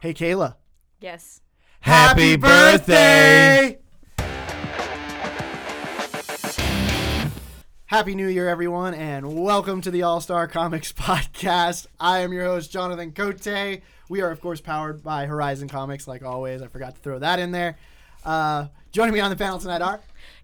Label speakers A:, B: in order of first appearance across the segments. A: Hey, Kayla.
B: Yes.
C: Happy birthday!
A: Happy New Year, everyone, and welcome to the All Star Comics Podcast. I am your host, Jonathan Cote. We are, of course, powered by Horizon Comics, like always. I forgot to throw that in there. Uh, joining me on the panel tonight are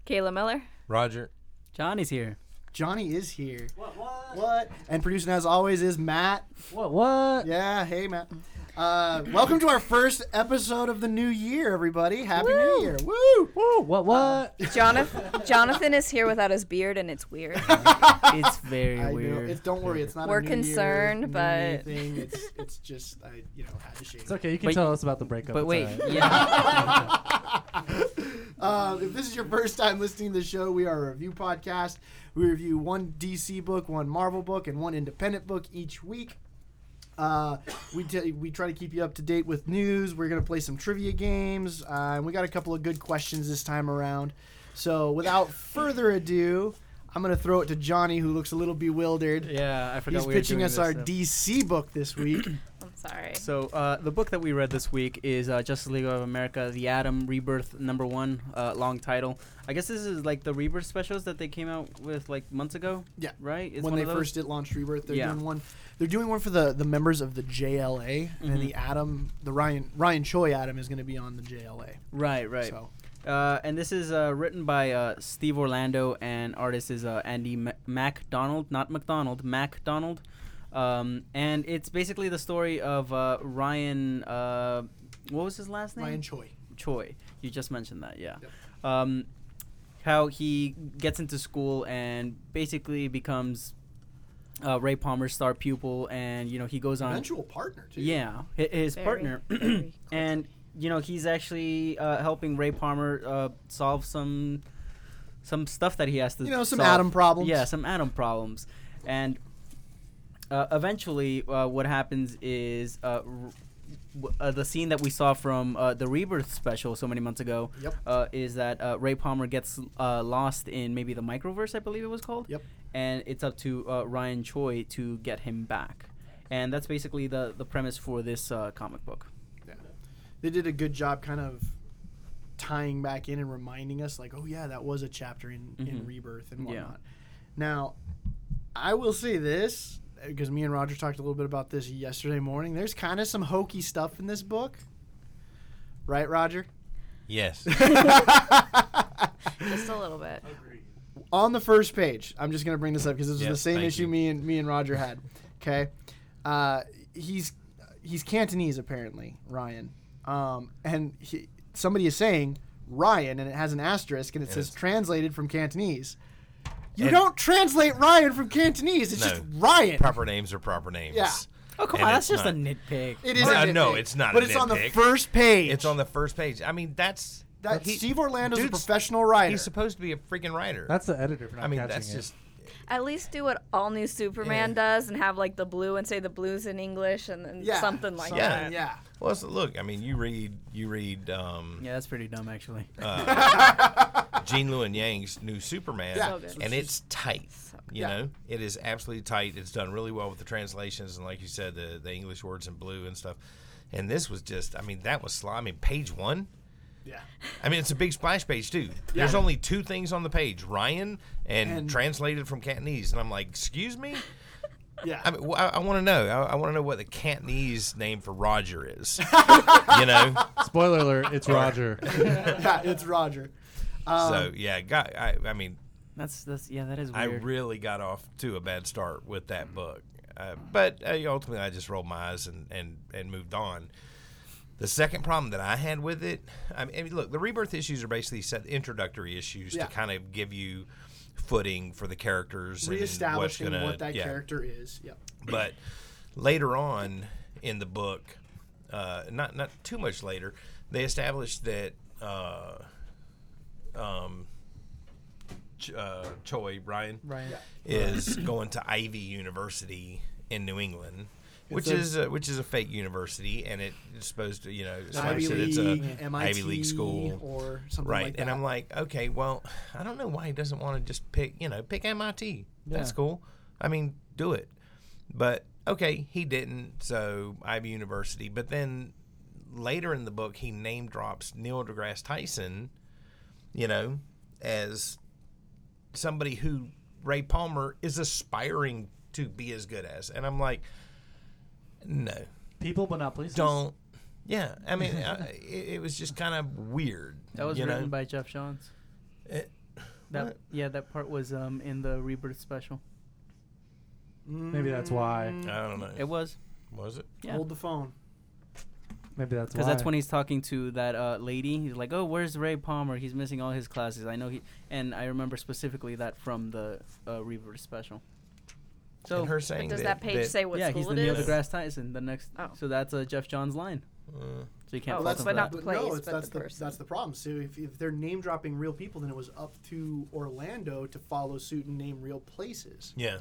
B: Kayla Miller.
C: Roger.
D: Johnny's here.
A: Johnny is here. What? What? And producing, as always, is Matt.
D: What? What?
A: Yeah, hey, Matt. Uh, welcome to our first episode of the new year, everybody. Happy New
B: Woo!
A: Year. Woo! Uh,
D: Whoa, what? What?
B: Jonathan Jonathan is here without his beard and it's weird.
D: it's very
A: I know.
D: weird.
A: It's don't worry. It's not.
B: We're
A: a new
B: concerned,
A: year, new
B: but-
A: thing. It's it's just I you know had to shave.
E: It's okay. You can
D: Wait.
E: tell us about the breakup.
D: but
E: it's
D: wait,
E: alright.
D: yeah.
A: Uh, if this is your first time listening to the show, we are a review podcast. We review one DC book, one Marvel book, and one independent book each week. Uh, we t- we try to keep you up to date with news. We're gonna play some trivia games, uh, and we got a couple of good questions this time around. So without further ado, I'm gonna throw it to Johnny, who looks a little bewildered.
D: yeah, I forgot
A: He's
D: we were
A: pitching
D: doing
A: us
D: this
A: our
D: stuff.
A: DC book this week.
B: I'm sorry.
D: So uh, the book that we read this week is uh, Justice League of America: The Atom Rebirth Number One. Uh, long title. I guess this is like the Rebirth specials that they came out with like months ago.
A: Yeah.
D: Right. It's
A: when
D: one
A: they
D: of those?
A: first did launch Rebirth, they're
D: Yeah.
A: doing one. They're doing one for the, the members of the JLA, and the
D: Mm-hmm.
A: Adam, the Ryan Ryan Choi Adam is going to be on the JLA.
D: Right. Right.
A: So
D: Uh, and this is uh, written by uh, Steve Orlando and artist is uh, Andy M- MacDonald, not McDonald, MacDonald. Um, and it's basically the story of uh, Ryan. Uh, what was his last name?
A: Ryan Choi.
D: Choi. You just mentioned that, yeah. Um, how he gets into school and basically becomes uh, Ray Palmer's star pupil, and you know he goes on.
A: Eventual partner too.
D: Yeah, hi- his
B: Very,
D: partner,
B: very close.
D: and you know he's actually uh, helping Ray Palmer uh, solve some some stuff that he has to.
A: You know, some
D: solve.
A: atom problems.
D: Yeah, some atom problems, and uh, eventually, uh, what happens is uh, r- w- uh, the scene that we saw from uh, the Rebirth special so many months ago
A: Yep.
D: uh, is that uh, Ray Palmer gets uh, lost in maybe the microverse, I believe it was called.
A: Yep.
D: And it's up to uh, Ryan Choi to get him back. And that's basically the, the premise for this uh, comic book.
A: Yeah. They did a good job, kind of tying back in and reminding us, like, oh yeah, that was a chapter in, in
D: Mhm.
A: Rebirth and
D: Yeah.
A: whatnot. Now, I will say this because me and Roger talked a little bit about this yesterday morning. There's kind of some hokey stuff in this book, right, Roger?
C: Yes.
B: Just a little bit.
A: on the first page, I'm just gonna bring this up because this was
C: Yes,
A: the same
C: thank
A: issue
C: you.
A: me and me and Roger had. Okay, uh, he's he's Cantonese apparently, Ryan, um, and he, somebody is saying Ryan, and it has an asterisk, and it says
C: Yes.
A: translated from Cantonese. You
C: And-
A: don't translate Ryan from Cantonese. It's just
C: No.
A: Ryan.
C: proper names are proper names.
A: Yeah.
D: Oh, come
C: And
D: on,
C: it's
D: that's
C: not-
D: just a nitpick.
A: It is.
C: Uh,
A: a
C: no,
A: nitpick,
C: it's not a
A: But it's on the
C: nitpick.
A: first page.
C: It's on the first page. I mean, that's
A: That
C: he-
A: Steve Orlando's a
C: dude's-
A: professional writer.
C: He's supposed to be a freaking writer.
E: That's the editor for not
C: I mean,
E: catching
C: that's
E: it.
C: just
B: At least do what all new Superman does and have like the blue and say the blues in English and then
A: Yeah.
B: something like
C: Yeah.
B: that.
A: yeah.
C: well. it's- Look, I mean, you read you read um,
D: Yeah, that's pretty dumb, actually.
C: Uh, Jean Lu and Yang's new Superman,
A: Yeah.
B: So good.
C: and it's tight. You
A: Yeah.
C: know, it is absolutely tight. It's done really well with the translations, and like you said, the, the English words in blue and stuff. And this was just, I mean, that was slimy. Page one.
A: Yeah.
C: I mean, it's a big splash page too. There's only two things on the page: Ryan and,
A: And-
C: translated from Cantonese. And I'm like, excuse me.
A: Yeah.
C: I mean, wh- I, I want to know. I, I want to know what the Cantonese name for Roger is. you know.
E: Spoiler alert! It's Roger.
A: yeah. It's Roger.
C: so yeah, got, I, I mean,
D: That's that's yeah, that is
C: I
D: weird.
C: really got off to a bad start with that book. Uh, but uh, ultimately, I just rolled my eyes and, and, and moved on. The second problem that I had with it, I mean, I mean, look, the rebirth issues are basically set introductory issues
A: Yeah.
C: to kind of give you footing for the characters, and what's
A: Reestablishing
C: gonna,
A: what that
C: yeah.
A: character is. Yep.
C: But later on in the book, uh, not not too much later, they established that uh, um, Ch- uh, Choi Ryan
A: Right.
C: is going to Ivy University in New England, which
A: a-
C: is a, which is a fake university, and it is supposed to you know it's like
A: Ivy
C: said, it's
A: League,
C: a
A: MIT,
C: Ivy League school.
A: or something
C: Right,
A: like that.
C: and I'm like, okay, well, I don't know why he doesn't want to just pick, you know, pick MIT. That's cool. I mean, do it. But okay, he didn't. So Ivy University, but then later in the book he name drops Neil deGrasse Tyson, you know, as somebody who Ray Palmer is aspiring to be as good as, and I'm like, no,
F: People, but not places.
C: don't. Yeah, I mean, I, it, it was just kind of weird.
D: That was
C: you
D: written
C: know? Eh,
D: by Jeff Johns.
C: It-
D: that
C: what?
D: yeah, that part was um in the Rebirth special.
E: Maybe that's why.
C: I don't know.
D: It was
C: was it?
D: Yeah.
A: Hold the phone.
B: Oh,
E: Maybe that's why.
D: because that's when he's talking to that uh, lady. He's like, "Oh, where's Ray Palmer? He's missing all his classes. I know he." And I remember specifically that from the uh, Rebirth special. So
C: and her saying
B: Does that page say what
D: yeah, he's
B: school
D: the
B: it
D: Neil
B: is?
D: deGrasse Tyson. The next,
B: Oh.
D: so that's uh, Jeff Johns' line.
C: Uh,
D: So you can't.
B: Oh,
D: fault
B: that's
D: him
B: but
D: for
B: not
D: that.
B: the place,
A: no, it's,
B: but
A: that's
B: the
A: the,
B: person.
A: that's the problem. So if, if they're name dropping real people, then it was up to Orlando to follow suit and name real places.
C: yeah.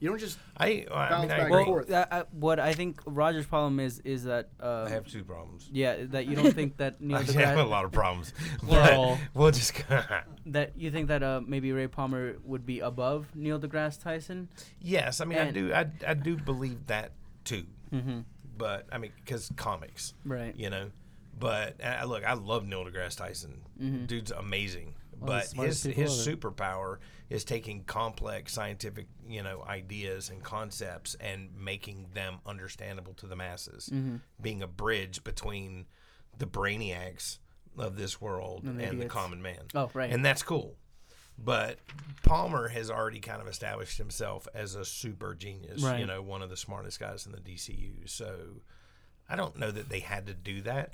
A: You don't just
C: I, I
A: Bounce
C: mean, I
A: back and
C: agree.
A: forth.
D: Well, that, uh, what I think Roger's problem is is that uh,
C: I have two problems.
D: yeah uh, that you don't think that Neil
C: I have a
D: deGrasse
C: lot of problems.
E: Well-
C: But we'll just
D: that you think that uh, maybe Ray Palmer would be above Neil deGrasse Tyson.
C: yes. I mean, I
D: And-
C: do. I, I do believe that too.
D: Mm-hmm.
C: But I mean, because comics,
D: Right.
C: you know. But and I, look, I love Neil deGrasse Tyson.
D: Mm-hmm.
C: Dude's amazing.
E: of the
C: but his
E: smartest people
C: his
E: ever.
C: superpower is taking complex scientific you know ideas and concepts and making them understandable to the masses,
D: Mm-hmm.
C: being a bridge between the brainiacs of this world and,
D: the
C: the
D: idiots.
C: common man.
D: Oh, right.
C: and that's cool. But Palmer has already kind of established himself as a super genius, you
D: Right.
C: know, one of the smartest guys in the DCU. So I don't know that they had to do that.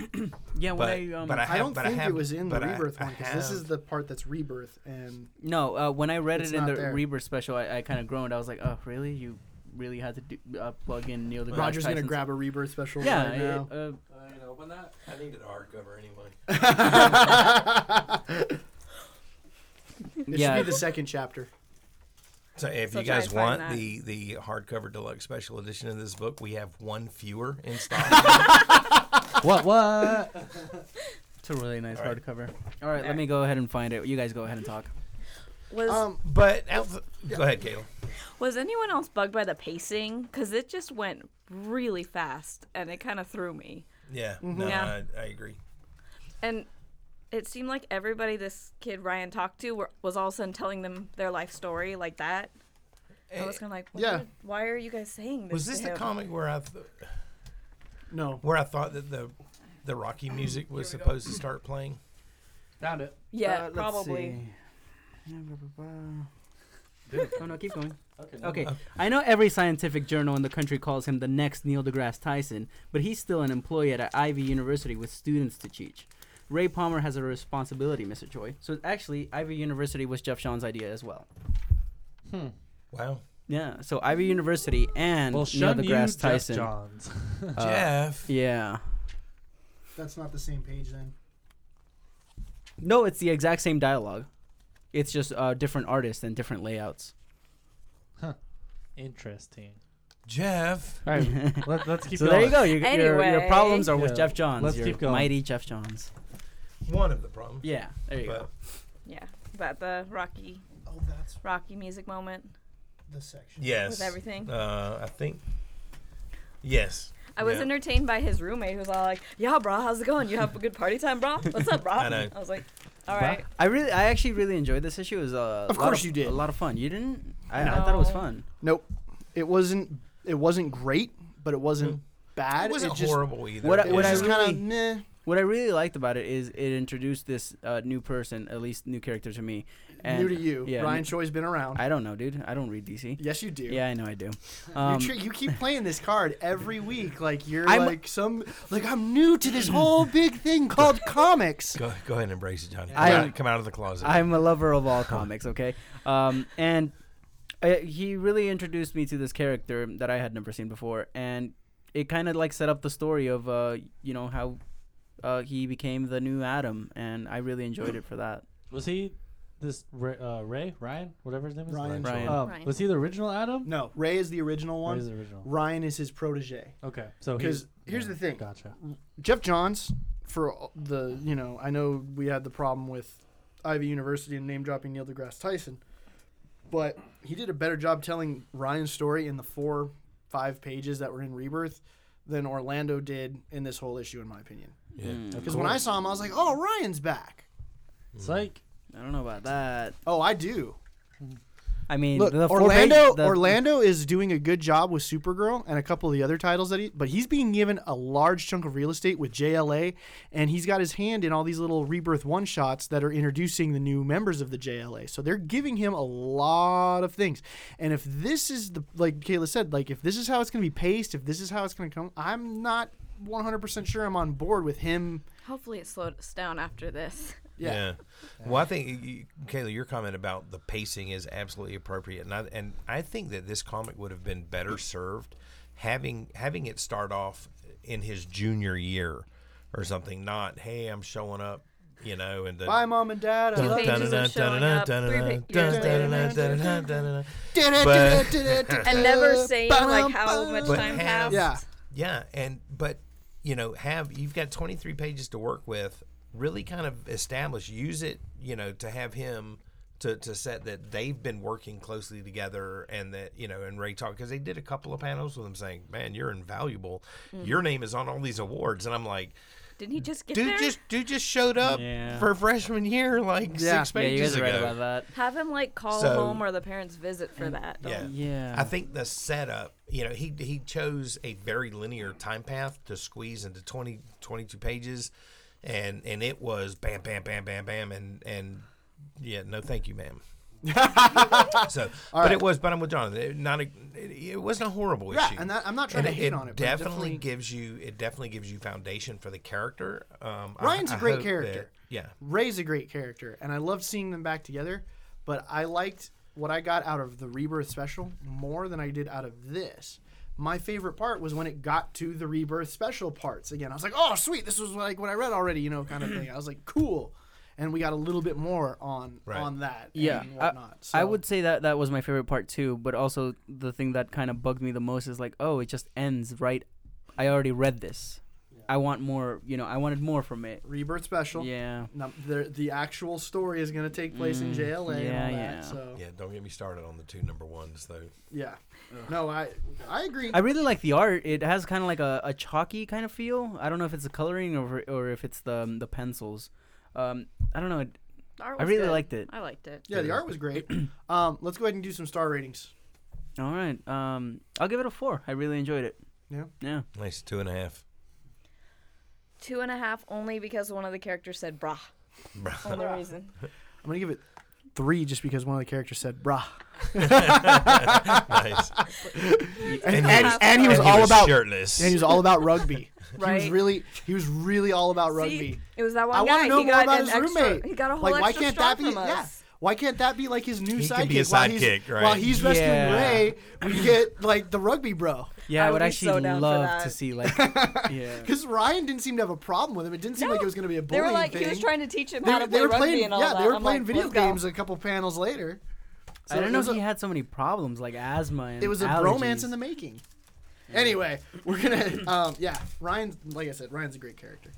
D: Yeah, when
C: but,
D: I um,
C: but I, have,
A: I don't
C: but
A: think
C: I have,
A: it was in the
C: but I-
A: rebirth
C: I
A: one because this
C: have-
A: is the part that's rebirth and
D: no, uh, when I read
A: It's
D: it in
A: not
D: the
A: there.
D: Rebirth special, I, I kind of groaned. I was like, oh, really? You really had to do, uh, plug in Neil deGrasse
A: Roger's gonna
D: Tyson's-"
A: grab a rebirth special
D: Yeah,
A: right
D: I-
A: now.
D: uh,
C: I can open that. I needed a hardcover anyway.
A: It
D: Yeah.
A: should be the second chapter.
C: So if
B: So
C: you
B: try
C: guys
B: to find
C: want
B: that.
C: the the hardcover deluxe special edition of this book, we have one fewer in stock.
E: what? What?
D: it's a really nice
C: All right.
D: hardcover. All right, let me go ahead and find it. You guys go ahead and talk.
B: Was
A: Um,
C: but outs- go ahead, Caleb.
B: was anyone else bugged by the pacing? Because it just went really fast, and it kind of threw me.
C: Yeah, no,
B: Mm-hmm. Yeah.
C: I, I agree.
B: And it seemed like everybody this kid Ryan talked to were, was all of a sudden telling them their life story like that. I was kind of like, what
A: Yeah.
B: the- why are you guys saying this?
C: Was this
B: to
C: the
B: him?
C: comic where I th-
A: no,
C: where I thought that the the Rocky music was supposed to start playing?
F: Found it.
B: Yeah,
D: Uh, let's
B: probably.
D: see. oh no, keep going.
F: Okay.
D: Okay, I know every scientific journal in the country calls him the next Neil deGrasse Tyson, but he's still an employee at Ivy University with students to teach. Ray Palmer has a responsibility, Mr. Choi. So actually, Ivy University was Jeff Sean's idea as well.
C: Wow,
D: Yeah. So Ivy University and
E: Well,
D: Neil
E: shun you,
D: deGrasse
E: Jeff
D: Tyson.
E: Johns.
D: Uh,
C: Jeff.
D: Yeah.
A: that's not the same page then.
D: No, it's the exact same dialogue. It's just uh, different artists and different layouts.
F: Interesting.
C: Jeff.
E: All right, let, let's keep
D: So
E: going.
D: there you go. Your, your, your
B: Anyway.
D: problems are with
E: Yeah,
D: Jeff Johns.
E: let's
D: your
E: keep going.
D: Mighty Jeff Johns.
C: One of the problems.
D: Yeah. There you go.
C: But
B: Yeah, about the Rocky
A: Oh, that's
B: Rocky music moment
A: the section.
C: yes,
B: with everything.
C: Uh, I think. Yes.
B: I was
C: yeah.
B: entertained by his roommate who was all like, "Yeah, brah, how's it going? You have a good party time, brah? What's up, brah?"
C: I know.
B: was like, "All right."
D: I really, I actually really enjoyed this issue. It was a lot
A: course
D: of,
A: you did.
D: A lot of fun. You didn't? I, I thought it was
B: No.
D: fun.
A: Nope, it wasn't. It wasn't great, but it wasn't bad.
C: Mm. It wasn't
A: just,
C: horrible either.
D: What I-
A: It
C: but
D: what
A: was
D: I
A: just
C: it's-
A: kind
D: really-
A: of meh.
D: What I really liked about it is it introduced this uh, new person, at least new character to me. And
A: new to you.
D: Yeah.
A: Ryan
D: new-
A: Choi's been around.
D: I don't know, dude. I don't read DC.
A: yes, you do.
D: Yeah, I know I do. Um,
A: you, tr- you keep playing this card every week, like you're
D: I'm-
A: like some like I'm new to this whole big thing called comics.
C: Go, go ahead and embrace it, Johnny. Come,
D: I-
C: out, come out of the closet.
D: I'm a lover of all comics, okay? Um, and uh, he really introduced me to this character that I had never seen before, and it kind of like set up the story of uh, you know how uh, he became the new Adam, and I really enjoyed it for that.
F: Was he this Ray, uh, Ray Ryan, whatever his name is?
A: Ryan.
D: Ryan.
F: Um,
B: Ryan.
F: Was he the original Adam?
A: No, Ray is the original
F: Or
A: one.
F: is the original?
A: Ryan is his protege.
F: Okay, so
D: Oh,
A: 'Cause
F: he's-
A: here's the thing.
F: Gotcha.
A: Jeff Johns for all the you know I know we had the problem with Ivy University and name dropping Neil deGrasse Tyson, but he did a better job telling Ryan's story in the four five pages that were in Rebirth than Orlando did in this whole issue, in my opinion.
C: Yeah.
A: Because when I saw him, I was like, "Oh, Ryan's back."
F: It's like
D: I don't know about that.
A: Oh, I do.
D: I mean,
A: Look,
D: the four
A: Orlando
D: page- the-
A: Orlando is doing a good job with Supergirl and a couple of the other titles that he but he's being given a large chunk of real estate with JLA and he's got his hand in all these little rebirth one shots that are introducing the new members of the JLA. So they're giving him a lot of things. And if this is the like Kayla said, like if this is how it's going to be paced, if this is how it's going to come, I'm not 100% sure I'm on board with him.
B: Hopefully, it slows down after this.
A: Yeah.
C: Well, I think you, Kayla, your comment about the pacing is absolutely appropriate, and I, and I think that this comic would have been better served having having it start off in his junior year or something. Not hey, I'm showing up, you know, and the,
A: Bye mom and dad. I
B: Two
A: love
B: pages of showing up, three pa- years
C: but
A: you.
B: And never saying like how much
C: But
B: time
C: have-
B: passed.
A: Uh, Yeah.
C: yeah, and but you know, have you've got 23 pages to work with. Really, kind of establish, use it, you know, to have him to to set that they've been working closely together, and that you know, and Ray talked because they did a couple of panels with him saying, "Man, you're invaluable.
B: Mm-hmm.
C: Your name is on all these awards," and I'm like.
B: Didn't he just get
C: Dude
B: there?
C: just dude just showed up
D: Yeah.
C: for freshman year like
A: Yeah.
C: six
D: yeah, you
C: pages
D: guys are right
C: ago.
D: about that.
B: Have him like call
C: So-
B: home or the parents visit for that.
C: Yeah.
D: Yeah.
C: I think the setup, you know, he he chose a very linear time path to squeeze into 20 22 pages and and it was bam bam bam bam bam and and yeah, no thank you, ma'am. so, but it was. But I'm with Jonathan. It, not a, it, it wasn't a horrible
A: Yeah,
C: issue.
A: and that, I'm not trying
C: And
A: to hate on it. but
C: Definitely, gives you. It definitely gives you foundation for the character. Um, I-
A: Ryan's a
C: I
A: great
C: hope that-
A: character.
C: yeah,
A: Ray's a great character, and I loved seeing them back together. But I liked what I got out of the Rebirth special more than I did out of this. My favorite part was when it got to the Rebirth special parts again. I was like, "Oh, sweet! This was like what I read already," you know, kind of thing. I was like, "Cool," and we got a little bit more on
C: Right.
A: on that.
D: Yeah,
A: and
D: I-
A: whatnot.
D: I
A: So-
D: would say that that was my favorite part too, but also the thing that kind of bugged me the most is like, oh, it just ends right. I already read this. I want more. You know, I wanted more from it.
A: Rebirth special.
D: Yeah.
A: Now, the, the actual story is going to take place in
D: Mm,
A: JLA and
D: yeah,
A: all that.
D: yeah.
A: So
C: yeah. Don't get me started on the two number ones though.
A: yeah, no, I I agree.
D: I really like the art. It has kind of like a, a chalky kind of feel. I don't know if it's the coloring or or if it's the the pencils. Um, I don't know. It,
B: Art
D: I
B: was
D: really
B: good.
D: liked it.
B: I liked it.
A: Yeah, the art was great. Um, let's go ahead and do some star ratings.
D: All right. Um, I'll give it a four. I really enjoyed it.
A: Yeah.
D: Yeah.
C: Nice two and a half.
B: Two and a half only because one of the characters said brah. Only reason.
A: I'm gonna give it three just because one of the characters said "brah,"
C: nice.
A: and,
C: he
A: and,
B: was-
A: and he was
C: And
A: all about
C: shirtless.
A: and he was all about rugby. He was
B: Right.
A: really he was really all about
B: See,
A: rugby.
B: it was that one
A: I
B: guy.
A: want to know
B: he
A: more
B: got
A: about
B: an
A: his
B: extra,
A: roommate.
B: He got a whole
A: like,
B: extra
A: why can't
B: straw
A: that be?
B: from
A: Yeah.
B: us.
A: Why can't that be like his new
C: He
A: sidekick?
C: could be a
A: while he's-
C: sidekick, right?
A: While he's rescuing
D: Yeah.
A: Ray, we get like the rugby bro.
D: Yeah,
B: I
D: I
B: would
D: would
B: be
D: actually
B: so down for
D: love
B: that.
D: to see like. yeah.
A: Because Ryan didn't seem to have a problem with him. It didn't seem
B: No.
A: like it was going to be a
B: They
A: bullying
B: were like,
A: thing.
B: he was trying to teach him
A: They
B: how
A: were-
B: to
A: they
B: play
A: were
B: rugby
A: playing,
B: and all
A: yeah,
B: that.
A: they were
B: I'm
A: playing
B: like,
A: video
B: let's go.
A: games a couple panels later. So
D: I
A: it
D: don't know
A: was
D: if
A: a-
D: he had so many problems like asthma and
A: it was a
D: allergies.
A: bromance in the making. Anyway, we're gonna um, yeah. Ryan's like I said, Ryan's a great character.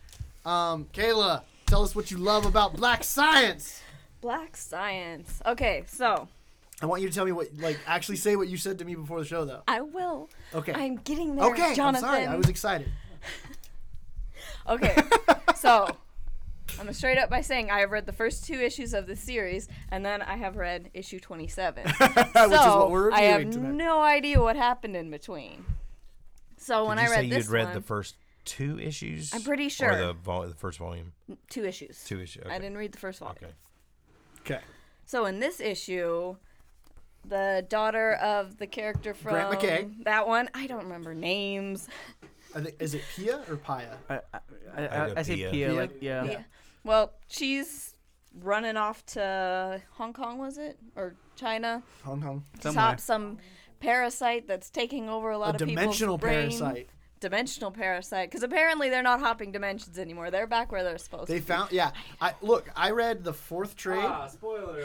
A: Um, Kayla, tell us what you love about Black Science.
B: Black science. Okay, so
A: I want you to tell me what like actually say what you said to me before the show though.
B: I will.
A: Okay.
B: I'm getting there,
A: okay.
B: Jonathan.
A: I'm sorry. I was excited.
B: Okay, so I'm gonna straight up by saying I have read the first two issues of the series, and then I have read issue 27. so
A: Which is what we're
B: I have
A: reviewing tonight.
B: no idea what happened in between. So when
C: Did
B: I
C: you
B: read
C: say
B: this
C: you'd read
B: one,
C: the first two issues?
B: I'm pretty
C: Or
B: sure.
C: the, vol- the first volume,
B: two issues.
C: two issues. Okay.
B: I didn't read the first one.
C: Okay.
A: Okay.
B: So in this issue, the daughter of the character from
A: Grant McKay.
B: that one, I don't remember names.
A: I think, is it Pia or Pia?
D: I, I,
C: I
D: I, I, I say
C: Pia.
D: Pia,
A: Pia?
D: like yeah.
B: Yeah. Well, she's running off to Hong Kong, was it? Or China?
A: Hong Kong.
B: To
D: Somewhere.
B: stop some parasite that's taking over a lot
A: A
B: of people's
A: dimensional
B: brain.
A: parasite.
B: Dimensional parasite. Because apparently they're not hopping dimensions anymore. They're back where they're supposed
A: They
B: to
A: found yeah. I look. I read the fourth trade.
E: Ah, spoiler
B: be.
E: alert.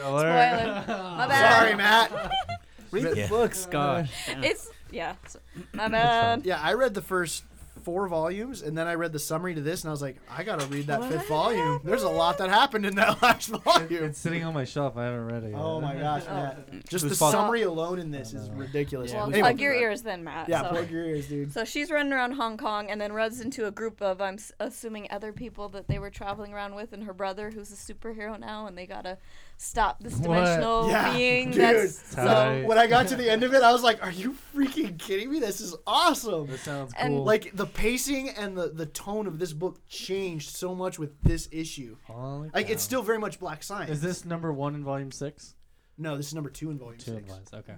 B: Spoiler. My bad.
A: Oh. Sorry, Matt.
D: Read the
C: Yeah.
D: books, Oh gosh.
B: It's, yeah. so- my bad.
A: Yeah, I read the first four volumes, and then I read the summary to this, and I was like, I gotta read that fifth
B: What
A: volume. There's a lot that happened in that last volume.
E: It's sitting on my shelf. I haven't read it yet.
A: Oh my gosh, Matt! Just the
E: Who's fought-
A: summary alone in this is ridiculous.
B: Well,
A: Anyway.
B: plug your ears then, Matt.
A: Yeah,
B: so.
A: plug your ears, dude.
B: So she's running around Hong Kong and then runs into a group of, I'm s- assuming, other people that they were traveling around with and her brother, who's a superhero now, and they gotta stop this
E: What?
B: dimensional
A: Yeah,
B: being.
A: dude.
B: That's so.
E: Tight.
A: When I got to the end of it, I was like, "Are you freaking kidding me? This is awesome!"
E: That sounds
B: And-
E: cool.
A: Like the pacing and the the tone of this book changed so much with this issue.
E: Holy
A: Like
E: cow.
A: it's still very much black science.
E: Is this number one in volume six?
A: no, this is number two in volume
F: Two
A: six. Mm-hmm.
F: lines. Okay.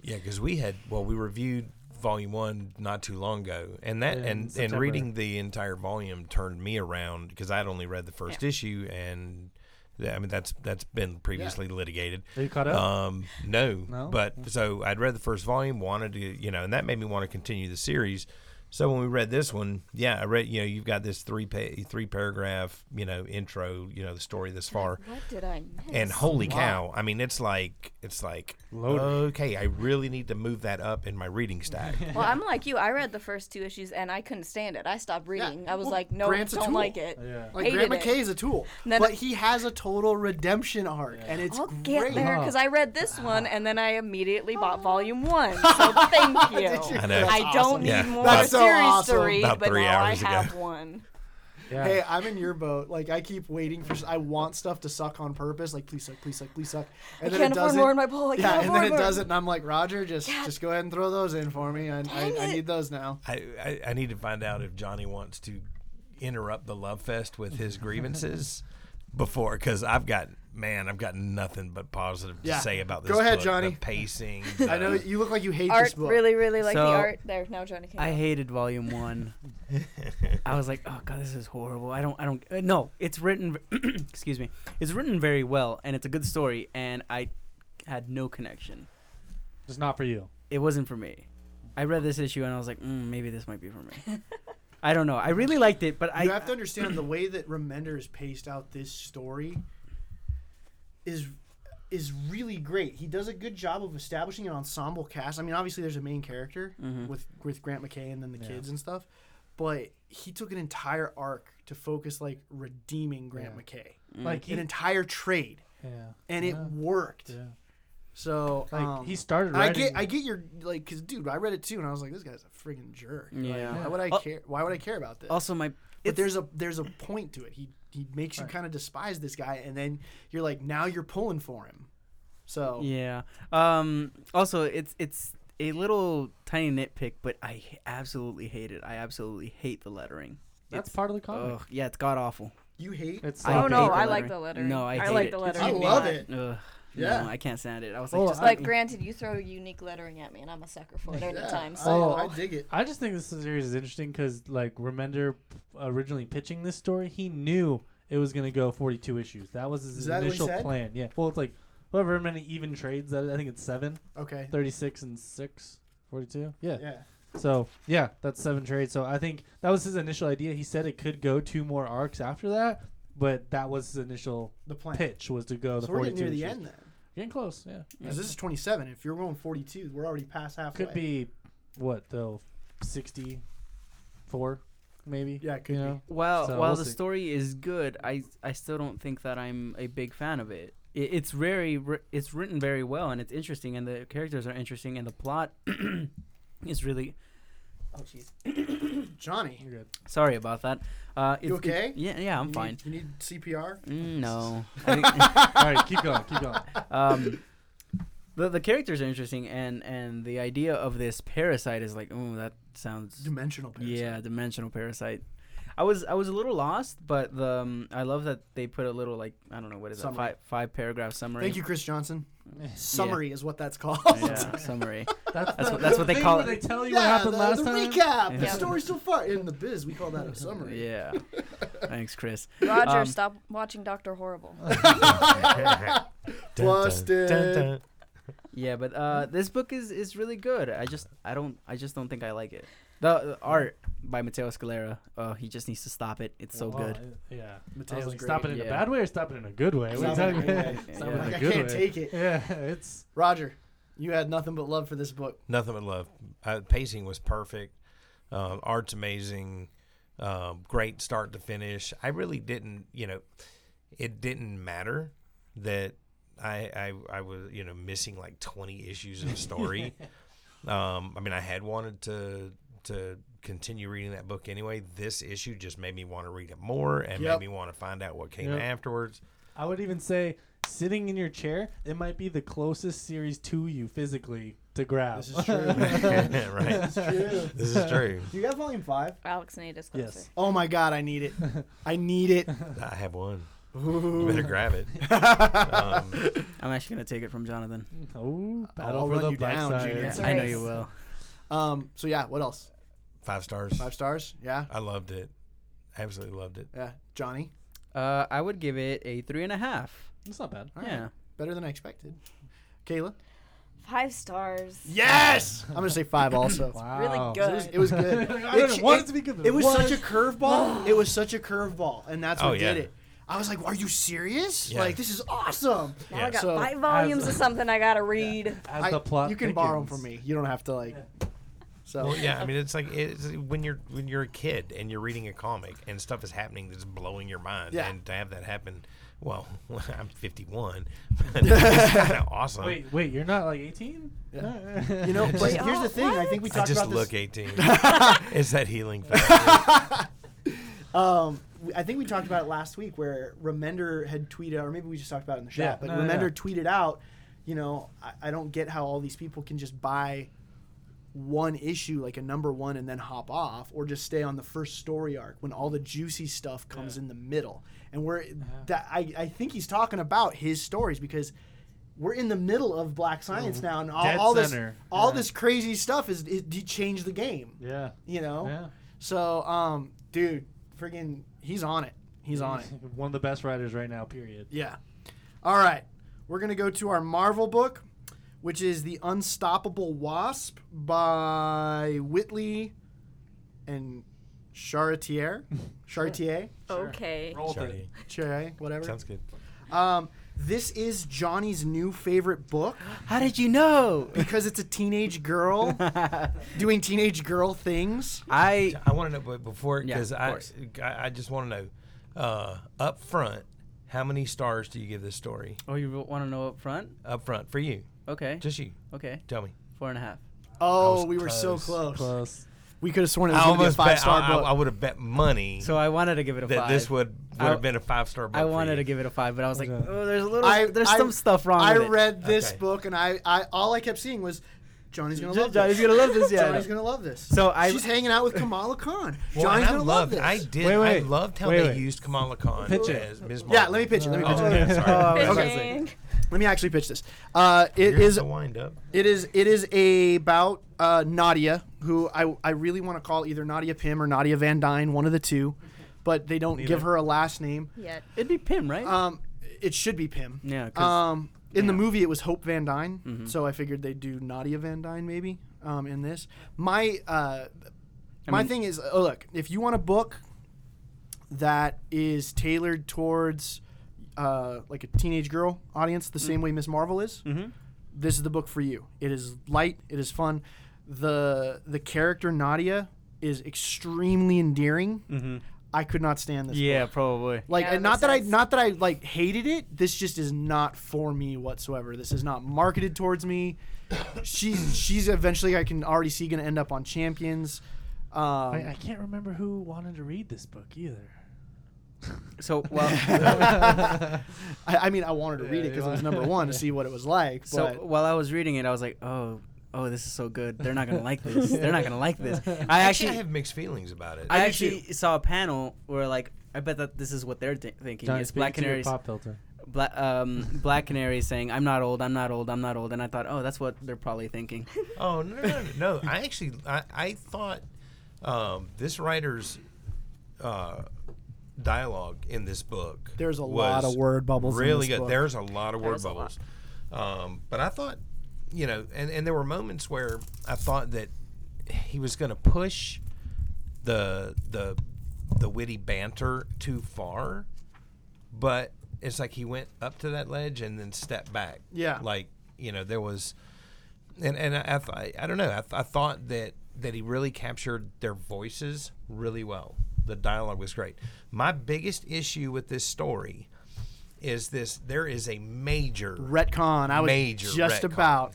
C: Yeah, because we had well, we reviewed volume one not too long ago, and that
E: In
C: and and
E: September.
C: reading the entire volume turned me around because I'd only read the first issue, and th- I mean that's that's been previously litigated.
E: Are you caught up?
C: Um, no,
E: No?
C: but so I'd read the first volume, wanted to you know, and that made me want to continue the series. So when we read this one, yeah, I read you know you've got this three pa- three paragraph you know intro you know the story this far.
B: What did I miss?
C: And holy cow! I mean, it's like it's like
E: Loaded.
C: okay. I really need to move that up in my reading stack.
B: Well, I'm like you. I read the first two issues and I couldn't stand it. I stopped reading. I was
A: Well,
B: like, no,
A: Grant's a
B: don't
A: tool.
B: like it.
E: yeah.
A: Like
B: Hated
A: Grant McKay
B: it.
A: is a tool,
B: Then-
A: but he has a total redemption arc, and it's
B: I'll
A: great.
B: get there because I read this
A: Ah.
B: one and then I immediately bought volume one. So thank you.
C: I know.
B: I don't need
C: Yeah.
B: more
A: That's so
B: series
A: awesome.
B: to read,
C: About
B: but
C: three
B: now I
C: hours ago.
B: have one.
E: yeah.
A: Hey, I'm in your boat. Like I keep waiting for. I want stuff to suck on purpose. Like please suck, please suck, please suck. And
B: I can't afford more in my bowl. I
A: yeah,
B: can't
A: and
B: afford
A: then it
B: more.
A: does it, and I'm like, Roger, just just go ahead and throw those in for me. I I,
B: Dang
A: I
B: it.
A: need those now.
C: I, I, I need to find out if Johnny wants to interrupt the love fest with his grievances before, because I've got man, I've got nothing but positive
A: Yeah.
C: to say about this.
A: Go ahead,
C: book,
A: Johnny.
C: The pacing.
A: I know
C: the-
A: you look like you hate this
B: Art
A: book.
B: really, really like
D: So,
B: the art. There, now Johnny came.
D: I
B: out.
D: hated volume one. I was like, oh god, this is horrible. I don't, I don't. Uh, no, it's written. excuse me. It's written very well, and it's a good story. And I had no connection.
E: It's not for you.
D: It wasn't for me. I read this issue and I was like, mm, maybe this might be for me. I don't know. I really liked it, but
A: You
D: I
A: have to understand the way that Remender has paced out this story is is really great. He does a good job of establishing an ensemble cast. I mean, obviously there's a main character
D: Mm-hmm.
A: with with Grant McKay and then the kids and stuff, but he took an entire arc to focus like redeeming Grant
E: Yeah.
A: McKay,
D: Mm-hmm. Mm.
E: Like
A: an
E: he,
A: entire trade,
E: yeah.
A: and it
E: Yeah.
A: worked.
E: Yeah.
A: So
E: Like
A: um,
E: he started
A: and I
E: writing.
A: get I get your like because dude, I read it too, and I was like, this guy's a friggin' jerk. Like,
D: Yeah.
A: why would I
D: Oh.
A: care? Why would I care about this?
D: also my.
A: but
D: It's,
A: there's a there's a point to it. He he makes you kind of despise this guy, and then you're like, now you're pulling for him. So
D: Yeah. Um. Also, it's it's a little tiny nitpick, but I h- absolutely hate it. I absolutely hate the lettering.
E: That's
D: It's-
E: part of the comic.
D: Ugh, yeah, it's god awful.
A: you hate
E: It's
D: I
B: oh
E: like-
D: hate
B: no,
D: the
B: I
D: lettering.
B: like the lettering.
D: No, I hate
B: like
D: it.
B: the
D: I
B: lettering.
A: I
B: a
A: love
B: lot.
A: it.
D: Ugh,
A: Yeah.
D: no, I can't stand it. I was like,
E: Oh,
D: just
E: I-
D: let
B: But
D: me-
B: granted, you throw unique lettering at me, and I'm a sucker for it at
A: Yeah,
B: times.
A: I,
E: Oh.
A: I dig it.
E: I just think this series is interesting because, like, Remender originally pitching this story, he knew it was going to go 42 issues. That was his
A: Is that what he
E: initial
A: said?
E: plan. Yeah. Well, it's like however many even trades that I think it's seven,
A: Okay.
E: 36 and 6, 42. Yeah.
A: Yeah.
E: So, yeah, that's seven trades. So, I think that was his initial idea. He said it could go two more arcs after that, but that was his initial
A: The plan.
E: pitch was to go Oh, the
A: So we're
E: 42
A: getting near the
E: issues.
A: end then,
E: Getting close, yeah.
A: because this is 27. If you're going 42, we're already past halfway.
E: Could be what though, sixty-four, maybe.
A: Yeah, it could
E: you
A: be.
E: know?
D: While
E: So
D: while
E: we'll
D: the
E: see.
D: story is good, I I still don't think that I'm a big fan of it. it it's very wri- it's written very well and it's interesting and the characters are interesting and the plot is really
A: Oh jeez. Johnny,
E: You're good.
D: sorry about that. Uh, it's,
A: you
D: it-
A: okay? Mm.
D: yeah, yeah, I'm
A: You
D: fine.
A: Need, you need CPR.
D: Mm, no, I think,
E: All right, keep going, keep going.
D: um, the the characters are interesting and and the idea of this parasite is like, oh, that sounds
A: Dimensional. Parasite.
D: Yeah, dimensional parasite. I was I was a little lost, but the um, I love that they put a little like I don't know what is
A: Summary.
D: that five five paragraph summary.
A: Thank you, Chris Johnson. Summary is what that's called.
D: Yeah, summary.
E: That's,
D: That's what- that's what they call it.
E: They tell you
A: Yeah,
E: what happened
A: the,
E: last
A: the
E: time.
A: recap. The
D: Yeah.
A: story so far in the biz, we call that a summary.
D: Yeah. Thanks, Chris.
C: Oh,
B: Roger,
D: Um,
B: stop watching Doctor Horrible.
A: Busted.
D: Yeah, but uh,
A: Mm-hmm.
D: this book is is really good. I just I don't I just don't think I like it. The, the art by Mateo Scalera. Oh, he just needs to stop it. It's so
A: Oh,
E: Wow,
D: good.
E: I- Oh, Yeah. I
A: Mateo's
E: was like,
A: great.
E: stop it in a
D: Yeah.
E: bad way or stop it in a good way? What are you
A: Stop it in
E: talking
A: a good
E: about?
A: way.
E: Stop
D: Yeah.
E: it in
A: Like,
E: a
A: I
E: good
A: can't
E: way.
A: take it.
E: Yeah, it's
A: Roger, you had nothing but love for this book.
C: Nothing but love. Uh, pacing was perfect. Um, art's amazing. Um, great start to finish. I really didn't, you know, it didn't matter that I I, I was you know missing like twenty issues of the story. um, I mean, I had wanted to to continue reading that book anyway. This issue just made me want to read it more and
A: Yep.
C: made me want to find out what came
E: Yep.
C: afterwards.
E: I would even say sitting in your chair, it might be the closest series to you physically to grab.
A: This is true.
C: right.
A: It's true.
C: This is true.
A: Do you got volume five?
B: Alex Nate is closer.
E: Yes.
A: Oh my god, I need it. I need it.
C: I have one. You
A: Ooh.
C: better grab it. Um,
D: I'm actually gonna take it from Jonathan.
E: oh, battle
A: I'll
E: for
A: run
E: the
A: you
E: black
A: down,
E: side.
A: Junior.
B: It's a
D: I know
B: race.
D: you will.
A: Um. So yeah, what else?
C: five stars.
A: Five stars. Yeah.
C: I loved it. Absolutely loved it.
A: Yeah. Johnny,
D: Uh, I would give it a three and a half.
E: It's not bad.
A: All right.
D: Yeah.
A: better than I expected. Kayla.
B: Five stars.
A: Yes. I'm gonna say five also.
B: Really
E: Wow.
A: It was,
B: good.
A: it was good.
E: I didn't want it to be good, but
A: It was
E: it
A: such a curveball. It was such a curveball, and that's what
C: Oh, yeah.
A: did it. I was like, "Are you serious?
C: Yeah.
A: Like, this is awesome."
B: Now
C: Yeah.
B: I got
A: So,
B: five volumes
E: as-
B: of something I gotta read.
E: As
A: I-
E: the plot
A: you can borrow 'em
E: thickens.
A: from me. You don't have to like. So
C: Well, yeah, I mean, it's like it's when you're when you're a kid and you're reading a comic and stuff is happening that's blowing your mind,
A: Yeah.
C: and to have that happen, well, I'm 51, but it's kind of awesome.
E: Wait, wait, you're not like 18?
A: you know, but
B: Yeah.
A: here's the thing. I think we
C: I
A: talked
C: just
A: about this.
C: look 18. it's that healing factor.
A: Um, I think we talked about it last week where Remender had tweeted, or maybe we just talked about it in the shop,
E: Yeah,
A: but
E: no, no,
A: Remender
E: no.
A: tweeted out, you know, I, I don't get how all these people can just buy one issue, like a number one, and then hop off, or just stay on the first story arc when all the juicy stuff comes in the middle. And we're,
E: Uh-huh.
A: that, I, I think he's talking about his stories because we're in the middle of Black Science now, and all,
E: dead
A: all this
E: center.
A: all
E: Yeah.
A: this crazy stuff is, is, he changed the game,
E: Yeah.
A: you know?
E: Yeah.
A: So, um, dude, friggin', he's on it. He's on it.
E: One of the best writers right now, period.
A: Yeah. All right. We're gonna go to our Marvel book, which is the Unstoppable Wasp by Whitley and Chartier. Chartier.
B: Okay.
C: Sorry.
A: Chartier. Whatever.
C: Sounds good.
A: Um, this is Johnny's new favorite book
D: How did you know?
A: because it's a teenage girl doing teenage girl things.
D: I
C: I want to know but before
D: Yeah,
C: because
D: of
C: I,
D: course.
C: I I just want to know uh, up front how many stars do you give this story
D: Oh, you want to know up front?
C: up front for you?
D: Okay.
C: Just you.
D: okay.
C: Tell me.
D: Four and a half.
A: Oh,
C: was
A: we were so close.
C: close.
E: Close.
A: We could have sworn it was gonna be a five
C: bet,
A: star
C: I,
A: book.
C: would have bet money
D: So I wanted to give it a
C: that
D: five.
C: this would would
D: I-
C: have been a five star book.
D: I
C: for
D: wanted
C: you.
D: to give it a five, but I was like,
E: Okay.
D: oh, there's a little,
A: I-
D: there's
A: I-
D: some stuff wrong.
A: I
D: with it.
A: read this
C: Okay.
A: book, and I, I all I kept seeing was Johnny's gonna love
D: Johnny's
A: this.
D: gonna love this. Yeah.
A: Johnny's gonna love this.
D: So I-
A: she's hanging out with Kamala Khan.
C: Well,
A: Johnny's
C: and
A: gonna
C: I
A: love
C: loved,
A: this.
C: I did.
E: Wait, wait,
C: I loved how
E: wait,
C: they
E: wait.
C: used Kamala Khan
E: Pitch it.
C: as Ms.
A: yeah,
C: Marvel.
A: let me pitch it. Let me
C: Oh,
A: pitch it.
C: okay, sorry.
D: Oh, I was
C: Okay.
D: gonna say-
B: Fishing.
A: Let me actually pitch this. Uh, it
C: You're
A: is
C: the wind up.
A: it is it is about uh, Nadia, who I I really want to call either Nadia Pym or Nadia Van Dyne, one of the two, but they don't give
C: Neither.
A: her a last name.
B: Yet.
D: It'd be Pim, right?
A: Um, it should be Pym.
D: yeah. 'cause-
A: Um, in the
D: yeah. Mm-hmm.
A: movie, it was Hope Van Dyne, so I figured they'd do Nadia Van Dyne maybe um, in this. My uh, my
D: mean-
A: thing is, uh, look, if you want a book that is tailored towards uh, like a teenage girl audience, the
D: Mm.
A: same way Miss Marvel is,
E: Mm-hmm,
A: this is the book for you. It is light. It is fun. the The character Nadia is extremely endearing.
E: mm-hmm.
A: I could not stand this.
D: yeah, probably.
A: Like
B: Yeah,
A: and
B: that
A: not
B: makes
A: that I
B: sense.
A: not that I like hated it. This just is not for me whatsoever. This is not marketed towards me. she's she's eventually I can already see gonna end up on Champions. Um,
E: I, I can't remember who wanted to read this book either.
D: So, well,
A: I, I mean I wanted to
E: Yeah,
A: read it
E: you
A: because it was
E: want-
A: number one to see what it was like. But
D: so while I was reading it, I was like, oh, oh, this is so good. They're not gonna like this. They're not gonna like this. I
C: Actually, I
D: actually,
C: have mixed feelings about it.
D: I
A: do
D: actually saw a panel where like, I bet that this is what they're thi- thinking.
E: Johnny,
D: it's
E: speak
D: Black
E: to your
D: Canaries.
E: Pop filter.
D: Black, um, Black Canary saying, "I'm not old, I'm not old, I'm not old," and I thought, "Oh, that's what they're probably thinking."
C: Oh no, no, no! no. I actually, I, I thought um, this writer's uh, dialogue in this book.
A: There's a
C: was
A: lot of word bubbles in
C: Really
A: this
C: good.
A: book.
C: There's a lot of word
B: There's a lot.
C: bubbles. Um, but I thought, you know, and, and there were moments where I thought that he was going to push the the the witty banter too far, but it's like he went up to that ledge and then stepped back.
A: Yeah.
C: like you know, there was and and I, I, th- I don't know. I, th- I thought that that he really captured their voices really well. The dialogue was great. My biggest issue with this story is this: there is a major
A: retcon. I was
C: Major
A: just
C: retcon.
A: about.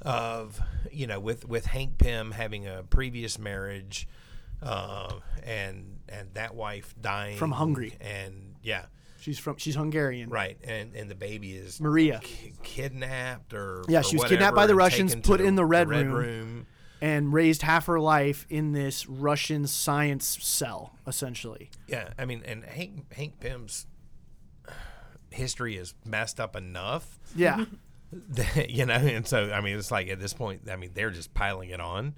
C: of you know with with Hank Pym having a previous marriage, uh, and and that wife dying
A: From Hungary.
C: and yeah,
A: She's from. She's Hungarian.
C: right, and and the baby is
A: Maria.
C: ki- kidnapped or
A: Yeah,
C: or
A: she was
C: whatever
A: kidnapped by the
C: and
A: Russians,
C: taken to
A: put in the Red
C: red
A: Room.
C: room.
A: And raised half her life in this Russian science cell, essentially.
C: Yeah, I mean, and Hank Hank Pym's history is messed up enough,
A: Yeah.
C: that, you know. And so, I mean, it's like at this point, I mean, they're just piling it on.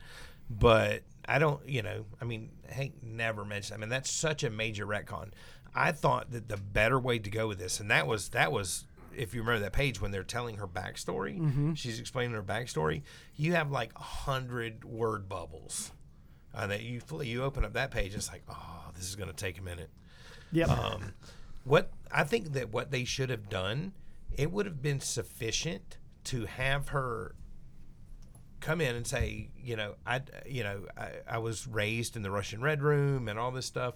C: But I don't, you know, I mean, Hank never mentioned. I mean, that's such a major retcon. I thought that the better way to go with this, and that was that was. If you remember that page when they're telling her backstory, she's explaining her backstory. You have like a hundred word bubbles, and that you fl- you open up that page. It's like, oh, this is going to take a minute
A: Yep.
C: um, what I think that what they should have done, it would have been sufficient to have her come in and say, you know, I, you know, I, I was raised in the Russian Red Room and all this stuff,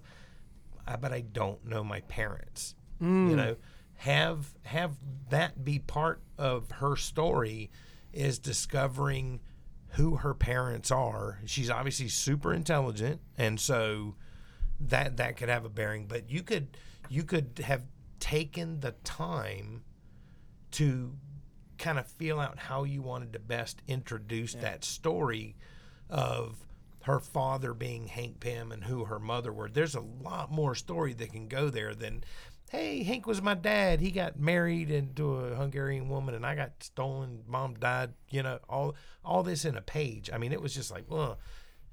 C: I, but I don't know my parents. You know, have have that be part of her story is discovering who her parents are. She's obviously super intelligent, and so that that could have a bearing but you could you could have taken the time to kind of feel out how you wanted to best introduce that story of her father being Hank Pym and who her mother were. There's a lot more story that can go there than, hey, Hank was my dad. He got married into a Hungarian woman, and I got stolen. Mom died. You know, all all this in a page. I mean, it was just like, ugh.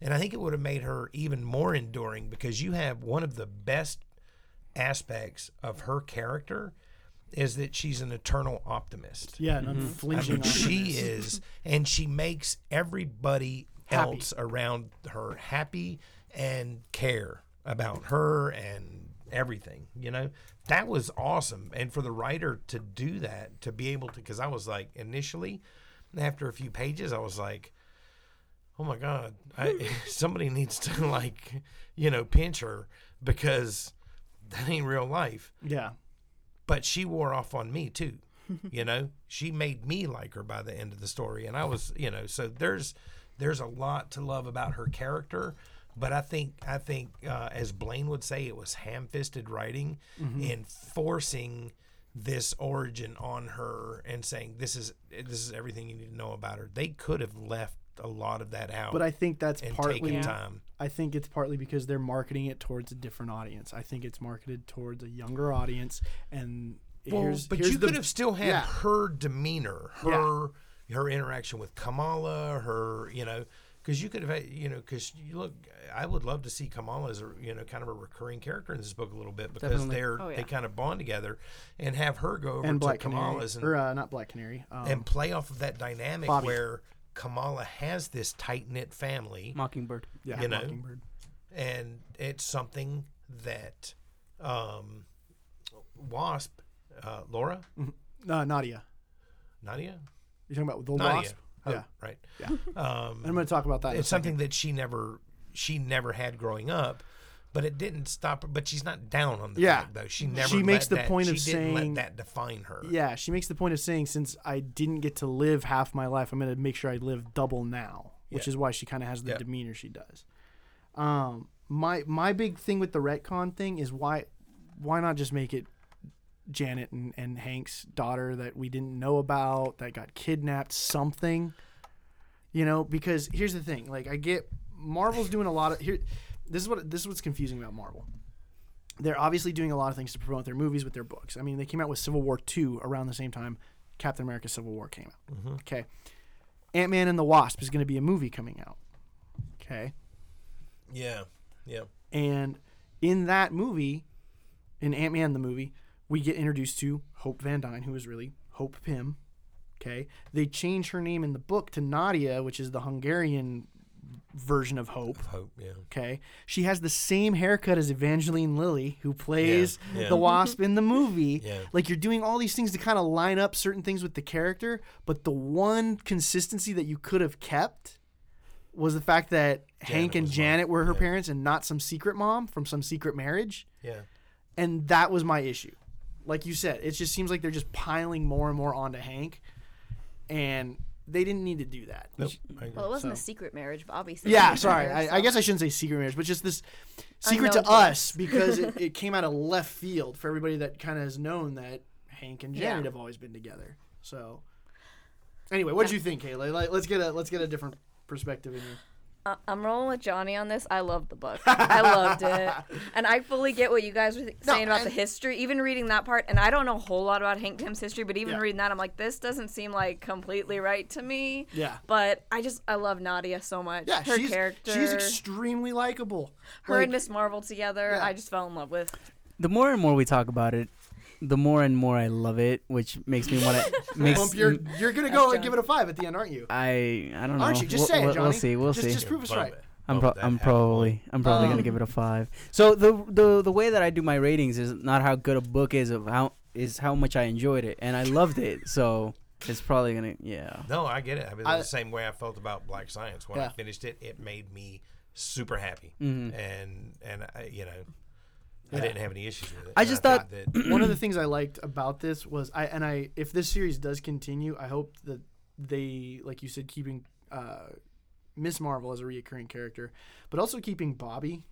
C: And I think it would have made her even more enduring because you have one of the best aspects of her character is that she's an eternal optimist.
A: yeah, and I'm
C: I
A: flinching.
C: mean,
A: on
C: she
A: this.
C: is, and she makes everybody
A: Happy.
C: else around her happy and care about her and everything. You know, that was awesome. And for the writer to do that, to be able to, because I was like, initially, after a few pages, I was like, oh my god I, somebody needs to like you know pinch her because that ain't real life
A: Yeah.
C: but she wore off on me too. you know, she made me like her by the end of the story, and I was, you know, so there's there's a lot to love about her character. But I think I think uh, as Blaine would say, it was ham-fisted writing
A: Mm-hmm.
C: in forcing this origin on her and saying this is this is everything you need to know about her. They could have left a lot of that out,
A: But I think that's
C: and
A: partly.
C: taken time.
A: I think it's partly because they're marketing it towards a different audience. I think it's marketed towards a younger audience, and
C: Well,
A: here's
C: but
A: here's
C: you
A: the,
C: could have still had
A: yeah.
C: her demeanor,
A: Yeah.
C: her her interaction with Kamala, her you know, because you could have had you know, because you look, I would love to see Kamala as a you know kind of a recurring character in this book a little bit because
D: Definitely.
C: they're
B: Oh, yeah.
C: they kind of bond together and have her go over
A: and
C: to
A: Black Canary,
C: Kamala's
A: or
C: and,
A: uh, not Black Canary. Um,
C: and play off of that dynamic
A: Bobby.
C: where Kamala has this tight knit family
D: Mockingbird.
A: yeah,
C: you know.
A: Mockingbird.
C: and it's something that um, Wasp, uh, Laura,
A: No, Uh, Nadia.
C: Nadia,
A: You're talking about the
C: Nadia.
A: wasp.
C: Oh,
A: Yeah,
C: Right.
A: Yeah.
C: Um,
A: and I'm going to talk about that. in a
C: it's
A: second.
C: something that she never she never had growing up, but it didn't stop her. But she's not down on the
A: Yeah.
C: fact though. She never
A: She makes
C: let
A: the
C: that-
A: point
C: she
A: of
C: didn't
A: saying-
C: let that define her.
A: Yeah, she makes the point of saying, since I didn't get to live half my life, I'm going to make sure I live double now, which
C: Yeah.
A: is why she kind of has the
C: Yeah.
A: demeanor she does. Um, my my big thing with the retcon thing is why why not just make it Janet and, and Hank's daughter that we didn't know about that got kidnapped something, you know? Because here's the thing, like I get Marvel's doing a lot of here. This is what this is what's confusing about Marvel they're obviously doing a lot of things to promote their movies with their books. I mean, they came out with Civil War two around the same time Captain America: Civil War came out. Okay, Ant Man and the Wasp is going to be a movie coming out. Okay,
C: Yeah. Yeah.
A: and in that movie, in Ant Man the movie, we get introduced to Hope Van Dyne, who is really Hope Pym. Okay, they change her name in the book to Nadia, which is the Hungarian version of Hope.
C: Hope. Yeah.
A: Okay. She has the same haircut as Evangeline Lilly, who plays
C: yeah.
A: the Wasp in the movie.
C: Yeah.
A: Like you're doing all these things to kind of line up certain things with the character, but the one consistency that you could have kept was the fact that Hank and
C: was mom.
A: Janet were her
C: Yeah.
A: parents and not some secret mom from some secret marriage.
C: Yeah.
A: And that was my issue. Like you said, it just seems like they're just piling more and more onto Hank. And they didn't need to do that.
C: Nope. I agree.
G: Well, it wasn't a secret marriage, but obviously.
A: Yeah,
G: it's
A: sorry.
G: her,
A: I, I guess I shouldn't say secret marriage, but just this secret to
G: Unknown to
A: us because it, it came out of left field for everybody that kind of has known that Hank and
G: Yeah.
A: Janet have always been together. So, anyway, what'd you think, Kayla? Like, let's get a let's get a different perspective in here.
B: I- Uh, I'm rolling with Johnny on this. I loved the book. I loved it, and I fully get what you guys were th-
A: No,
B: saying about the
A: and-
B: history. Even reading that part, and I don't know a whole lot about Hank Tim's history, but even
A: Yeah.
B: reading that, I'm like, this doesn't seem like completely right to me.
A: Yeah.
B: But I just I love Nadia so much.
A: Yeah,
B: her
A: she's,
B: character,
A: She's extremely likable.
B: her
A: Like,
B: and Miss Marvel together.
A: Yeah.
B: I just fell in love with.
D: The more and more we talk about it, the more and more I love it, which makes me want to makes
A: Bump, you're you're gonna go and give it a five at the end, aren't you?
D: I I don't know.
A: Aren't you? Just
D: we'll,
A: say it,
D: we'll-
A: Johnny.
D: We'll see. We'll
A: just,
D: see.
A: Just prove us
C: Bump
A: right.
C: it.
D: I'm,
C: Bump
D: pro-
C: that
D: I'm
C: half
D: probably I'm probably gonna give it a five. So the the the way that I do my ratings is not how good a book is of how is how much I enjoyed it and I loved it. So it's probably gonna yeah.
C: No, I get it. I mean,
A: I-
C: the same way I felt about Black Science when I
A: Yeah.
C: finished it, it made me super happy,
D: Mm-hmm.
C: and and I, you know, I didn't have any issues with it.
D: I
C: And
D: just thought-
C: that
A: one of the things I liked about this was I and I if this series does continue, I hope that they like you said keeping uh, Miss Marvel as a reoccurring character, but also keeping Bobby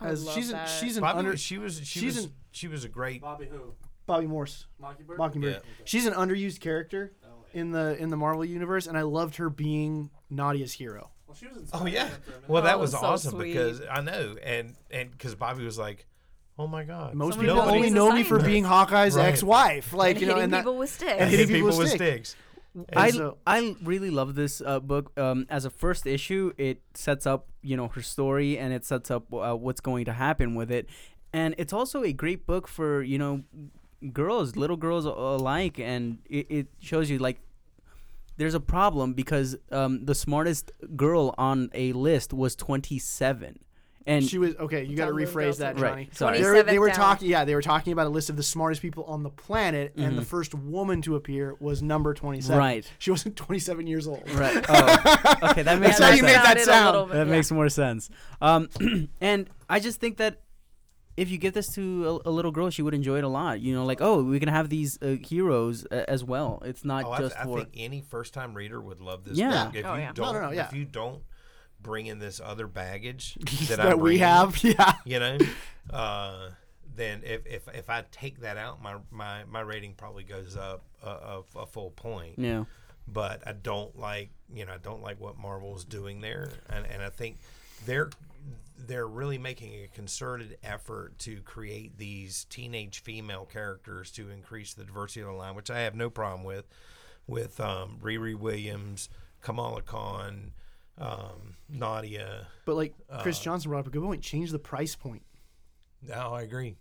B: I
A: as
B: love
A: she's an,
B: that.
A: she's an
C: Bobby,
A: under
C: she was she
A: she's
C: was
A: an-
C: she was a great.
E: Bobby who?
A: Bobby Morse
E: Mockingbird?
A: Mockingbird.
C: Yeah. Oh,
A: She's an underused character in the in the Marvel universe, and I loved her being Nadia's hero.
E: Well, she was in
C: Oh yeah, well that
B: Oh,
C: was
B: so
C: awesome
B: sweet.
C: because I know, and and because Bobby was like, oh my god,
A: Most
B: Somebody
A: people
B: knows
A: only
B: he's a
A: know me for
B: scientist.
A: being Hawkeye's
C: Right.
A: ex-wife, like
B: and
A: you know,
B: hitting
A: and that,
B: people with sticks.
A: and hitting
C: hit
A: people
C: people with
A: stick.
C: sticks.
D: I
A: And so-
D: I really love this uh, book. Um, as a first issue, it sets up you know her story and it sets up uh, what's going to happen with it, and it's also a great book for you know girls, little girls alike, and it, it shows you like there's a problem because um, the smartest girl on a list was 27, and
A: She was okay. You got to
G: Down, down,
A: rephrase that,
G: down.
D: Right,
A: Johnny.
D: sorry.
A: They were, they
B: 27th
A: were
B: down.
A: talking. Yeah, they were talking about a list of the smartest people on the planet, and
C: Mm-hmm.
A: the first woman to appear was number twenty-seven.
D: Right.
A: She wasn't twenty-seven years old.
D: right. Oh, okay, that makes
A: That's how
D: more
A: you made that
D: sense.
B: Sounded a
A: sound.
B: little bit-
D: That
B: yeah.
D: makes more sense. Um, and I just think that if you give this to a, a little girl, she would enjoy it a lot. You know, like oh, we can have these uh, heroes uh, as well. It's not
C: Oh, I,
D: just
C: th- I
D: for
C: think any first time reader would love this.
D: Yeah.
C: Book. If
B: Oh,
C: you
B: yeah. No,
C: don't,
A: no, no, yeah.
C: If you don't bring in this other baggage that,
A: That,
C: I
A: we
C: bring,
A: have. Yeah.
C: you know, uh, then if, if if I take that out, my my, my rating probably goes up a, a, a full point.
D: yeah.
C: But I don't like you know I don't like what Marvel's doing there, and and I think they're they're really making a concerted effort to create these teenage female characters to increase the diversity of the line, which I have no problem with. With um, Riri Williams, Kamala Khan, um, Nadia.
A: But like
C: Uh.
A: Chris Johnson brought up a good point. Change the price point.
C: No, Oh, I agree.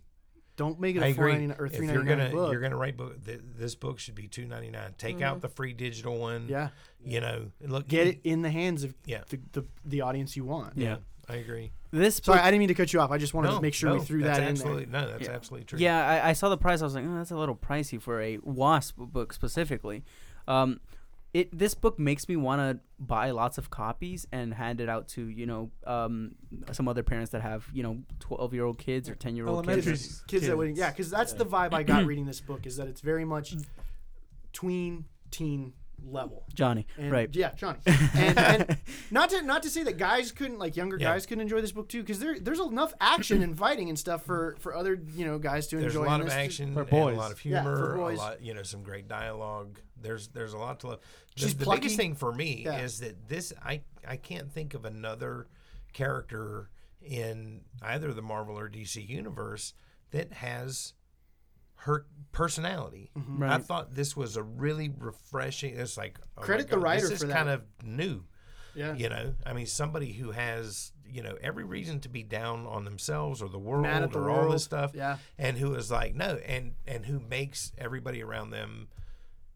A: Don't make it
C: I
A: a four
C: agree.
A: ninety nine or
C: If
A: three
C: you're
A: ninety
C: gonna
A: nine book. Mm-hmm.
C: you're gonna write book, th- this book should be two ninety nine. Take out the free digital one.
A: yeah.
C: you know, look,
A: Get it in the hands of
C: Yeah.
A: the, the the audience you want.
D: Yeah.
C: I agree.
D: This
A: Sorry,
D: book,
A: I didn't mean to cut you off. I just wanted to make sure we threw
C: that's
A: that in there.
C: absolutely, No, that's absolutely true.
D: yeah, I, I saw the price. I was like, oh, that's a little pricey for a Wasp book specifically. Um, it this book makes me want to buy lots of copies and hand it out to you know um, some other parents that have you know twelve year old kids or ten year old kids.
E: Elementary
D: or-
A: kids, that wouldn't. Yeah, because that's the vibe I got reading this book. Is that it's very much tween teen level.
D: Johnny,
A: And,
D: right?
A: Yeah, Johnny. And, and not to not to say that guys couldn't like younger
C: Yeah.
A: guys couldn't enjoy this book too, because there there's enough action and fighting and stuff for for other you know guys to
C: There's a
A: enjoy.
C: lot
A: and
C: of
A: this-
C: action,
E: for
C: and
E: boys.
C: a lot of
A: Yeah, for
C: humor, a
A: boys.
C: lot, you know, some great dialogue. There's there's a lot to love. The,
A: She's
C: the
A: plucky.
C: biggest thing for me
A: Yeah.
C: is that this I I can't think of another character in either the Marvel or DC universe that has her personality.
A: Mm-hmm.
C: I
D: Right.
C: thought this was a really refreshing. It's like oh my
A: Credit the
C: God,
A: writer
C: This is
A: for that.
C: kind of new.
A: Yeah.
C: You know, I mean, somebody who has you know every reason to be down on themselves or the world
A: Mad at the
C: or all
A: world.
C: this stuff,
A: Yeah.
C: and who is like no, and and who makes everybody around them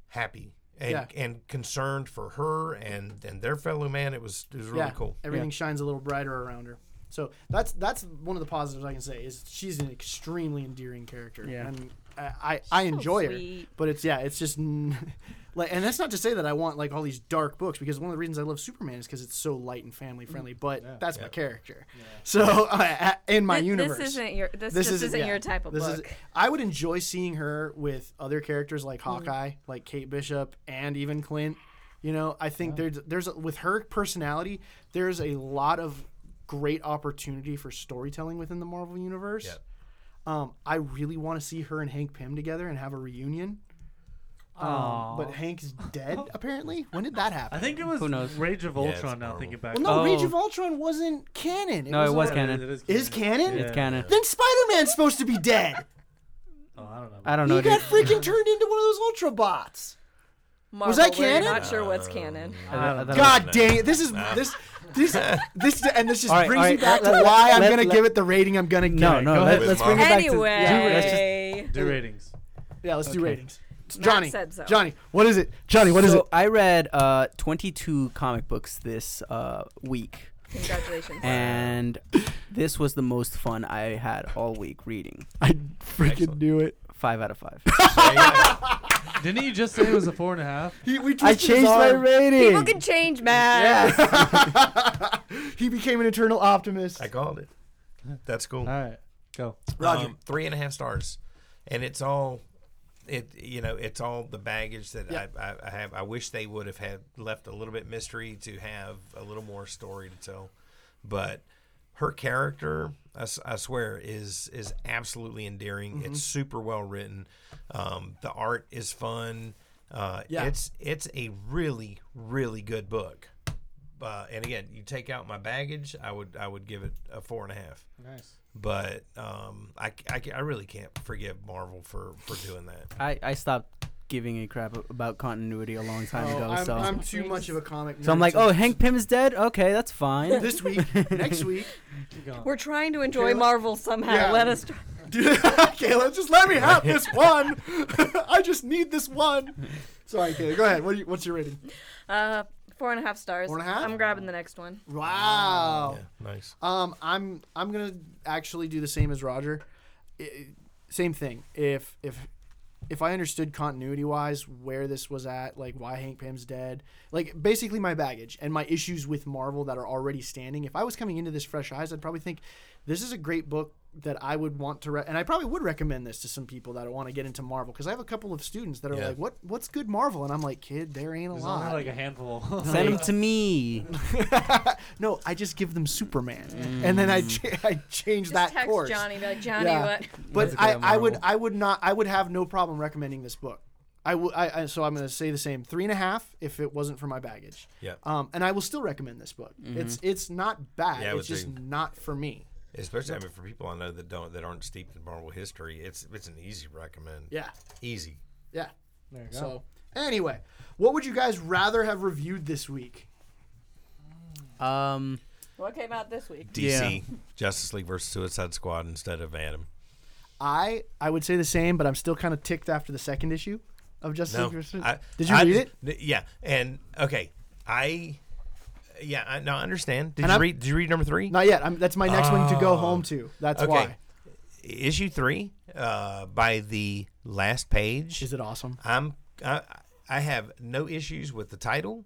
C: happy and
A: Yeah.
C: and concerned for her and and their fellow man. It was it was really
A: yeah,
C: cool.
A: Everything shines a little brighter around her. So that's that's one of the positives I can say is she's an extremely endearing character.
D: Yeah.
A: And I I, I enjoy her,
B: sweet.
A: but it's yeah, it's just n- Like, and that's not to say that I want like all these dark books because one of the reasons I love Superman is because it's so light and family friendly. But that's my character. So uh, a- in my
B: Th-
A: universe,
B: This isn't your. This,
A: This
B: just
A: isn't-
B: isn't,
A: yeah.
B: your type of
A: This is-
B: book.
A: I would enjoy seeing her with other characters like Hawkeye, like Kate Bishop, and even Clint. You know, I think there's there's a, with her personality, there's a lot of great opportunity for storytelling within the Marvel universe.
C: Yep.
A: Um, I really want to see her and Hank Pym together and have a reunion. Um, but Hank's dead apparently. When did that happen?
E: I think it was
D: Who knows?
E: Rage of
C: it's
E: Ultron. now
C: Marvel.
E: thinking back,
A: Well, no, Rage
D: Oh.
A: of Ultron wasn't canon.
D: No, it was
A: a-
D: canon.
E: It is
A: Is canon?
D: It's canon.
A: Then Spider-Man's supposed to be dead.
E: Oh, I don't know.
D: I don't
A: He
D: know, dude.
A: got freaking turned into one of those Ultrabots.
B: Marvel,
A: that
B: we're
A: canon? Oh.
B: Not sure what's canon.
D: I don't- I
E: Oh,
D: don't
A: God
C: know.
A: dang it! This is this this this and this just
D: All right,
A: brings
D: all
A: me
D: right,
A: back
D: let-
A: to
D: let-
A: why I'm
D: let-
A: gonna
D: let-
A: give it the rating I'm gonna give.
D: No,
A: it.
D: no.
E: go
D: Let,
E: ahead.
D: us bring it back to.
E: let's
B: Anyway,
E: Do ratings.
A: yeah, let's do
D: Okay.
A: ratings. Johnny,
B: said so.
A: Johnny, what is it? Johnny, what is
D: so
A: it?
D: I read uh, 22 comic books this uh, week,
B: congratulations.
D: and this was the most fun I had all week reading.
A: I freaking
C: Excellent.
A: knew it.
D: Five out of five.
E: Didn't you just say it was a four and a half?
A: He, we twisted
D: I
A: his
D: changed my
A: arm.
G: People
D: rating.
G: can change, man.
A: Yeah. he became an eternal optimist.
C: I called it. That's cool.
E: All right, go.
A: Roger.
C: Um, three and a half stars, and it's all, it you know, it's all the baggage that
A: Yeah.
C: I, I, I have. I wish they would have had left a little bit mystery to have a little more story to tell, but her character, I, s- I swear, is is absolutely endearing.
A: Mm-hmm.
C: It's super well written. Um, the art is fun. Uh,
A: Yeah.
C: it's it's a really really good book. Uh, and again, you take out my baggage, I would I would give it a four and a half
E: Nice.
C: but um, I, I, I really can't forgive Marvel for, for doing that.
D: I, I stopped giving a crap about continuity a long time
A: Oh,
D: ago.
A: I'm,
D: so
A: I'm too much of a comic.
D: so I'm
A: nerd
D: like,
A: to-
D: oh, Hank Pym is dead. Okay, that's fine.
A: This week, next week,
B: We're trying to enjoy
A: Kayla-
B: Marvel somehow.
A: Yeah.
B: Let us. Try.
A: Kayla, just let me have this one. I just need this one. Sorry, Kayla. Go ahead. What do you, what's your rating?
B: Uh, four and a half stars.
A: Four and a half?
B: I'm grabbing the next one.
A: Wow.
C: Yeah, nice.
A: Um, I'm I'm gonna actually do the same as Roger. I- same thing. If if if I understood continuity wise where this was at, like why Hank Pym's dead, like basically my baggage and my issues with Marvel that are already standing. If I was coming into this fresh eyes, I'd probably think this is a great book that I would want to, re- and I probably would recommend this to some people that want to get into Marvel because I have a couple of students that are
C: Yeah.
A: like, "What what's good Marvel?" And I'm like, "Kid, there ain't a
E: There's
A: lot."
E: only like a handful.
D: Send him to me.
A: no, I just give them Superman, and then I
C: Mm.
A: cha- I change
B: Just
A: that
B: text
A: course.
B: Johnny. Be like, Johnny,
A: Yeah.
B: what?
A: But
D: That's a
A: I,
D: good
A: I would
D: Marvel.
A: I would not I would have no problem recommending this book. I wou- I- I- so I'm gonna say the same three and a half if it wasn't for my baggage.
C: Yeah.
A: Um, and I will still recommend this book. It's it's not bad.
C: Mm-hmm. Yeah, I
A: it's
C: would
A: just
C: agree.
A: not for me.
C: Especially I mean, for people I know that don't that aren't steeped in Marvel history, it's it's an easy recommend.
A: Yeah.
C: Easy.
A: Yeah.
E: there you go.
A: So anyway, what would you guys rather have reviewed this week?
D: Um,
B: What came out this week?
C: DC Justice League versus Suicide Squad instead of Adam.
A: I I would say the same, but I'm still kind of ticked after the second issue of Justice
C: No,
A: League. versus-
C: I-
A: Did you
C: I-
A: read it?
C: th- Yeah, and okay, I yeah, I, no, I understand. Did
A: And
C: you
A: I'm-
C: read? Did you read number three?
A: Not yet. I'm, that's my next one to go home to. That's
C: Oh. okay.
A: why.
C: Issue three, uh, by the last page,
A: Is it awesome?
C: I'm I, I have no issues with the title,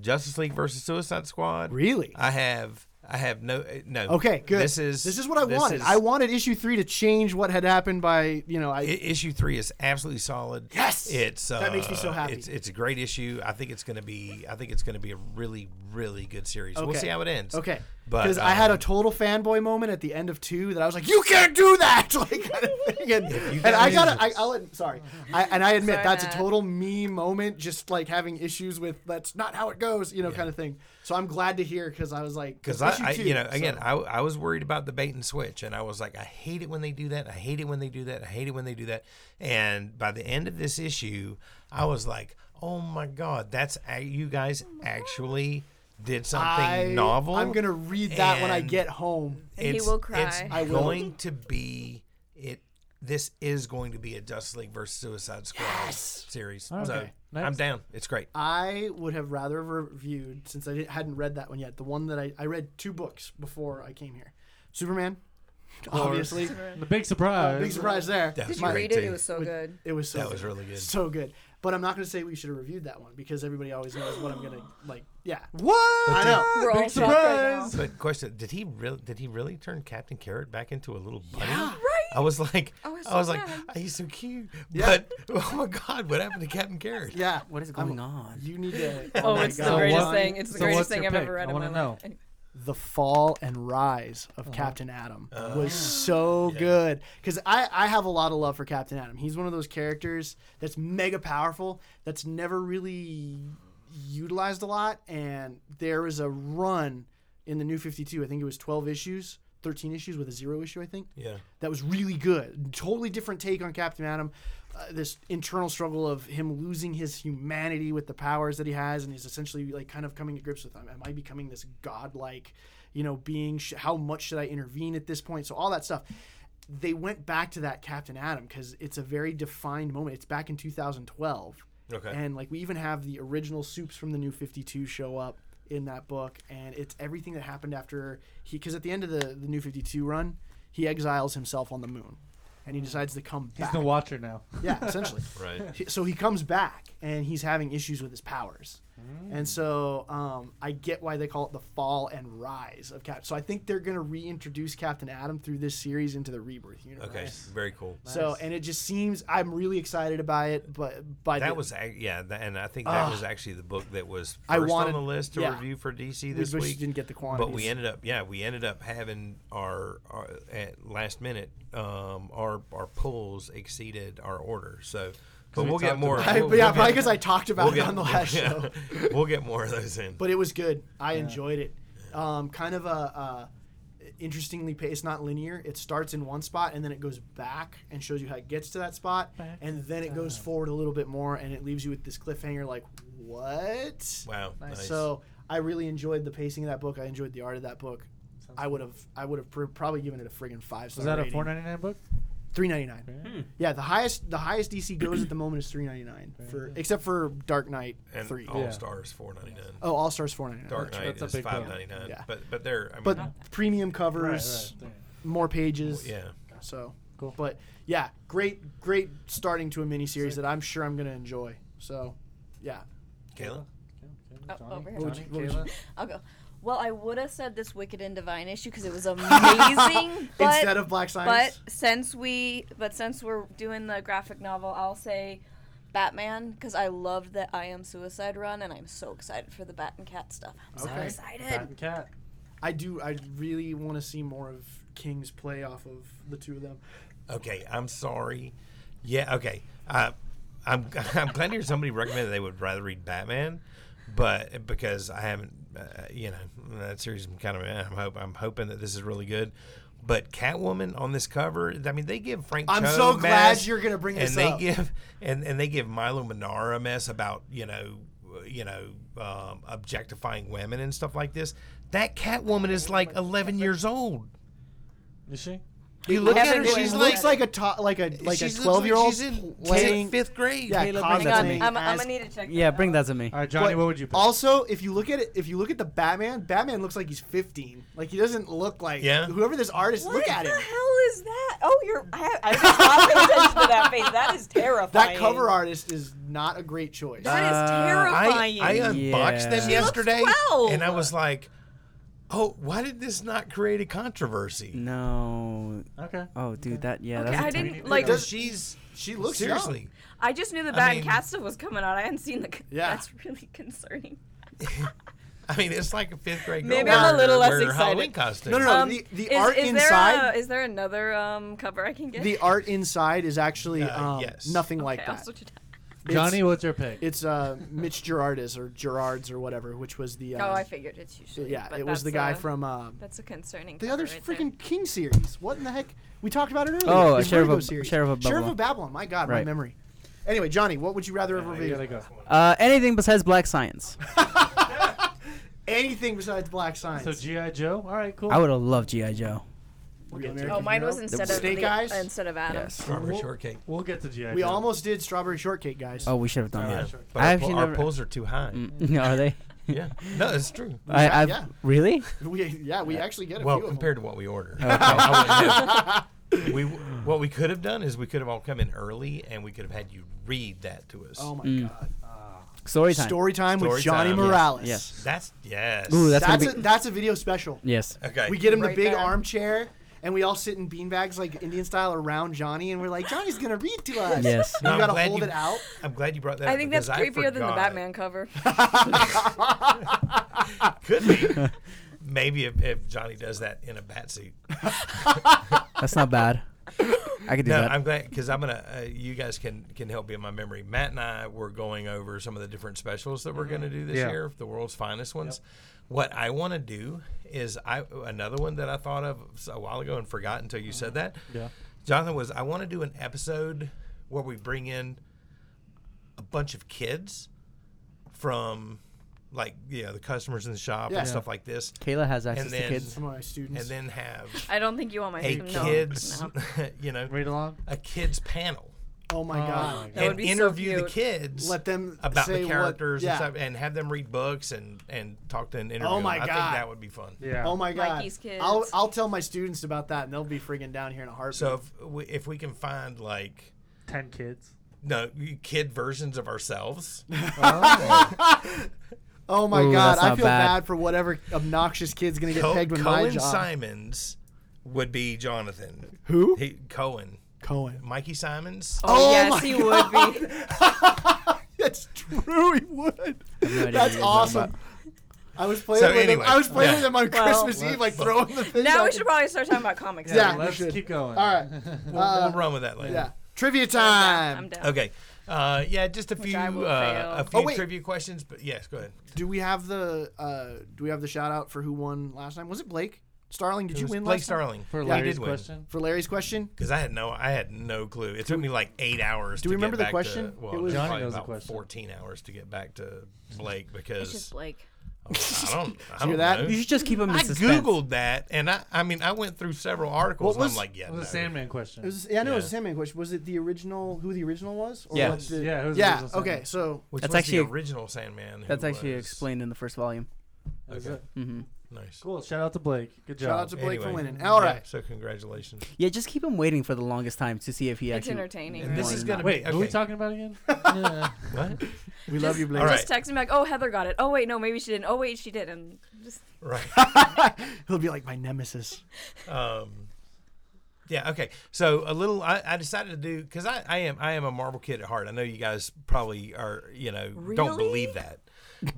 C: Justice League versus Suicide Squad.
A: Really?
C: I have I have no uh, no.
A: Okay, good.
C: Uh, This is
A: this is what I
C: this
A: wanted.
C: is-
A: I wanted issue three to change what had happened by you know I.
C: I- issue three is absolutely solid.
A: Yes!
C: it's uh,
A: That makes me so happy.
C: It's, it's a great issue. I think it's going to be. I think it's going to be a really really good series. We'll
A: Okay.
C: see how it ends.
A: okay.
C: but,
A: Because I had a
C: um,
A: total fanboy moment at the end of two that I was like, "You can't do that!" Like, kind of thing. and, and I gotta, I, I'll, ad- sorry, I, and I admit
B: Sorry,
A: that's a
B: Matt.
A: total me moment, just like having issues with that's not how it goes, you know, kind of thing. So I'm glad to hear because I was like,
C: Because
A: issue
C: I, I,
A: two,
C: you know,
A: so-
C: again, I, I was worried about the bait and switch, and I was like, I hate it when they do that. I hate it when they do that. I hate it when they do that. And by the end of this issue, I was like, oh my god, that's a- you guys
B: Oh
C: actually did something
A: I-
C: novel.
A: I'm gonna read that when I
C: and
A: get home.
B: He
C: it's-
B: will
C: It's
B: cry.
A: I will.
C: going to be it. This is going to be a Justice League versus Suicide Squad series. So
E: Okay,
C: I'm
E: next.
C: down. It's great.
A: I would have rather have reviewed since I didn't, hadn't read that one yet. The one that I, I read two books before I came here, Superman, obviously. Uh,
E: the big surprise.
A: Big surprise there.
C: That was
G: Did you
C: great
G: read it?
C: too.
G: It was so good.
A: It was so
C: That
A: good.
C: was really good.
A: so good. But I'm not going to say we should have reviewed that one because everybody always knows what I'm going to like. Yeah,
C: What?
A: I know.
G: We're all shocked right now.
C: But question: Did he really? Did he really turn Captain Carrot back into a little bunny?
A: Oh
C: I was like, I was,
B: was so
C: like,
B: mad.
C: "Ah, he's so cute.
A: Yeah.
C: But oh my god, what happened to Captain Carrot?
A: Yeah.
D: What is
A: I'm-
D: going on?
A: You need to.
B: Oh,
A: my
B: it's the
A: God.
B: greatest
E: what-
B: thing. It's the
E: so
B: greatest
E: what's your
B: thing I've
E: pick?
B: ever read in
E: I
B: my
E: wanna know.
B: life. And-
A: the fall and rise of Captain Atom was so good because I, I have a lot of love for Captain Atom. He's one of those characters that's mega powerful that's never really utilized a lot. And there was a run in the New Fifty Two. I think it was twelve issues, thirteen issues with a zero issue. I think
C: Yeah.
A: that was really good. Totally different take on Captain Atom. Uh, this internal struggle of him losing his humanity with the powers that he has, and he's essentially like kind of coming to grips with, am I becoming this godlike, you know, being? Sh- how much should I intervene at this point? So all that stuff. They went back to that Captain Atom because it's a very defined moment. It's back in 2012,
C: Okay.
A: and like we even have the original soups from the New 52 show up in that book, and it's everything that happened after he. Because at the end of the the New 52 run, he exiles himself on the moon, and he decides to come
E: He's
A: back.
E: the watcher now.
A: yeah, essentially.
C: right.
A: He- so he comes back and he's having issues with his powers.
C: Mm.
A: And so um, I get why they call it the fall and rise of Captain. So I think they're going to reintroduce Captain Adam through this series into the Rebirth universe.
C: Okay. Very cool.
A: So and it just seems I'm really excited about it, but by the,
C: That was ac- yeah, tha- and I think that
A: Ah.
C: was actually the book that was first
A: I wanted-
C: on the list to
A: yeah.
C: review for DC
A: we
C: this
A: just
C: week.
A: didn't get the quantities.
C: But we ended up, yeah, we ended up having our, our at last minute, um, our our pulls exceeded our order. So, but
E: we
C: we'll get
E: talked
C: more.
A: I,
C: we'll,
A: but yeah,
C: we'll
A: probably
C: get-
A: because I talked about
C: we'll
A: it
C: get-
A: on the last
C: yeah.
A: show.
C: we'll get more of those in.
A: but it was good. I enjoyed it. Um, kind of a uh, interestingly, pa- it's not linear. It starts in one spot and then it goes back and shows you how it gets to that spot, and then it goes forward a little bit more and it leaves you with this cliffhanger like, what?
C: wow, nice.
A: So I really enjoyed the pacing of that book. I enjoyed the art of that book. I would have, I would have pr- probably given it a friggin' five star.
E: Was that a
A: rating.
E: four ninety nine book?
A: Three ninety nine. Yeah, the highest, the highest DC goes at the moment is three ninety nine for, except for Dark Knight
C: and
A: three.
C: All
E: Yeah.
C: Stars four ninety nine.
A: Oh, All Stars four ninety nine.
C: Dark Knight
E: that's a
C: is
E: big book.
C: five ninety nine.
A: Yeah.
C: But but they're I mean,
A: but premium covers,
E: Right, right.
A: more pages.
C: yeah.
A: So
E: Cool.
A: But yeah, great, great starting to a miniseries that I'm sure I'm gonna enjoy. So, yeah.
C: Kayla,
G: Oh, over here.
A: What would you- what would you-
G: I'll go. Well, I would have said this Wicked and Divine issue because it was amazing. but,
A: Instead of Black
G: but
A: Science,
G: since we, but since we're doing the graphic novel, I'll say Batman because I love the I Am Suicide run, and I'm so excited for the Bat and Cat stuff. I'm so
A: Okay.
G: excited.
E: Cat and cat.
A: I do. I really want to see more of King's play off of the two of them.
C: Okay, I'm sorry. Yeah, okay. Uh, I'm I'm glad to hear somebody recommended they would rather read Batman, but because I haven't, uh, you know, that series. I'm kind of eh, I'm hope I'm hoping that this is really good. But Catwoman on this cover, I mean, they give Frank.
A: I'm
C: Cho
A: so
C: mess,
A: glad you're gonna bring
C: and
A: this
C: they
A: up.
C: give and and they give Milo Manara a mess about you know you know um, objectifying women and stuff like this. That Catwoman is like 11 years old.
E: Is she?
C: You look at her,
B: Everyone
C: she's like
A: looks like a to- like a like a
C: she's- looks
A: twelve year old
C: She's in
A: playing.
C: fifth grade.
A: yeah,
D: Caleb, bring
A: cosplay.
D: that to me.
B: I'm, I'm
A: as-
B: gonna need to check.
D: Yeah,
B: that
D: bring
B: out.
D: that to me.
E: All right, Johnny.
A: But
E: what would you pick?
A: Also, if you look at it, if you look at the Batman, Batman looks like he's 15. Like he doesn't look like
C: Yeah.
A: whoever this artist.
G: What
A: look at
G: the
A: him.
G: hell is that? Oh, you're. I, I was not paying attention to that face. That is terrifying.
A: That cover artist is not a great choice.
G: That is
C: I,
G: terrifying.
C: I unboxed
D: Yeah.
C: them
D: She
G: looks
C: yesterday,
G: 12.
C: and I was like, "Oh, why did this not create a controversy?"
D: No.
E: okay.
D: Oh, dude, that yeah.
B: Okay,
D: that's
B: I
D: a tough-
B: didn't like.
C: Because she's
A: she looks young.
C: seriously.
B: I just knew the Bat
C: mean-
B: and Cat stuff was coming out. I hadn't seen the.
A: Yeah.
B: That's really concerning.
C: I mean, it's like a fifth grade girl.
B: Maybe I'm a
C: wearing her-
B: little less
C: wearing her Halloween
B: excited.
C: costume.
A: No, no, no. the the art
B: Um, is There
A: inside.
B: a, is there another um, cover I can get?
A: the art inside is actually
C: Uh,
A: um,
C: yes.
A: nothing
B: Okay,
A: like
B: I'll
A: that.
B: switch it out.
A: It's-
E: Johnny, what's your pick?
A: It's uh, Mitch Gerardis or Gerards or whatever, which was the. Uh,
G: Oh, I figured it's usually.
A: yeah,
B: but
A: it was
B: that's,
A: the guy
B: uh,
A: from uh,
B: That's a concerning.
A: the
B: cover
A: other
B: right there.
A: freaking King series. What in the heck? We talked about it earlier.
D: Oh,
A: The
D: uh, Sheriff
A: Vertigo
D: of- Sheriff of
A: Sheriff
D: Babylon.
A: of Babylon. My God, my
D: Right.
A: memory. Anyway, Johnny, what would you rather have
E: You
A: reviewed?
E: gotta go.
D: Uh, anything besides Black Science.
A: Anything besides Black Science.
E: So GI Joe. All right, cool.
D: I would have loved GI Joe.
A: Real American
G: Oh, mine
A: Hero.
G: was instead of
A: Snake
G: the,
A: Eyes?
G: instead of Adam.
D: Yes.
C: Strawberry shortcake.
E: we'll get to GI.
A: We
E: Joe.
A: almost did Strawberry Shortcake, guys.
D: Oh, we should have done
C: Yeah,
D: that.
C: but
D: I
C: our,
D: actually
C: pull- our
D: never-
C: polls are too high.
D: Mm, Are they?
C: Yeah, no, it's true.
D: I,
A: Yeah,
D: I've
A: yeah.
D: really.
A: We, yeah, we actually get a
C: Well,
A: few of them.
C: compared to what we order,
D: Okay.
C: I wouldn't have- we what we could have done is we could have all come in early and we could have had you read that to us.
A: Oh my god.
D: Story time.
A: Story time with
C: Story
A: Johnny
C: time. Yes,
A: Morales.
D: yes.
C: That's yes.
D: Ooh, that's gonna
A: That's
D: be
A: a, that's a video special.
D: yes.
C: okay.
A: We get him
G: Right
A: the big
G: there.
A: armchair, and we all sit in beanbags like Indian style around Johnny, and we're like, Johnny's gonna read to us.
D: Yes.
A: you
C: No, I'm
A: gotta
C: glad
A: hold
C: you-
A: it out.
C: I'm glad you brought that.
G: I
C: up
G: think that's
C: because I
G: creepier than the
C: forgot.
G: Batman cover.
C: Could be. Maybe if, if Johnny does that in a bat suit.
D: That's not bad. I could do
C: No,
D: that.
C: I'm glad because I'm gonna. Uh, you guys can can help me in my memory. Matt and I were going over some of the different specials that we're gonna
B: Mm-hmm.
C: do this
E: Yeah.
C: year, the world's finest ones. What I want to do is I another one that I thought of a while ago and forgot until you
B: Mm-hmm.
C: said that.
E: Yeah.
C: Jonathan was I want to do an episode where we bring in a bunch of kids from like yeah the customers in the shop
A: Yeah.
C: and stuff like this,
D: Kayla has access
C: and then
D: to kids.
A: Some of my
C: and
A: students.
C: then have
B: I don't think you want my
C: a
B: no, no.
C: kids you know
E: Read along.
C: a kids panel
A: oh my god.
B: That would
C: and
B: be so
C: interview the
B: cute.
C: kids
A: Let them
C: about
A: say
C: the
A: what-
C: characters
A: yeah.
C: and stuff and have them read books and and talk to an interview
A: Oh my
C: I think
A: God.
C: that would be fun
E: Yeah.
A: Oh my god.
B: Mikey's kids.
A: I'll I'll tell my students about that, and they'll be friggin' down here in a heartbeat.
C: so if we, if we can find like
E: Ten kids.
C: no kid versions of ourselves
A: oh my
D: Ooh,
A: god,
D: that's
A: I
D: not
A: feel
D: bad.
A: bad. for whatever obnoxious kid's gonna get
C: Co-
A: pegged with my
C: Cohen
A: job.
C: Simons would be Jonathan
A: Who?
C: he, Cohen
A: Cohen.
C: Mikey Simons
B: Oh,
A: Oh
B: yes,
A: my
B: he would be.
A: That's true. He would.
D: no idea what
A: That's
D: you're talking
A: awesome.
D: about.
A: I was playing
C: So
A: with
C: anyway,
A: him. I was playing
C: yeah.
A: with him on
B: Well,
A: Christmas Eve, like throwing the thing.
B: Now we should probably start talking about comics.
A: Yeah, we
E: Let's
A: should.
E: keep going.
A: All right.
C: we'll,
A: uh,
C: we'll run with that later
A: Yeah. Trivia
B: I'm down. I'm
A: time.
B: down.
C: okay uh, yeah just a few
B: I will
C: uh,
B: fail.
C: a few
A: Oh, wait.
C: trivia questions but yes go ahead
A: Do we have the uh, Do we have the shout out for who won last time? Was it Blake Starling? Did
C: It
A: you
C: was
A: win
C: Blake
A: last time?
C: Starling
E: For
C: He
E: Larry's
C: did win.
E: question.
A: for Larry's question?
C: Because I had no, I had no clue. It took me like eight hours.
A: do
C: to
A: we remember
C: get
A: the
C: back
A: question?
C: To, well,
A: It was-
E: Johnny
C: probably
E: knows the
C: about
E: question.
C: Fourteen hours to get back to Blake
B: It's just
C: because
B: Blake.
C: I don't. I don't
A: hear that?
C: know.
D: You should just keep him in
C: I
D: suspense.
C: googled that, and I, I mean, I went through several articles,
A: What
C: and
A: was-
C: I'm like, yeah,
E: It was
C: no.
E: a Sandman question.
A: It was. Yeah, I know it was
C: Yeah.
A: the Sandman question. Was it the original? Who the original was? Or
D: Yeah.
A: what the-
E: yeah. It was
A: yeah.
E: original Sandman.
A: Okay. So
C: Which
D: That's
C: was
D: actually-
C: the original Sandman. who
D: That's actually
C: was-
D: explained in the first volume.
E: That was
C: Okay.
E: it.
D: hmm
C: Nice.
E: Cool. Shout out to Blake. Good job.
A: shout out to Blake for
C: Anyway,
A: winning. All
C: yeah,
A: right.
C: So congratulations.
D: Yeah, just keep him waiting for the longest time to see if he
B: It's
D: actually.
B: entertaining.
D: And
C: this
D: Why
C: is
D: not?
C: gonna
E: Wait,
C: be
E: who are we
C: okay.
E: talking about again? Yeah.
C: What?
A: We love you, Blake.
C: All
B: Just text him like, oh, Heather got it. Oh, wait, no, maybe she didn't. Oh, wait, she did. And just
C: Right.
A: He'll be like my nemesis.
C: Um, yeah. Okay. So a little, I, I decided to do because I, I am I am a Marvel kid at heart. I know you guys probably are. You know,
B: Really?
C: don't believe that,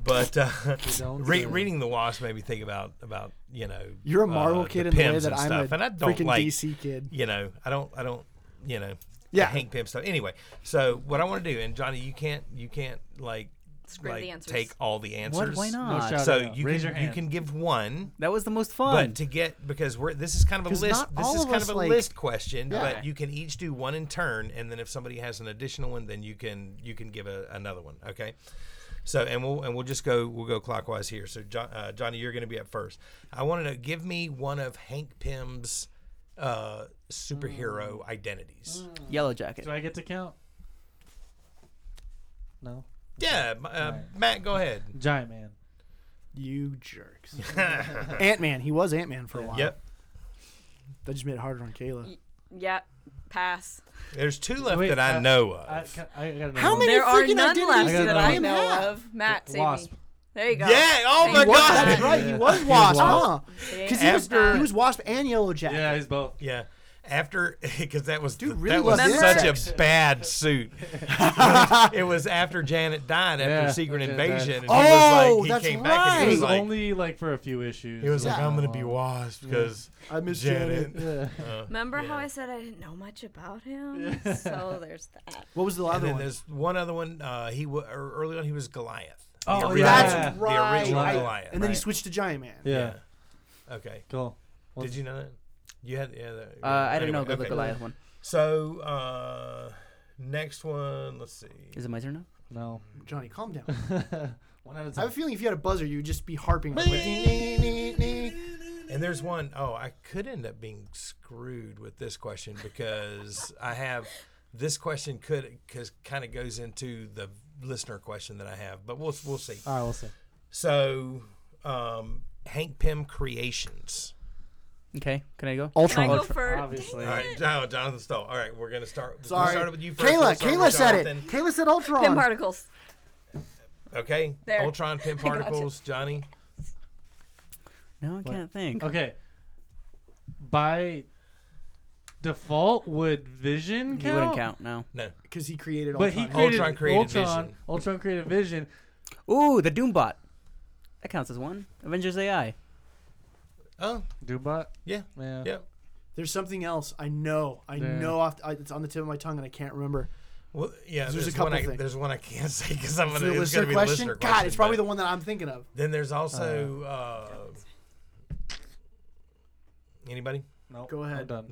C: but uh,
E: don't
C: re-
E: say.
C: reading the Wasp made me think about about you know
A: You're a Marvel
C: uh,
A: kid
C: the
A: in the way
C: Pims
A: that
C: and
A: I'm
C: stuff,
A: a
C: and I don't
A: freaking
C: like
A: DC kid.
C: you know I don't I don't you know
A: Yeah.
C: the Hank Pym stuff. Anyway, so what I want to do, and Johnny, you can't you can't like
B: Screw the
C: like,
B: answers.
C: take all the
D: What?
C: answers.
D: Why
E: No
D: not?
E: shout
C: So
E: out.
C: you
E: Raise
C: can
E: your hand.
C: you can give one.
D: that was the most fun.
C: But to get because we're this is kind of a
A: 'Cause
C: list.
A: not
C: This
A: all
C: is
A: of
C: kind
A: us,
C: of a
A: like-
C: list question,
A: Yeah.
C: but you can each do one in turn, and then if somebody has an additional one, then you can you can give a, another one. Okay. So and we'll and we'll just go we'll go clockwise here. So John, uh, Johnny, you're going to be up first. I wanted to give me one of Hank Pym's uh, superhero
A: Mm.
C: identities.
D: Yellow jacket.
E: Do I get to count? No.
C: Yeah, m- uh, Matt, go ahead.
E: Giant Man.
A: You jerks. Ant Man. He was Ant Man for a while.
C: Yep.
A: That just made it harder on Kayla.
B: Y- yeah, pass.
C: There's two left
E: Wait,
C: that I
E: uh,
C: know
E: I,
C: of.
E: ca- I got another
A: How
E: one.
A: many
B: There are
A: freaking
B: none
A: identities
B: left
A: did
B: that
E: I
B: I
A: am
B: know
A: have?
B: of. Matt, save
E: Wasp.
B: me. There you go.
C: yeah. Oh
B: Thank
C: my
B: you.
A: Was, that's
C: God.
A: right. He was
E: was.
A: Wasp, huh? Because he was,
C: After-
A: he was Wasp and Yellow Jacket.
E: Yeah, he's both.
C: Yeah. After, because that was
A: Dude
C: th-
A: really
C: that was
B: loves
C: such
A: insects.
C: a bad suit. It was- it was after Janet died after
E: Yeah,
C: Secret
E: Janet
C: Invasion, and
A: Oh,
C: he was like, he
A: that's
C: came back
E: It
C: and
A: right.
C: he
E: was
C: was like,
E: only like for a few issues.
C: he was like,
A: Yeah.
C: I'm gonna be Wasp because
A: I miss
C: Janet.
E: Yeah.
C: Uh,
B: Remember how
C: Yeah.
B: I said I didn't know much about him? so there's that.
A: What was the
C: and
A: other
C: then
A: one?
C: there's one other one. Uh, he wa- or early on he was Goliath. The
E: Oh,
C: original-
E: yeah.
A: That's
C: the
A: right.
C: original
E: I-
C: Goliath.
A: And then he
C: right.
A: switched to Giant Man.
E: Yeah.
C: Okay.
E: Cool.
C: Did you know that? You had yeah. that-
D: Uh, I don't know
C: anyway,
D: the
C: okay.
D: Goliath one.
C: So uh, next one, let's see.
D: Is it my turn now?
E: No.
A: Johnny, calm down. I
E: one at a
A: have a
E: time.
A: feeling if you had a buzzer, you'd just be harping. on it.
C: And there's one, oh, I could end up being screwed with this question because I have this question could cause kind of goes into the listener question that I have, but we'll we'll see.
E: All right, we'll see.
C: So, um, Hank Pym creations.
D: Okay, can I go?
B: Can I
A: Ultron.
B: go first?
E: Obviously.
C: All right, John, Jonathan Stoll. All right, we're gonna start.
A: Sorry.
C: we started with you first.
A: Kayla,
C: we'll start
A: Kayla
C: with
A: said
C: Jonathan.
A: it. Kayla said
B: Pin
A: Ultron.
B: particles.
C: Okay,
B: There.
C: Ultron, pin
B: gotcha.
C: particles, Johnny.
D: No, I can't think.
E: Okay. By default, would Vision
D: He
E: count?
D: wouldn't count. No.
C: No,
A: Because he created
E: But
A: Ultron.
E: he
C: Ultron
E: created Ultron
C: created
E: created Ultron,
C: Vision.
E: Vision. Ultron created Vision.
D: Ooh, the Doombot. That counts as one. Avengers AI.
C: oh
E: Doombot.
C: yeah,
E: Yeah.
C: yeah.
A: There's something else. I know. I
E: There.
A: know. Off. I, it's on the tip of my tongue, and I can't remember.
C: Well, yeah.
A: There's a
C: There's,
A: couple
C: one. I,
A: things.
C: there's one I can't say because I'm
A: Is
C: gonna.
A: it a
C: it's
A: listener
C: gonna be
A: question?
C: the listener
A: God, it's probably
C: but
A: the one that I'm thinking of.
C: Then there's also uh, anybody.
E: No.
A: Go ahead.
E: I'm done.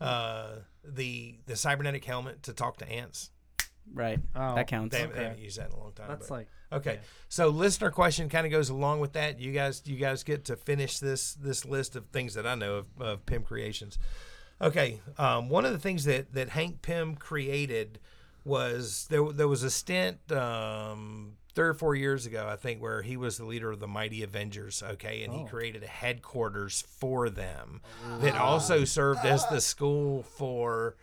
C: None? Uh, the the cybernetic helmet to talk to ants.
D: Right.
E: Oh,
D: That counts.
C: They, haven't- they
E: Okay.
C: haven't used that in a long time.
E: That's
C: but-
E: like
C: okay. So listener question kind of goes along with that. You guys, you guys get to finish this this list of things that I know of, of Pym creations. Okay, um, one of the things that that Hank Pym created was there. There was a stint um, three or four years ago, I think, where he was the leader of the Mighty Avengers. Okay, and he created a headquarters for them that also served as the school for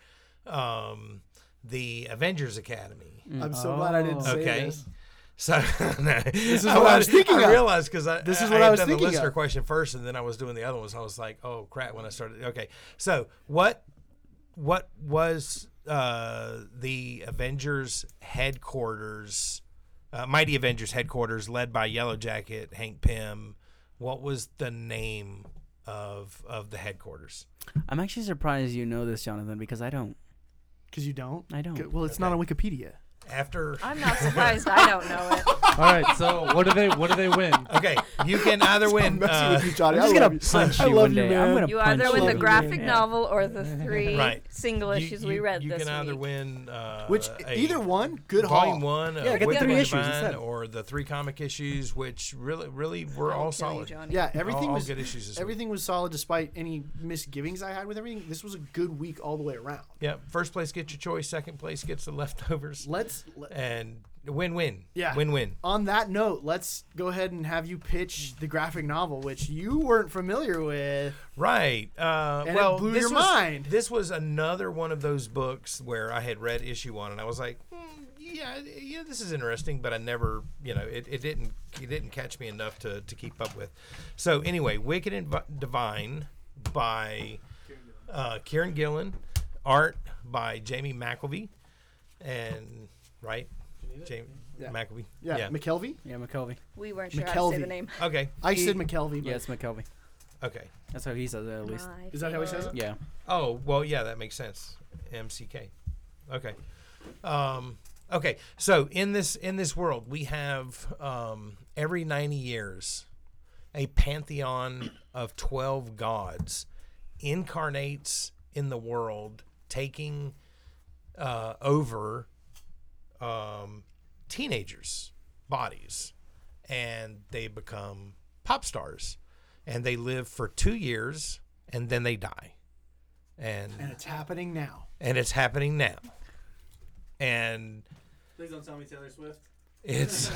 C: um, the Avengers Academy.
A: I'm so glad I didn't
E: Oh.
A: say
C: Okay.
A: this.
C: So this
A: is what I was thinking
C: I
A: of.
C: realized because I
A: This
C: I-
A: is what
C: I,
A: I
C: had
A: was
C: done
A: thinking
C: the listener
A: of.
C: question first, and then I was doing the other ones. I was like, oh crap! When I started, okay. So what what was uh, the Avengers headquarters? Uh, Mighty Avengers headquarters, led by Yellow Jacket, Hank Pym. What was the name of of the headquarters?
D: I'm actually surprised you know this, Jonathan, because I don't.
A: Because you don't.
D: I don't.
A: Okay, Well, it's not on Wikipedia.
C: After
B: I'm not surprised I don't know it.
E: All right. So what do they? What do they win?
C: okay, you can either win.
A: messing
C: Uh,
A: with you, Johnny.
D: I'm just
A: I love
D: gonna
A: you.
D: punch
A: I
D: you
A: love
D: one
A: you,
D: day.
A: man.
D: I'm gonna
B: You
D: punch
B: either
D: you.
B: win
A: love
B: the
A: you,
B: graphic
D: Yeah.
B: novel or the three
C: Right.
B: single
C: you-
B: issues we
C: you-
B: read
C: You
B: this
C: can either
B: week.
C: win uh,
A: Which
C: a
A: either one, good haul.
C: volume one,
D: Yeah,
C: uh,
D: get the
C: Wicked
D: three
C: and
D: issues
C: Divine,
D: instead.
C: or the three comic issues, which really, really were
G: I'll
C: all
G: kill
C: solid.
G: You, Johnny.
A: Yeah,
C: All-
A: everything
C: all,
A: was
C: good issues. This
A: everything was solid despite any misgivings I had with everything. This was a good week all the way around.
C: Week. Yeah, first place gets your choice. Second place gets the leftovers,
A: Let's let,
C: and win-win.
A: Yeah.
C: win-win.
A: on that note, let's go ahead and have you pitch the graphic novel which you weren't familiar with.
C: Right. Uh,
A: And it
C: well,
A: blew
C: this
A: your
C: was,
A: mind.
C: This was another one of those books where I had read issue one, and I was like, "Hmm, "Yeah, yeah, this is interesting," but I never, you know, it, it didn't it didn't catch me enough to, to keep up with. So anyway, Wicked and Vi- Divine by uh, Kieran Gillen, art by Jamie McElvey, and right, Jamie
A: Yeah.
C: McElvey.
A: Yeah, McKelvey.
D: Yeah, McKelvey.
G: We weren't sure how to say
A: McKelvey.
G: the name.
C: okay.
A: I said McKelvey. But
D: Yeah, it's McKelvey.
C: Okay.
D: That's how he says it, at least.
B: Uh,
A: Is that how he says it?
D: Yeah.
C: Oh well, yeah, that makes sense. MCK. Okay. Um, okay. So in this in this world, we have um, every ninety years a pantheon of twelve gods incarnates in the world, taking uh, over um, teenagers' bodies, and they become pop stars, and they live for two years, and then they die
A: And
C: and
A: it's happening now.
C: and it's happening now. And
E: Please don't tell me Taylor Swift.
C: it's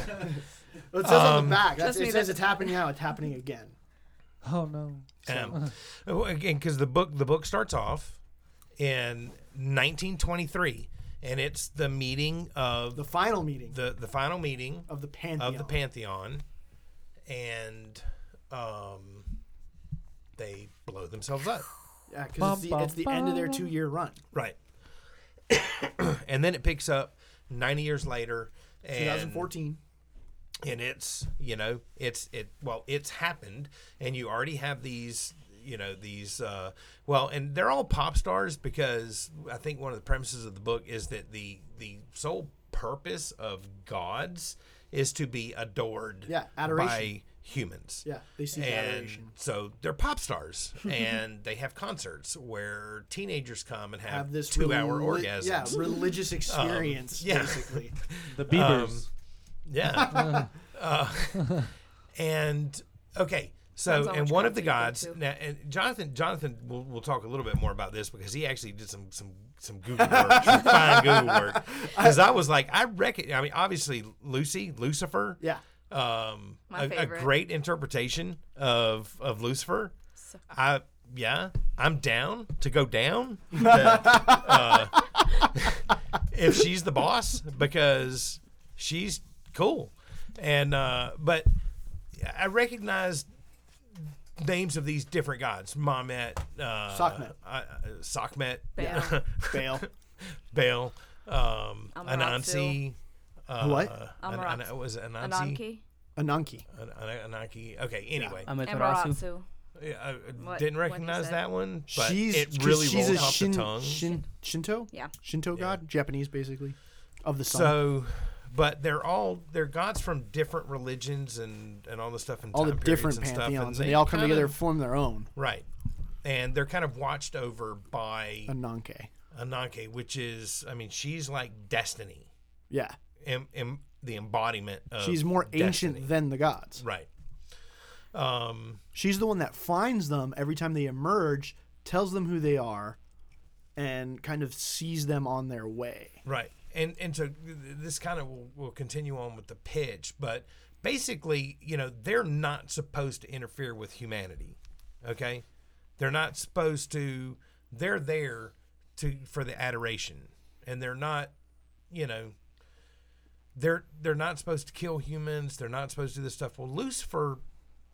A: It says on
C: Um,
A: the back. That's,
B: trust me,
A: it says
B: that-
A: it's happening now. It's happening again.
E: Oh no.
C: um, again because the book the book starts off in 1923, and it's the meeting of
A: The final meeting
C: the the final meeting
A: of the pantheon.
C: of the pantheon, and um, they blow themselves up.
A: Yeah, because it's, the, it's the end of their two-year run.
C: Right. and then it picks up 90 years later. And
A: 2014.
C: and it's you know it's it well it's happened and you already have these you know these uh, well and they're all pop stars because i think one of the premises of the book is that the the sole purpose of gods is to be adored
A: Yeah, adoration.
C: by humans
A: Yeah, they seek
C: and
A: adoration.
C: so they're pop stars and they have concerts where teenagers come and have,
A: Have this
C: two hour
A: reli-
C: orgasms Um,
A: Yeah, religious experience,
C: yeah.
A: basically.
E: The Beavers.
C: Yeah. Uh, and okay, so
B: Sounds
C: and
B: almost
C: one of the gods
B: confusing, too.
C: now, and Jonathan, Jonathan, we'll, we'll talk a little bit more about this because he actually did some some some Google work, some fine Google work. Because I was like, I reckon. I mean, obviously Lucy, Lucifer.
A: yeah.
C: Um,
B: My
C: a, a
B: favorite.
C: great interpretation of of Lucifer. I yeah, I'm down to go down. to, uh, if she's the boss, because she's cool, and uh, but I recognize names of these different gods: Mamet, uh,
A: Sokmet.
C: uh, Sokmet,
B: Baal.
A: Baal.
C: Baal, um,
B: Amaterasu.
C: Anansi. Uh,
A: What?
C: An- an-
B: Amaterasu.
C: was it Anansi?
B: Ananki,
A: Ananki.
C: An- an- Ananki. Okay. Anyway,
D: Amaterasu.
B: Amaterasu.
C: Yeah, I
B: Um, What-
C: didn't
B: what'd you
C: recognize
B: say?
C: that one, but
A: she's
C: it
A: 'cause
C: really
A: she's
C: rolls
A: a
C: off
A: Shin-
C: the tongue.
A: Shin, Shinto.
B: Yeah.
A: Shinto god, Japanese basically, of the sun.
C: so, but they're all they're gods from different religions and and all the stuff and
A: all the
C: time periods
A: different
C: and stuff,
A: pantheons, and
C: and
A: they all come
C: kinda-
A: together to form their own
C: right? And they're kind of watched over by
A: Ananke.
C: Ananke, which is I mean she's like destiny,
A: Yeah,
C: em, em, the embodiment of
A: she's more ancient
C: destiny.
A: than the gods.
C: right. Um,
A: She's the one that finds them every time they emerge, tells them who they are, and kind of sees them on their way.
C: Right. And and so th- this kind of will, will continue on with the pitch, but basically, you know, they're not supposed to interfere with humanity. Okay? They're not supposed to they're there to for the adoration. And they're not, you know, they're they're not supposed to kill humans. They're not supposed to do this stuff. Well, Lucifer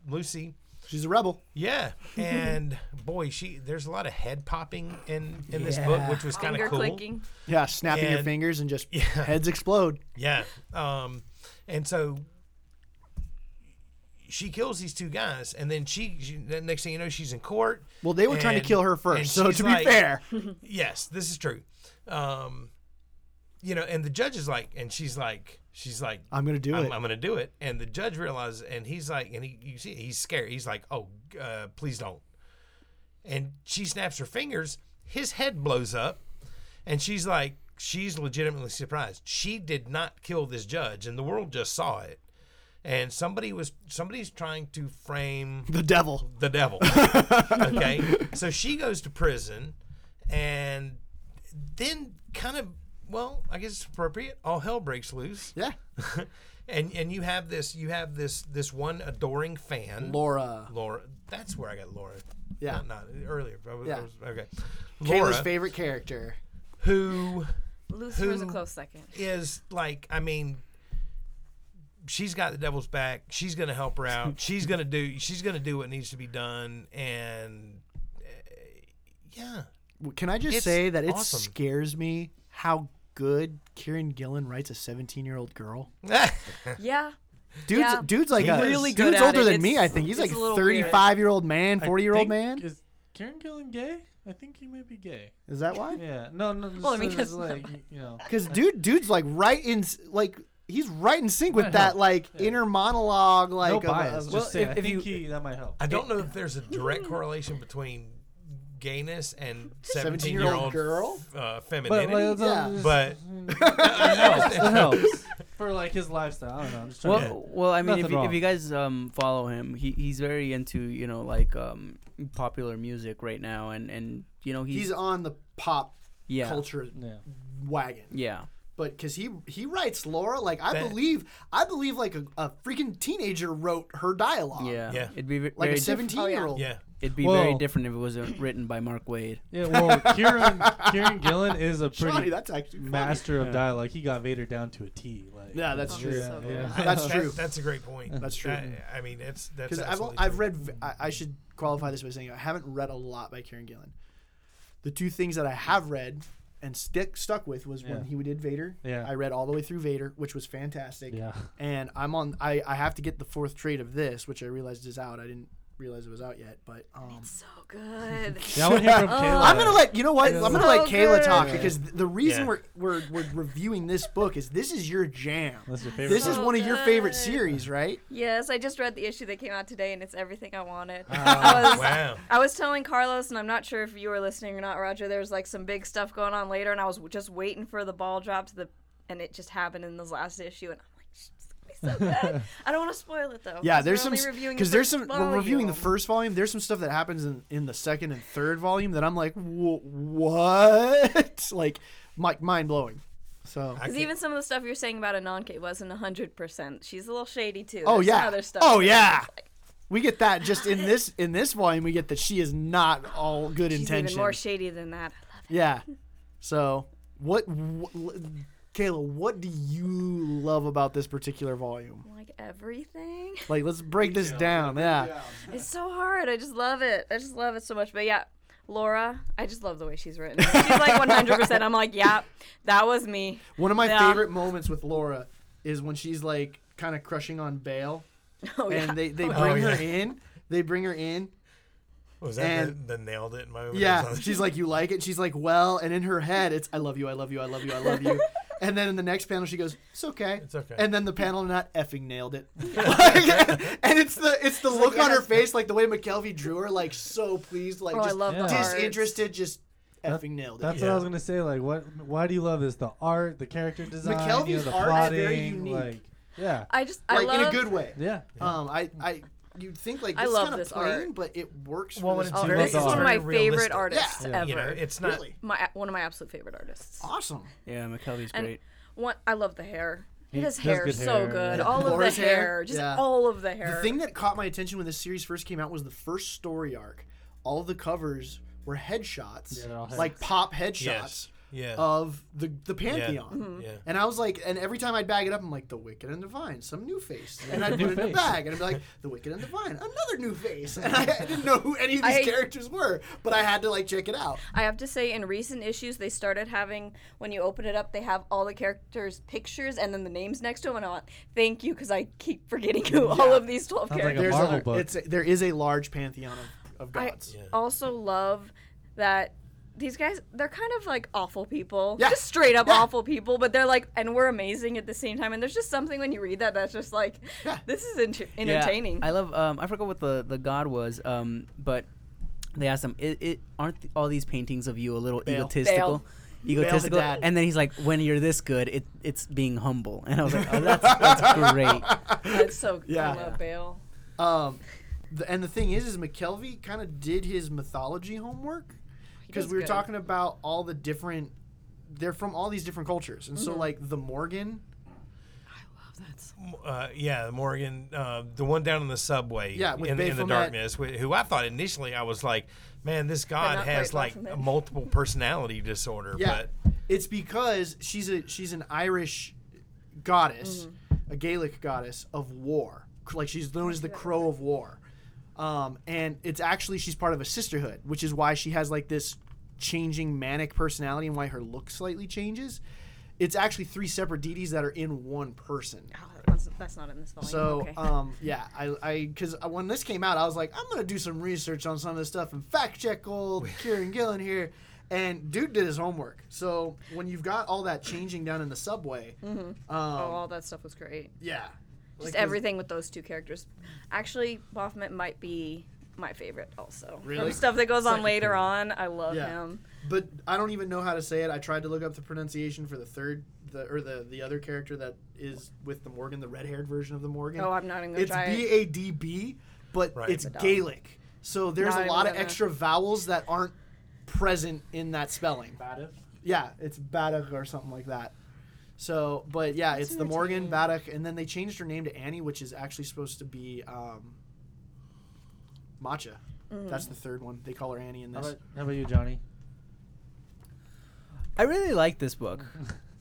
C: Lucy
A: She's a rebel.
C: yeah, and boy, she there's a lot of head popping in in this book, which was kind
B: Finger
C: of cool.
B: clicking.
A: Yeah, snapping your
C: And-
A: fingers and just
C: Yeah.
A: heads explode.
C: Yeah. Um, and so she kills these two guys, and then she, she the next thing you know, she's in court.
A: Well, they were trying to
C: and-
A: kill her
C: and
A: first, so
C: she's
A: to be
C: like-
A: fair,
C: yes, this is true. Um, you know, and the judge is like, and she's like, she's like,
A: I'm gonna do
C: I'm,
A: it.
C: I'm gonna do it. And the judge realizes, and he's like, and he, you see, he's scared. He's like, oh, uh, please don't. And she snaps her fingers. His head blows up, and she's like, she's legitimately surprised. She did not kill this judge, and the world just saw it. And somebody was somebody's trying to frame
A: the devil.
C: the devil. okay. So she goes to prison and then kind of well, I guess it's appropriate. All hell breaks loose.
A: Yeah,
C: and and you have this you have this this one adoring fan.
A: Laura.
C: Laura that's where I got Laura.
A: Yeah.
C: Not, not earlier. I was, I
A: Yeah.
C: was- okay.
A: Kayla's
C: Laura
A: favorite character.
C: who
B: Lucifer's a
C: Who-
B: close second.
C: is like I mean she's got the devil's back. She's going to help her out. she's going to do she's going to do what needs to be done and uh, yeah.
A: Can I just
C: It's
A: say that it
C: awesome.
A: scares me how good Kieran Gillen writes a 17 year old girl.
B: Yeah.
A: Dude's,
B: Yeah.
A: dude's like
C: He
A: a,
C: is. Really
B: good
A: dude's
B: at
A: older
B: it.
A: than
B: It's-
A: me. I think he's
B: it's
A: like
B: a little weird.
A: 35 year old man,
E: I
A: 40 year old
E: think-
A: man.
E: Is Karen Gillan gay? I think he may be gay.
A: Is that why?
E: Yeah. No, no.
B: Well, I mean,
E: just
B: that's
E: like, you know.
A: Because dude, dude's like right in s- like he's right in sync with that like inner monologue like
E: no
A: of-
E: bias.
A: of-
E: just say,
D: if-
E: I
D: if
E: think
D: you-
E: he, that might help.
C: I don't know if there's a direct correlation between gayness and 17 year
A: 17-year-old
C: old
A: girl?
C: uh,
E: But,
C: femininity.
E: like,
A: Yeah.
E: yeah.
C: But-
E: it helps. It helps for like his lifestyle. I don't know. I'm just trying to
D: Well, well, I mean, if
E: Nothing
D: you, if
E: wrong.
D: you guys um, follow him, he, he's very into you know like um, popular music right now, and and you know he's,
A: he's on the pop
D: yeah
A: culture
E: Yeah.
A: wagon.
D: yeah
A: But because he he writes Laura like I
C: That-
A: believe I believe like a, a freaking teenager wrote her dialogue.
D: yeah
C: Yeah.
D: It'd be ve-
A: Like
D: very
A: a
D: diff-
E: Oh,
A: 17 year old.
C: yeah.
D: it'd be very
E: Whoa.
D: different if it was uh, written by Mark Wade.
E: Yeah, well, Kieran Kieran Gillen is a pretty
A: Johnny, that's actually funny.
E: master of dialogue. He got Vader down to a T. Like,
A: Yeah, that's true.
E: Yeah, yeah.
A: That's
C: That-
A: true.
C: that's a great point.
A: That's true.
C: That- I mean, it's that's
A: Because I've,
C: absolutely
A: I've
C: true.
A: read, v- I, I should qualify this by saying I haven't read a lot by Karen Gillan. The two things that I have read and stick stuck with was
E: Yeah.
A: when he did Vader.
E: Yeah.
A: I read all the way through Vader, which was fantastic.
E: Yeah.
A: And I'm on, I, I have to get the fourth trade of this, which I realized is out. I didn't realize it was out yet, but um,
B: So good.
E: Yeah, I want to hear from Kayla.
A: I'm gonna let you know what I'm gonna let
B: Oh. So
A: Kayla
B: good.
A: talk because th- the reason
C: Yeah.
A: we're, we're we're reviewing this book is this is your jam.
E: That's your favorite.
A: This is
B: So
A: one of your favorite
B: good.
A: series, right?
B: Yes, I just read the issue that came out today, and it's everything I wanted.
A: Oh,
B: I was
C: Oh, Wow.
B: I was telling Carlos, and I'm not sure if you were listening or not, Roger. There was like some big stuff going on later, and I was just waiting for the ball drop to the, and it just happened in this last issue, and I'm like, "Shh, it's gonna be so good. I don't want to spoil it though.
A: Yeah,
B: 'cause
A: there's
B: we're
A: some
B: only reviewing the
A: because there's some
B: first
A: we're reviewing the
B: volume.
A: first volume. There's some stuff that happens in, in the second and third volume that I'm like, "Wh- what? like, my, mind blowing. So,
C: I
B: Because
C: can't-
B: even some of the stuff you're saying about Ananke wasn't 100%. She's a little shady too.
A: oh
B: There's some
A: yeah,
B: Other stuff
A: oh
B: that-
A: yeah, we get that just in this in this volume. We get that she is not all good
B: She's
A: intentions.
B: even more shady than that. I love
A: yeah. So what, wh- Kayla? What do you love about this particular volume?
B: it. Like everything.
A: Like, let's break this down. Yeah.
B: It's so hard. I just love it. I just love it so much. But yeah, Laura, I just love the way she's written. She's like 100%. I'm like, yeah, that was me.
A: One of my
B: Yeah.
A: favorite moments with Laura is when she's like kind of crushing on Bale,
B: Oh,
A: and
B: yeah.
A: they they bring
C: Oh, yeah.
A: her in. They bring her in,
C: Was that
A: And-
C: the, the nailed it moment? or
A: Yeah,
C: something?
A: she's like, "You like it?" She's like, "Well," and in her head, it's, "I love you, I love you, I love you, I love you." And then in the next panel, she goes, "It's okay."
C: It's okay.
A: And then the panel not effing nailed it. Like, and it's the it's the look on her face, like the way McKelvey drew her, like so pleased, like
B: Oh, I
A: just
B: love the
E: Yeah.
B: hearts.
A: disinterested, just effing nailed it.
E: That's what I was
C: Yeah.
E: gonna say. Like, what? Why do you love this? The art, the character design, you know,
A: McKelvey's
E: the
A: art is
E: plotting,
A: very unique.
E: like, yeah,
B: I just, I
A: Like
B: love
A: in a good way.
E: yeah.
A: Um, I I you'd think like
B: I
A: this
B: love
A: kind of
B: this
A: plain,
B: art.
A: but it works.
C: Well,
A: for
C: when
A: this
C: it's
B: Oh,
A: art.
C: very-
B: this is one of my
C: very
B: favorite
C: realistic.
B: artists
A: Yeah.
B: ever.
C: You know, it's not.
A: really
B: my one of my absolute favorite artists.
A: awesome.
D: Yeah, McKelvey's
B: And-
D: great.
B: One, I love the hair.
E: He
B: His
E: does
B: hair
E: good
B: is so
E: hair,
B: good.
E: yeah.
B: All of the
A: Laura's
B: hair,
A: hair?
B: just
A: Yeah.
B: all of the hair.
A: The thing that caught my attention when this series first came out was the first story arc. All the covers were headshots,
F: Yeah, they're all
A: like pop headshots
C: Yes. Yeah.
A: of the the Oh, pantheon.
B: Mm-hmm.
C: yeah.
A: And I was like, and every time I'd bag it up, I'm like, the Wicked and Divine, some new face. And I'd put it in a
F: face.
A: bag, and I'd be like, the Wicked and Divine, another new face. And I, I didn't know who any of these
B: I-
A: characters were, but I had to like check it out.
B: I have to say, in recent issues, they started having when you open it up, they have all the characters' pictures and then the names next to them. And I want thank you because I keep forgetting who all of these twelve
E: Sounds like
B: characters.
E: a
A: There's
E: Marvel
A: other-
E: book.
A: It's a, there is a large pantheon of, of
B: I-
A: gods.
B: also love that these guys they're kind of like awful people
A: Yeah.
B: just straight up
A: Yeah.
B: awful people but they're like and we're amazing at the same time and there's just something when you read that that's just like
A: Yeah.
B: this is enter-
D: Yeah,
B: entertaining
D: I love. Um, I forgot what the the god was. Um, but they asked him, "It, it aren't th- all these paintings of you a little
A: Baal.
D: egotistical?"
B: Baal.
D: Egotistical,
A: dad.
D: and then he's like, "When you're this good, it, it's being humble." And I was like, "Oh, that's that's great."
B: that's so
A: Yeah.
B: I love Bale
A: Um, the, and the thing is, is McKelvey kind of did his mythology homework because
B: does
A: we were
B: good.
A: talking about all the different. They're from all these different cultures, and
B: Mm-hmm.
A: so like the Morgan,
C: uh, yeah, Morgan, uh, the one down in the subway,
A: Yeah, with
C: in, in the
A: Baphomet.
C: darkness, wh- who I thought initially I was like, man, this god
B: not
C: has
B: quite
C: like
B: Baphomet.
C: multiple personality disorder,
A: yeah,
C: but
A: it's because she's a she's an Irish goddess, a Gaelic goddess of war. C- Like she's known as the Crow of War, um, and it's actually she's part of a sisterhood, which is why she has like this changing manic personality and why her look slightly changes. It's actually three separate deities that are in one person.
B: oh, that's, that's not in this volume
A: So,
B: okay.
A: um, yeah, I, I, because when this came out, I was like, I'm gonna do some research on some of this stuff and fact check old Kieran Gillen here, and dude did his homework. So when you've got all that changing down in the subway, um,
B: oh all that stuff was great
A: yeah,
B: just
A: Like, 'cause-
B: everything with those two characters actually Boffman might be my favorite also
A: Really?
B: From stuff that goes on later on I love
A: Yeah.
B: him
A: But I don't even know how to say it. I tried to look up the pronunciation for the third, the or the the other character that is with the Morgan, the red haired version of the Morgan.
B: oh I'm not even gonna
A: it's
B: try it.
A: B A D B, but
C: Right.
A: it's
B: It's a dog.
A: Gaelic. So there's
B: Not
A: a
B: even
A: lot of
B: gonna-
A: extra vowels that aren't present in that spelling. Yeah, it's Baddock or something like that. So, but yeah, it's the Morgan Baddock, and then they changed her name to Annie, which is actually supposed to be um, Matcha.
B: Mm.
A: That's the third one. They call her Annie in
E: How
A: this.
E: about, how about you,
A: Mm.
E: Johnny?
D: I really like this book,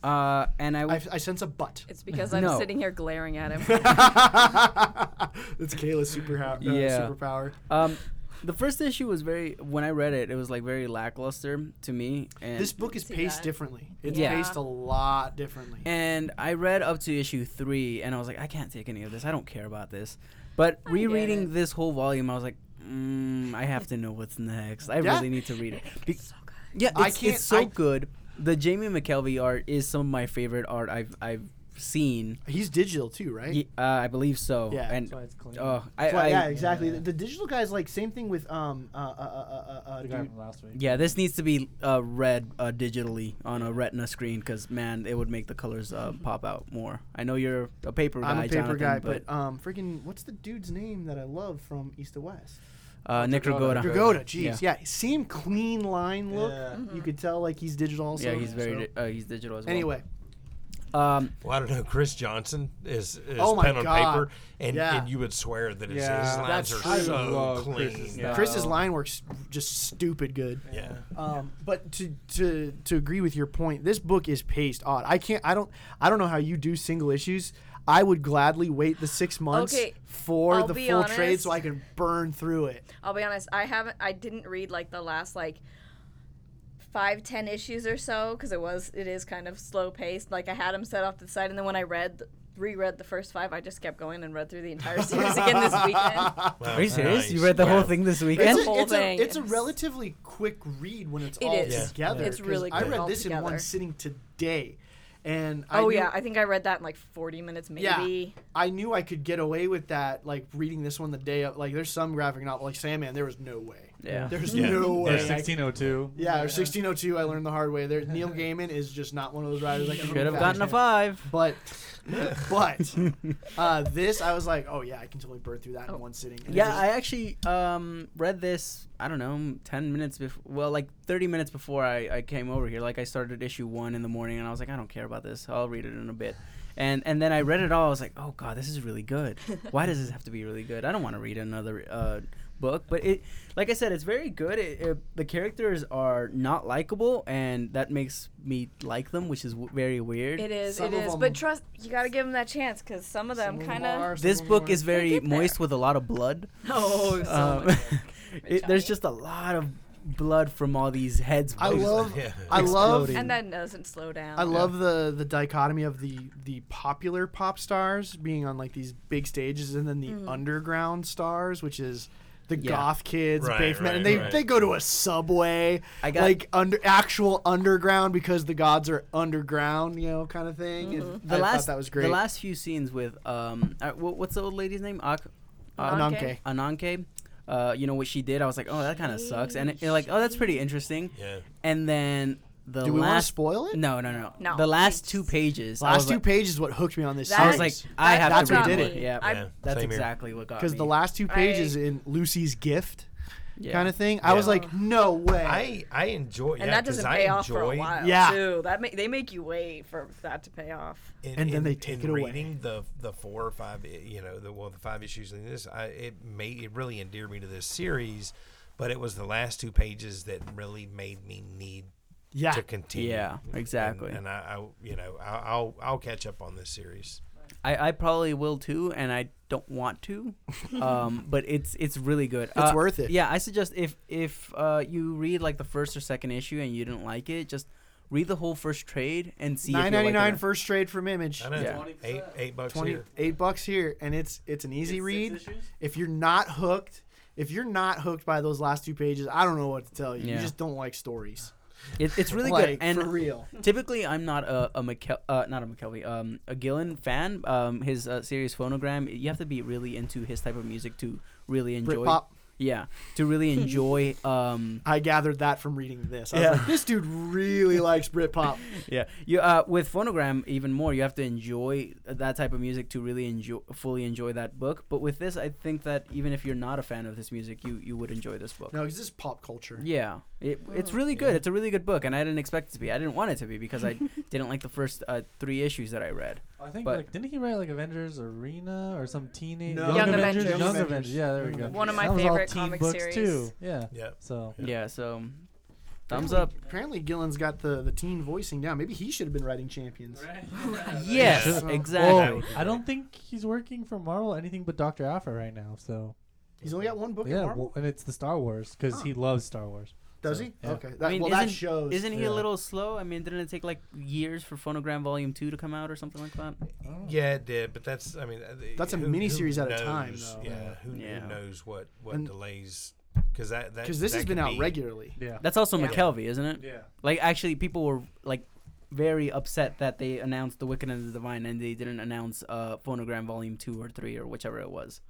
D: uh, and I,
A: I,
D: w-
A: I sense a butt.
B: It's because I'm
D: No.
B: sitting here glaring at him.
A: it's Kayla's super uh,
D: Yeah.
A: superpower.
D: um, the first issue was very. When I read it, it was like very lackluster to me. And
A: This book is
B: See
A: paced
B: that?
A: differently. It's
D: Yeah.
A: paced a lot differently.
D: And I read up to issue three, and I was like, I can't take any of this. I don't care about this. But rereading this whole volume, I was like, mm, I have to know what's next. I
A: Yeah.
D: really need to read it. Be-
B: so good.
D: yeah, it's,
A: I can't-
D: it's so
A: I-
D: good. The Jamie McKelvey art is some of my favorite art I've I've seen.
A: He's digital too, right?
D: Ye- Uh, I believe so.
A: Yeah.
D: and
E: it's clean.
D: oh, I,
A: That's why-
D: I
A: yeah,
D: yeah.
A: exactly. The, the digital guy's like same thing with um uh uh uh uh, uh
E: the guy
A: dude.
E: from last week.
D: this needs to be uh, read uh, digitally on a Retina screen because man, it would make the colors uh, pop out more. I know you're a paper guy,
A: I'm a paper
D: Jonathan,
A: guy, but, um freaking what's the dude's name that I love from East to West?
D: uh, Nick
E: Dragotta.
D: Dragotta.
A: Dragoda, jeez, yeah. same clean line look.
F: Yeah.
A: You could tell like he's digital also.
D: Yeah, he's very
A: so-
D: di- uh, he's digital as well.
A: Anyway,
D: Um,
C: Well, I don't know. Chris Johnson is, is
A: Oh my
C: pen on
A: God.
C: paper, and,
A: Yeah.
C: and you would swear that his, his
E: Yeah.
C: lines
A: That's
C: are
A: true. I
C: so
E: love
C: clean.
E: Chris's
C: Yeah.
E: stuff.
A: Chris's
E: Oh.
A: line works just stupid good.
C: yeah.
A: Um, but to, to to agree with your point, this book is paced odd. I can't. I don't. I don't know how you do single issues. I would gladly wait the six months
B: Okay,
A: for
B: I'll
A: the
B: be
A: full trade so
B: honest.
A: I can burn through it.
B: I'll be honest. I haven't. I didn't read like the last like five ten issues or so because it was it is kind of slow paced. Like I had them set off to the side, and then when I read reread the first five, I just kept going and read through the entire series again this weekend.
C: Well,
D: are you serious?
C: Oh, nice.
D: You read the whole
C: Yeah.
D: thing this
A: It's,
D: weekend?
A: a,
B: whole
A: it's, a,
B: thing.
A: it's a relatively quick read when it's
B: It
A: all
B: is.
C: Yeah.
A: together.
B: It's
A: 'cause
B: really
A: I
B: good
A: read
B: all
A: this in one
B: together.
A: sitting today, and I
B: oh
A: knew-
B: yeah, I think I read that in like forty minutes maybe.
A: I knew I could get away with that. Like reading this one the day of. Like there's some graphic novel like Sandman. There was no way.
D: Yeah.
A: There's
C: Yeah.
A: no
C: Yeah.
A: way.
E: Or
A: I could-
E: 1602.
A: Yeah, or 1602. I learned the hard way. There, Neil Gaiman is just not one of those writers I can.
D: Should have gotten a
A: fuck.
D: five.
A: But, but, uh, this I was like, oh yeah, I can totally burn through that
B: Oh.
A: in one sitting. And it
D: Yeah,
A: just-
D: I actually um, read this. I don't know, ten minutes before. Well, like thirty minutes before I, I came over here. Like I started issue one in the morning, and I was like, I don't care about this. I'll read it in a bit. And and then I read it all. I was like, oh god, this is really good. Why does this have to be really good? I don't want to read another uh, book. But it, like I said, it's very good. It, it, the characters are not likable, and that makes me like them, which is w- very weird.
B: It is.
A: Some
B: it
A: of
B: is.
A: 'em-
B: But trust, you got to give them that chance because some of
A: some
B: them
A: of
B: kind
A: are,
B: of.
A: some
D: this
A: of
D: book
A: aren't.
D: is very
B: get there.
D: moist with a lot of blood.
B: Oh, so
D: Um,
B: much.
D: it, there's just a lot of blood from all these heads.
A: I
D: blown.
A: love.
C: Yeah.
A: I love.
E: Exploding.
B: and that doesn't slow down.
A: I love the the dichotomy of the the popular pop stars being on like these big stages, and then the
B: Mm.
A: underground stars, which is. The
D: Yeah.
A: goth kids,
C: Right,
A: basement,
C: right,
A: and they,
C: right.
A: they go to a subway,
D: I got-
A: like under actual underground because the gods are underground, you know, kind of thing.
B: Mm-hmm.
A: And
D: the
A: I
D: last.
A: thought that was great.
D: The last few scenes with um, uh, wh- what's the old lady's name? Ak- uh,
B: Ananke.
A: Ananke.
D: Ananke. Uh, you know what she did? I was like, oh, that kind of sucks. And it, you're like, oh, that's pretty interesting.
C: Yeah.
D: And then the
A: Do we want to
D: last.
A: spoil it?
D: no, no, no,
B: No,
D: The last
B: please.
D: two pages. I
A: Last
D: was
A: two
D: like-
A: pages is what hooked me on this
D: I
B: That-
D: was like, I
B: that-
D: have
A: that's
D: to read
A: what
D: it.
A: got
B: me.
D: Yeah,
B: I-
C: Yeah,
D: that's
C: same here.
D: exactly what got me.
A: because the last two pages in Lucy's gift
D: Yeah.
A: kind of thing. I was
C: Yeah.
A: like, no way.
C: I I enjoy.
B: And
C: yeah,
B: that doesn't
C: 'cause I
B: pay off for a
C: enjoy
B: while,
A: Yeah.
B: too. That ma- they make you wait for that to pay off.
C: in-
A: And then
C: in-
A: they take
C: in
A: it away.
C: reading the the four or five, you know, the well, the five issues in this, I it made it really endeared me to this series, but it was the last two pages that really made me need
A: yeah.
C: to continue.
D: Yeah, exactly.
C: And, and I, I, you know, I, I'll I'll catch up on this series.
D: I, I probably will too, and I don't want to, um, but it's it's really good.
A: It's worth it.
D: Uh, Yeah, I suggest if if uh, you read like the first or second issue and you didn't like it, just read the whole first trade and see.
A: Nine
D: if
A: ninety
D: you like
A: nine
D: it.
A: first trade from Image.
C: I know,
D: Yeah.
C: eight eight bucks
A: Twenty
C: here.
A: eight bucks here, and it's it's an easy read. If you're not hooked, if you're not hooked by those last two pages, I don't know what to tell you. You
D: Yeah.
A: just don't like stories.
D: It, it's really
A: like,
D: good. And
A: for real.
D: typically, I'm not a a McKel- uh, not a McKelvey, um, a Gillen fan. Um, his uh, series Phonogram. You have to be really into his type of music to really enjoy.
A: Britpop.
D: Yeah, to really enjoy. Um,
A: I gathered that from reading this. I was
D: Yeah.
A: like, this dude really likes Britpop.
D: Yeah, you uh, with phonogram even more. You have to enjoy that type of music to really enjoy, fully enjoy that book. But with this, I think that even if you're not a fan of this music, you you would enjoy this book.
A: No, because this is pop culture.
D: Yeah, it, it's really good. It's a really good book, and I didn't expect it to be. I didn't want it to be because I didn't like the first uh, three issues that I read.
E: I think
D: But-
E: like didn't he write like Avengers Arena or some teenage
A: No.
E: Young,
B: Young
E: Avengers,
B: Avengers.
E: Young
A: Young
E: Avengers.
A: Avengers.
E: Yeah, there we
A: Young
E: go.
A: Avengers. One of
B: my
E: That was all
B: favorite
E: teen
B: comic
E: books
B: series.
E: too. Yeah.
C: Yep.
E: So
D: Yeah, so thumbs
A: Apparently-
D: up.
A: Apparently, Gillen's got the, the teen voicing down. Maybe he should have been writing Champions.
D: Yes,
A: Yeah.
D: exactly.
E: I don't think he's working for Marvel anything but Doctor Alpha right now. So
A: He's only got one book
E: yeah,
A: in Marvel.
E: well, and it's the Star Wars because he loves Star Wars.
A: Does
E: so,
A: he?
E: yeah.
A: Okay. That,
D: I mean,
A: well, that
D: isn't-
A: shows.
D: Isn't he
E: Yeah.
D: a little slow? I mean, didn't it take like years for Phonogram Volume Two to come out or something like that?
C: Yeah, it did, but that's I mean uh,
A: That's a
C: who-
A: miniseries
C: who
A: at a time,
C: knows?
A: though.
C: Yeah, who,
D: Yeah.
C: who knows what what
A: And-
C: delays because that that
A: because this
C: that
A: has been
C: could
A: out
C: be-
A: regularly.
E: Yeah.
D: That's also
B: Yeah.
D: McKelvey, isn't it?
E: Yeah.
D: Like actually, people were like very upset that they announced The Wicked and the Divine and they didn't announce uh, Phonogram Volume Two or Three or whichever it was.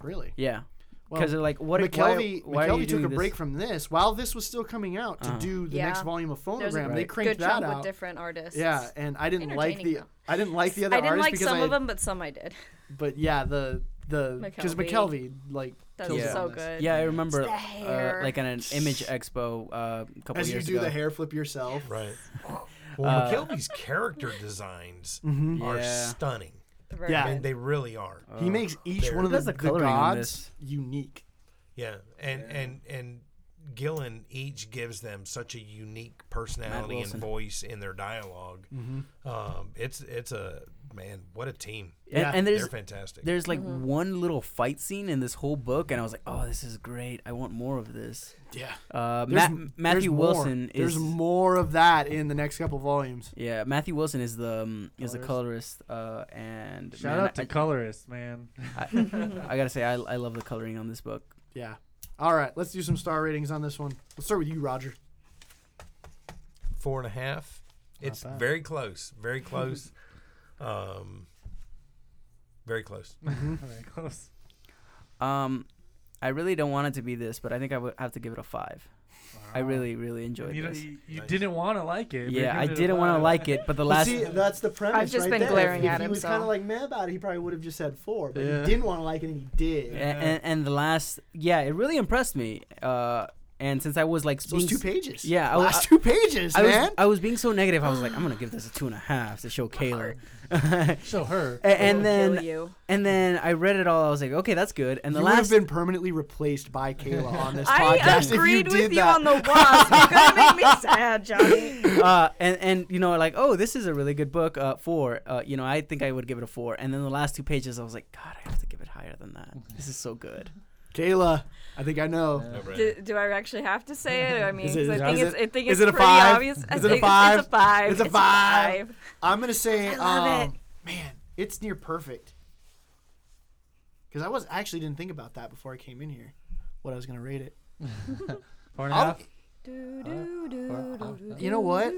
A: Really?
D: Yeah,
A: Well,
D: because they're like, what?
A: McKelvey,
D: why, why are you
A: McKelvey took
D: doing
A: a
D: this?
A: break from this while this was still coming out to
D: Uh-huh.
A: do the next
B: Yeah.
A: volume of
B: There's a
A: Phonogram. They
D: Right.
A: cranked
B: Good chunk
A: that
B: with
A: out.
B: different artists.
A: Yeah, and I didn't like the
B: Entertaining,
A: I didn't like the other
B: I didn't
A: artists
B: like
A: because
B: some
A: I,
B: of them, but some I did.
A: but yeah, the the because McKelvey
B: McKelvey.
A: like
B: That
A: kills
B: was
A: it
D: Yeah.
B: so
A: on this.
B: good.
D: Yeah, I remember
B: the
D: uh,
B: hair.
D: like at an Image Expo uh, a couple
A: As you
D: years
A: do
D: ago.
A: the hair flip yourself.
C: right. Well,
A: Uh,
C: McKelvey's character designs
A: Mm-hmm.
C: are
D: Yeah. Uh,
C: stunning.
B: Right.
A: Yeah.
C: I mean, they really are.
A: He makes each
C: There.
A: one of the,
D: Does the
A: the
D: coloring on
A: gods
D: this.
A: unique.
C: Yeah, and and and Gillen each gives them such a unique personality and
D: Wilson.
C: voice in their dialog
D: Mm-hmm.
C: Um, it's it's a man, what a team!
D: And,
A: Yeah.
D: and there's
C: They're fantastic.
D: there's like
B: Mm-hmm.
D: one little fight scene in this whole book, and I was like, oh, this is great. I want more of this.
A: Yeah.
D: Uh, Ma-
A: There's- there's
D: Matthew
A: more.
D: Wilson is
A: There's more of that in the next couple volumes.
D: yeah. Matthew Wilson is the um, is the colorist. Uh, and
E: Shout
D: man,
E: out to colorist, man.
D: I, I, I gotta say, I, I love the coloring on this book.
A: Yeah. All right, let's do some star ratings on this one. Let's start with you, Roger.
C: Four and a half. It's
E: bad.
C: very close. Very close. um, very close.
A: Mm-hmm.
E: Very close.
D: Um, I really don't want it to be this, but I think I would have to give it a five. I really, really enjoyed
E: You, don't-
D: this.
E: you, you didn't want to like it. but
D: Yeah,
E: you
D: I
E: did
D: didn't want to
E: apply.
D: like it, but the last
A: see, that's the premise.
B: I've just
A: right
B: been
A: there.
B: glaring
A: if,
B: at
A: if he
B: him,
A: was
B: so-
A: kind of like mad about it, he probably would have just said four, but
E: Yeah.
A: he didn't want to like it, and he did.
D: a- and, and the last yeah, it really impressed me. Uh, and since I was like
A: Those
D: being
A: two
D: s-
A: pages.
D: Yeah, I was-
A: last two pages,
D: I
A: man.
D: was, I was being so negative. I was like, I'm gonna give this a two and a half to show Kayla.
E: Show her.
D: A-
B: Kill
D: and then
B: you.
D: and then I read it all. I was like, okay, that's good. And the
A: you would
D: last
A: have been permanently replaced by Kayla on this
B: I
A: podcast if you
B: agreed
A: did
B: with you
A: that.
B: on the wasp. You're gonna make me sad, Johnny.
D: uh, and and you know, like, oh, this is a really good book. Uh, four. Uh, you know, I think I would give it a four. And then the last two pages, I was like, God, I have to give it higher than that. This is so good.
A: Kayla, I think I know.
C: No
B: Do,
C: brainer.
B: do I actually have to say it? I mean,
A: Is it-
B: 'cause
A: is
B: I think
A: it-
B: it's, I think
A: is
B: it's
A: it a
B: pretty
A: five?
B: obvious. I
A: Is it a
B: think
A: five?
B: It's a five.
A: It's a five. I'm gonna say,
B: love
A: um, man, it's near perfect. Because I was I actually didn't think about that before I came in here, what I was gonna rate it.
E: Four and a
A: I'll-
E: half.
A: You know what?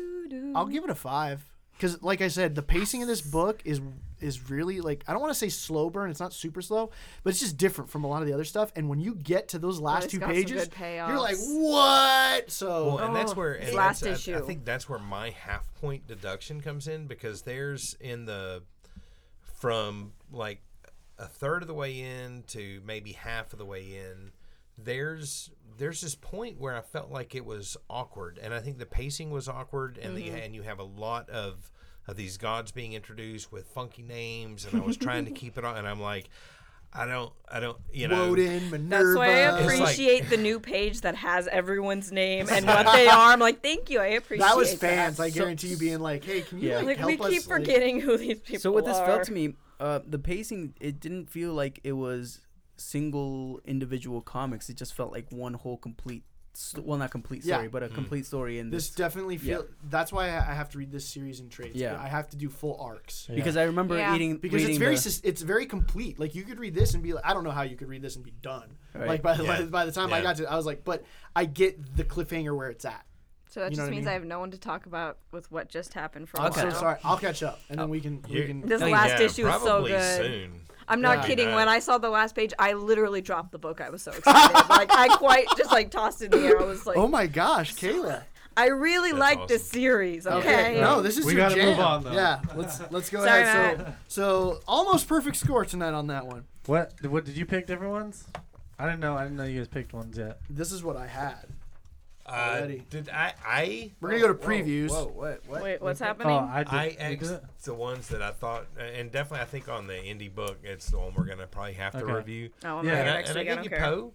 A: I'll give it a five. Because, like I said, the pacing of this book is is really like I don't want to say slow burn. It's not super slow, but it's just different from a lot of the other stuff. And when you get to those last
B: it's
A: two
B: got some
A: pages,
B: good
A: you're like,
B: payoffs.
A: what? So
C: Well, and that's
B: Oh,
C: where
B: his
C: and
B: last
C: that's- I, I
B: issue.
C: think that's where my half point deduction comes in because there's in the from like a third of the way in to maybe half of the way in. There's there's this point where I felt like it was awkward, and I think the pacing was awkward, and
B: Mm-hmm.
C: the and you have a lot of of these gods being introduced with funky names, and I was trying to keep it on, and I'm like, I don't, I don't, you know,
A: Woden, Minerva.
B: That's why I
C: It's like-
B: appreciate the new page that has everyone's name and what they are. I'm like, thank you, I appreciate
A: that was fans. I
D: So-
A: guarantee you being like, hey, can you
D: Yeah.
A: like,
B: Like,
A: help
B: we
A: us?
B: keep
A: Like,
B: forgetting who these people are.
D: So what this felt to me, uh, the pacing, it didn't feel like it was single individual comics. It just felt like one whole complete, st- well, not complete
A: Yeah.
D: story, but a complete story in
A: This
D: this.
A: definitely
D: Yeah.
A: feel. That's why I I have to read this series in trades.
D: Yeah.
A: I have to do full arcs.
D: because I remember
B: Yeah.
D: eating
A: because it's
D: reading
A: very
D: the-
A: sus it's very complete. Like you could read this and be like, I don't know how you could read this and be done.
D: Right.
A: Like by the
C: Yeah.
A: by, by the time I
C: Yeah.
A: got to, it, I was like, but I get the cliffhanger where it's at.
B: So that
A: You know
B: just
A: what I
B: means I,
A: mean?
B: have no one to talk about with what just happened for a
A: I'm
D: Okay.
B: while.
A: so sorry. I'll catch up, and then we can we
C: You-
A: can.
B: This
D: Oh,
B: last issue is so
C: probably
B: good.
C: Soon.
B: I'm not
A: Yeah.
B: kidding.
C: Yeah.
B: When I saw the last page, I literally dropped the book. I was so excited. like I quite just like tossed it in the air. I was like,
A: oh my gosh, Kayla.
B: I really
C: That's
B: like this
C: awesome.
B: series. Okay.
A: Okay, no, this is
E: We
A: your
E: gotta
A: jam.
E: move on, though.
A: Yeah, let's let's go
B: Sorry,
A: ahead. So so almost perfect score tonight on that one.
E: What? What did you pick? Different ones? I didn't know. I didn't know you guys picked ones yet.
A: This is what I had.
C: Uh,
A: Alrighty.
C: did I? I
A: We're gonna go to previews.
D: Whoa, what, what?
B: Wait, what's happening?
E: Oh, I did.
C: I
E: you did
C: X'd
E: it?
C: the ones that I thought, and definitely I think on the indie book, it's the one we're gonna probably have to
E: Okay.
C: review.
B: oh, I'm
E: yeah,
B: yeah,
C: And I,
B: next
C: and I
B: week. I
C: gave
B: don't
C: you
B: care.
C: Poe.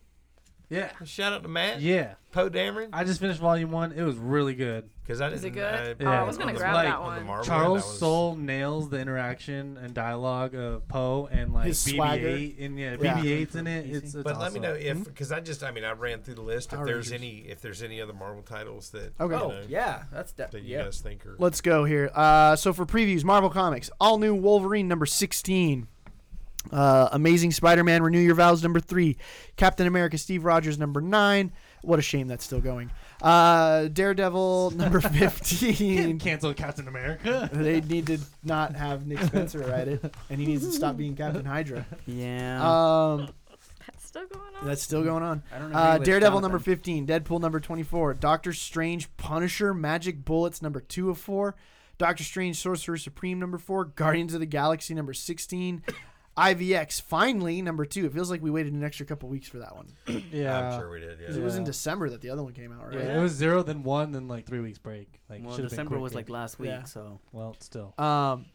E: Yeah.
C: Shout out to Matt.
E: Yeah.
C: Poe Dameron.
E: I just finished volume one. It was really good.
C: Because I didn't.
B: it good?
C: I,
E: Oh, I
C: on
E: was
C: the-
E: gonna
C: on the
E: grab
C: Mar-
B: that
C: on the
B: one.
C: Marvel
E: Charles
C: that was-
E: Soul nails the interaction and dialogue of Poe and like
A: His
E: BB-8 and yeah,
A: Yeah.
E: BB-8's in it. It's, it's
C: But let me
E: awesome.
C: know if, because I just, I mean, I ran through the list. If
A: Power
C: there's
A: Rangers.
C: any, if there's any other Marvel titles that,
A: Okay.
C: you
A: Oh,
C: know,
D: Yeah, that's that.
C: that you
D: yeah.
C: guys think are.
A: Let's go here. Uh, so for previews, Marvel Comics, all new Wolverine number sixteen, uh, Amazing Spider-Man: Renew Your Vows number three, Captain America: Steve Rogers number nine. What a shame that's still going. Uh, Daredevil number fifteen.
E: cancel Captain America.
A: they need to not have Nick Spencer write it, and he needs to stop being Captain Hydra.
D: Yeah.
A: Um,
B: That's still going on.
A: that's still going on.
D: I don't know.
A: Uh, Daredevil number 15, Deadpool number 24, Doctor Strange, Punisher, Magic Bullets number 2 of 4, Doctor Strange, Sorcerer Supreme number 4, Guardians of the Galaxy number 16, IVX finally number two. It feels like we waited an extra couple weeks for that one. 'Cause
E: Yeah.
C: I'm sure we did.
A: It
C: Yeah.
A: was in
E: Yeah.
A: December that the other one came out,
C: Uh,
A: right?
E: Yeah, It was zero, then one, then like three weeks break. Like
D: Well,
E: should've been
D: December was like
E: quicker.
D: last week,
A: Yeah.
D: so
E: well, still.
A: Um,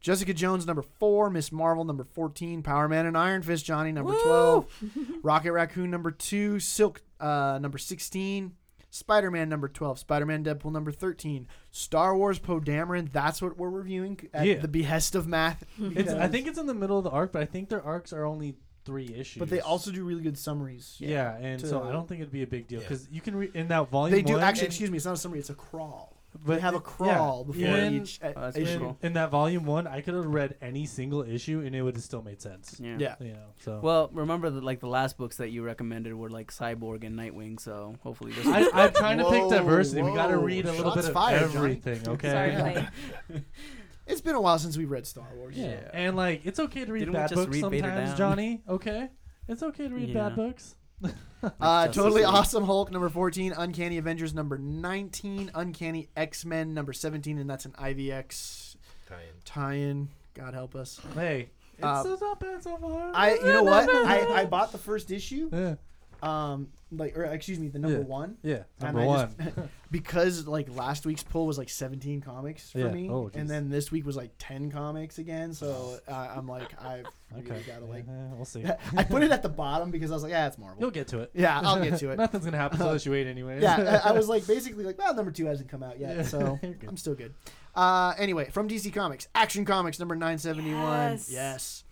A: Jessica Jones, number four. Miss Marvel, number 14. Power Man and Iron Fist, Johnny, number 12. Rocket Raccoon, number two. Silk, uh, number 16. Spider Man, number 12. Spider Man Deadpool, number 13. Star Wars Poe Dameron, that's what we're reviewing at
E: Yeah.
A: the behest of math.
E: It's, I
A: because-
E: think it's in the middle of the arc, but I think their arcs are only three issues.
A: But they also do really good summaries.
E: yeah, and so
A: to-
E: I don't think it'd be a big deal
C: Yeah.
E: because you can read in that volume.
A: They do
E: one-
A: actually.
C: and-
A: Excuse me, it's not a summary; it's a crawl.
E: but
A: They have a
E: it-
A: crawl
E: yeah.
A: before
E: in,
A: each uh,
D: Oh, that's
A: issue.
D: pretty
E: In,
D: cool.
E: in that volume one, I could have read any single issue and it would have still made sense.
D: yeah.
A: Yeah.
E: You know, so
D: Well, remember that like the last books that you recommended were like Cyborg and Nightwing, so hopefully this.
E: I, I'm trying to pick
A: Whoa,
E: diversity. We got to
A: whoa.
E: read a little
A: Shots
E: bit of
A: fired, Johnny.
E: everything. Okay.
G: Sorry,
E: Yeah.
G: Clay.
A: It's been a while since we read Star Wars.
E: Yeah. And like, it's okay to read
D: Didn't we
E: bad
D: just
E: books
D: read Vader
E: sometimes,
D: down?
E: Johnny. Okay. It's okay to read
D: Yeah.
E: bad books.
A: Uh,
D: Justice
A: totally
D: League.
A: awesome Hulk number fourteen, Uncanny Avengers number nineteen, Uncanny X Men number seventeen, and that's an IVX
C: Tie-in.
A: tie-in. God help us.
E: Hey, it's,
A: Uh,
E: it's not bad so far.
A: I you know what I, I bought the first issue,
E: yeah.
A: um like or excuse me the number
E: Yeah.
A: one
E: Yeah,
A: And
E: number
A: I
E: one.
A: just- because like last week's pull was like seventeen comics for
E: Yeah.
A: me,
E: Oh, geez.
A: and then this week was like ten comics again. So uh, I'm like I really
E: okay,
A: gotta like
E: Yeah, we'll see.
A: I put it at the bottom because I was like yeah it's Marvel.
E: You'll get to it.
A: Yeah, I'll get to it.
E: Nothing's gonna happen unless you wait anyway.
A: yeah, uh, I, I was like basically like, well, number two hasn't come out yet, so
E: You're good.
A: I'm still good. Uh, anyway, from DC Comics, Action Comics number 971. Yes.
G: Yes.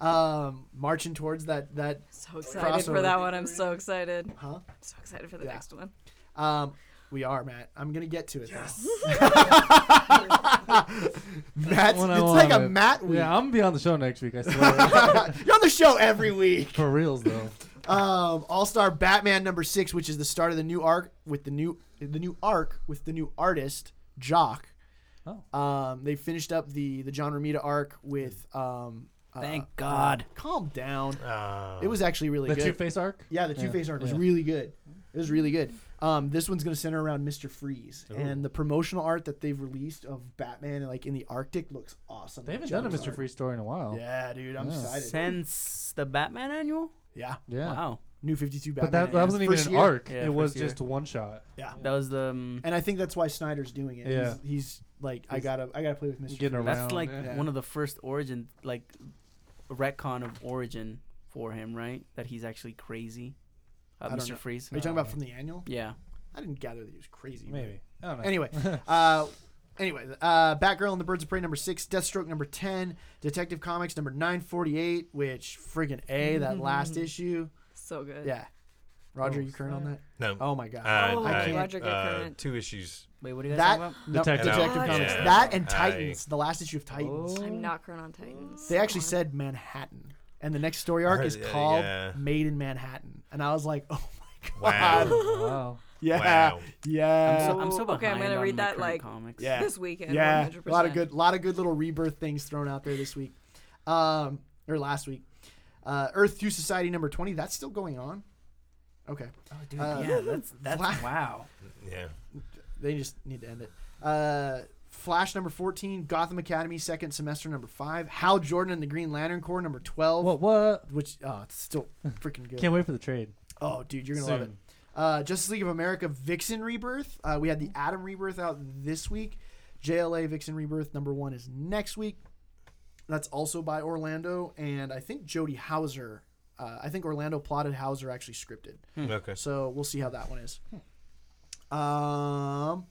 A: Um, marching towards that that
B: So excited for
A: Crossover.
B: that one. I'm so excited.
A: huh?
B: So excited for the
A: Yeah.
B: next one.
A: Um, we are Matt. I'm gonna get to it. Yes. Matt's,
E: When I
A: it's
E: want
A: like a
E: it.
A: Matt week.
E: Yeah, I'm gonna be on the show next week. I swear.
A: You're on the show every week.
E: For reals though.
A: Um, All Star Batman number six, which is the start of the new arc with the new the new arc with the new artist Jock.
E: Oh.
A: Um, they finished up the the John Romita arc with. Um, uh,
D: Thank God.
A: calm down.
C: Uh,
A: It was actually really
E: The
A: good.
E: Two Face arc.
A: yeah, the Two Face arc was
E: yeah.
A: really good. It was really good. Um, this one's going to center around Mister Freeze, and the promotional art that they've released of Batman, like in the Arctic, looks awesome.
E: They haven't
A: John's
E: done a Mr.
A: art.
E: Free story in a while.
A: Yeah, dude, I'm
E: Yeah.
A: excited.
D: Since the Batman annual.
A: yeah,
E: Yeah.
D: Wow.
A: New Fifty Two Batman.
E: But that, that
A: yeah.
E: wasn't even
A: First
E: an
A: year.
E: arc.
D: Yeah,
E: it was
D: first year.
E: just one shot.
A: Yeah,
D: That was the. Um,
A: and I think that's why Snyder's doing it.
E: Yeah.
A: He's, he's like, I gotta, I gotta play with Mister.
E: Getting around.
D: that's like
E: yeah.
D: one of the first origin, like, retcon of origin for him, right? That he's actually crazy. Uh,
A: I don't
D: Mr.
A: know.
D: Freeze.
A: Are you talking about from the annual?
D: Yeah.
A: I didn't gather that he was crazy. but-
E: maybe. I don't know.
A: Anyway, uh, anyway, uh, Batgirl and the Birds of Prey number six, Deathstroke number ten, Detective Comics number nine forty eight, which friggin' a that last issue.
B: So good.
A: Yeah, Roger,
E: Oh,
A: you current on that?
C: no.
A: Oh my god,
C: Uh,
B: Oh,
C: I,
B: Roger
C: uh,
B: Goodcurrent.
C: two issues.
D: Wait, what are you
A: that
D: guys talking
A: no,
E: Detective.
A: Detective,
B: Oh,
A: Comics,
B: yeah.
A: that and
C: I-
A: Titans, the last issue of Titans.
E: Oh.
B: I'm not current on Titans.
A: They actually
B: Come on.
A: said Manhattan, and the next story arc
C: heard-
A: is
C: yeah,
A: called
C: yeah.
A: Made in Manhattan, and I was like, oh my god,
C: Wow.
E: wow.
A: yeah,
C: Wow.
A: yeah.
D: about? I'm so, I'm so
B: Oh, okay, I'm
D: behind
B: gonna
D: on
B: read
D: my
B: that,
D: current
B: like,
D: comics.
A: Yeah.
B: This weekend.
A: Yeah,
B: 100%.
A: a lot of good, lot of good little rebirth things thrown out there this week, um, or last week. Uh, Earth Two Society number twenty. That's still going on. Okay,
D: Oh, dude,
A: Uh,
D: yeah, that's that's
A: Fla-
D: wow.
C: Yeah.
A: they just need to end it. Uh, Flash number fourteen. Gotham Academy second semester number five. Hal Jordan and the Green Lantern Corps number twelve.
E: What? What?
A: Which oh, it's still freaking good.
E: Can't wait for the trade.
A: oh, dude, you're gonna love it.
E: Soon.
A: Uh, Justice League of America Vixen Rebirth. Uh, we had the Atom Rebirth out this week. JLA Vixen Rebirth number one is next week. That's also by Orlando and I think Jody Hauser. Uh, I think Orlando plotted Hauser actually scripted.
C: Okay.
A: So we'll see how that one is. Um,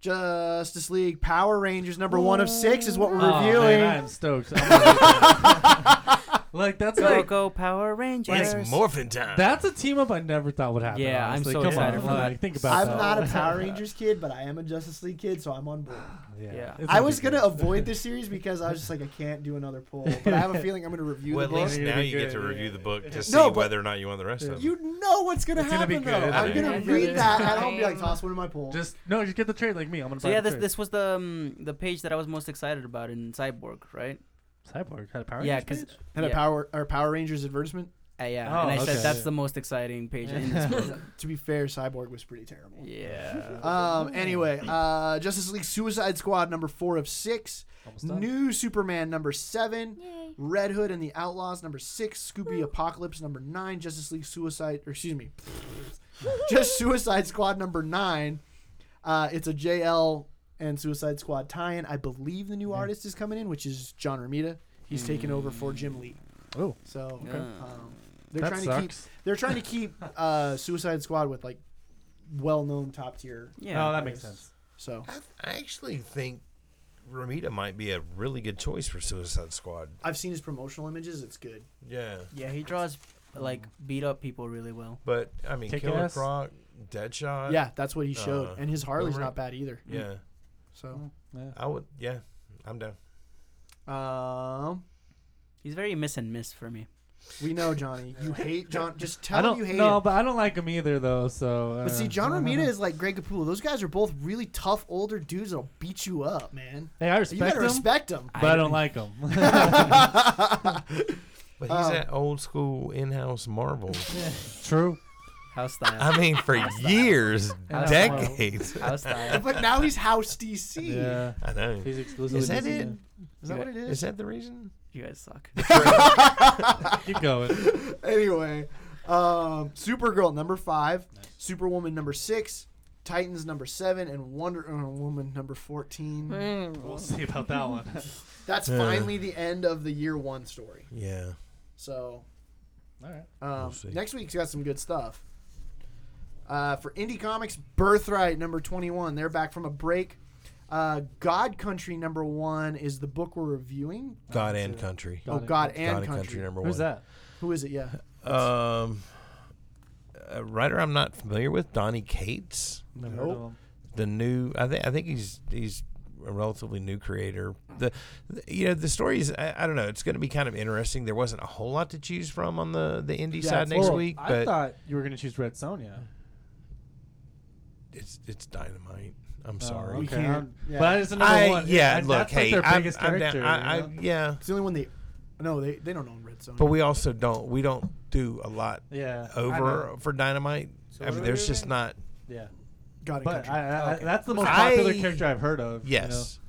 A: Justice League Power Rangers number one of six is what we're
E: Oh,
A: reviewing.
E: man, I am stoked. I'm gonna- like that's like
D: Coco Power Rangers.
C: It's morphin time.
E: That's a team up I never thought would happen.
D: Yeah, I'm
E: honestly.
D: so
E: Come
D: excited
E: on,
D: for that.
E: like, Think about
A: I'm
E: that.
A: not a Power Rangers kid, but I am a Justice League kid, so I'm on board.
E: Yeah,
D: Yeah.
E: it's
A: I was
E: be
A: gonna
E: good.
A: avoid this series because I was just like, I can't do another poll. But I have a feeling I'm gonna review
C: well, at
A: the book.
C: least
E: You're
C: now
E: gonna
C: you get to
E: get-
C: review the book to see
A: No, but-
C: whether or not you want the rest of it.
A: You know what's gonna
E: It's gonna be
A: happen
E: good.
A: though. I'm
C: Yeah.
A: gonna
E: Yeah.
A: read that and I'll be like,
B: Same.
A: toss one in my poll.
E: Just no, just get the trade like me. I'm gonna.
D: So
E: buy
D: yeah,
E: the
D: this
E: trade.
D: this was the um, the page that I was most excited about in Cyborg, right?
E: cyborg had a power.
D: yeah,
E: Rangers
D: because
E: page?
A: and a
D: yeah.
A: Power or Power Rangers advertisement.
D: uh, yeah,
E: Oh,
D: and I
E: okay.
D: said that's the most exciting page in this book.
A: to be fair, Cyborg was pretty terrible.
D: Yeah.
A: Um. Anyway, uh, Justice League Suicide Squad number four of six.
E: Almost done.
A: New Superman number seven.
G: Yay.
A: Red Hood and the Outlaws, number six, Scooby Apocalypse, number nine, Justice League Suicide, or excuse me, just Suicide Squad number nine. Uh, it's a JL and Suicide Squad tie-in. I believe the new artist is coming in, which is John Romita. He's taking over for Jim Lee.
E: Oh.
A: so
D: Okay.
A: um, they're
E: That
A: trying to
E: sucks.
A: keep they're trying to keep uh, Suicide Squad with like well-known top tier.
D: Yeah.
E: No, Oh, that makes sense.
A: So
C: I, I actually think Ramita might be a really good choice for Suicide Squad.
A: I've seen his promotional images. It's good.
C: Yeah.
D: yeah, he draws like beat up people really well.
C: But I mean,
E: Kick
C: Killer
E: ass?
C: Croc, Deadshot.
A: yeah, that's what he showed,
C: uh,
A: and his Harley's
C: Wolverine.
A: not bad either.
C: Yeah.
A: So,
C: I would. Yeah. I'm down.
A: um,
D: He's very miss and miss for me.
A: we know Johnny. You hate John. Just tell
E: I don't
A: him you hate
E: no,
A: him.
E: but I don't like him either though. So.
A: But
E: uh,
A: see, John
E: I don't
A: Romita
E: know.
A: is like Greg Capullo. Those guys are both really tough older dudes that'll beat you up, man.
E: Hey, I
A: You
E: respect
A: gotta
E: him,
A: respect them.
E: but I don't like him.
C: But he's
A: Um,
C: that old school in house Marvel.
E: True.
D: House style.
C: I mean, for years,
E: House Marvel.
C: decades.
D: House style.
A: but now he's House DC.
E: Yeah.
C: I know.
E: He's exclusively.
C: Is that
E: DC
C: it?
E: now.
A: Is that what it
C: Is
A: is?
C: that the reason?
D: You guys suck.
E: Keep going.
A: anyway, um, Supergirl number five, Superwoman number six, Titans number seven, and Wonder uh, Woman number fourteen.
B: Mm. Hmm.
E: we'll see about that one.
A: That's
C: Yeah.
A: finally the end of the year one story.
C: Yeah.
A: So
E: All right.
A: um,
C: We'll see.
A: next week's got some good stuff. Uh, for Indie Comics, Birthright number 21. They're back from a break. Uh, God Country number one is the book we're reviewing.
C: God and country.
A: oh, God and
C: God and
A: Country.
C: country number one.
E: Who's that?
A: Who is it? Yeah.
C: Um, a writer I'm not familiar with, Donnie Cates,
E: Never
A: Nope.
E: him.
C: the new. I think I think he's he's a relatively new creator. The, the- you know the story is I, I don't know. It's going to be kind of interesting. There wasn't a whole lot to choose from on the the indie
E: Yeah,
C: side
E: it's-
C: next
E: well,
C: week,
E: I
C: but
E: thought you were gonna choose Red Sonja.
C: it's it's dynamite. I'm
E: Oh,
C: sorry.
E: okay.
A: can't-
E: I'm-
A: yeah.
E: But it's another
C: I,
E: one.
C: yeah,
E: That's
C: look,
E: like
C: hey,
E: their
C: I'm,
E: biggest
C: I'm down.
E: character,
C: I,
E: you
C: I,
E: know?
C: yeah,
A: It's the only one they. No, they, they don't own Red Zone.
C: but we also don't we don't do a lot
E: yeah, I know.
C: over for dynamite. I
E: So what
C: mean,
E: are
C: there's
E: we
C: just
E: doing?
C: not
E: Yeah,
A: God and
E: but
A: Country.
E: I, I, I-
D: Okay.
E: that's the most popular
C: I-
E: character I've heard of. you know?
C: Yes.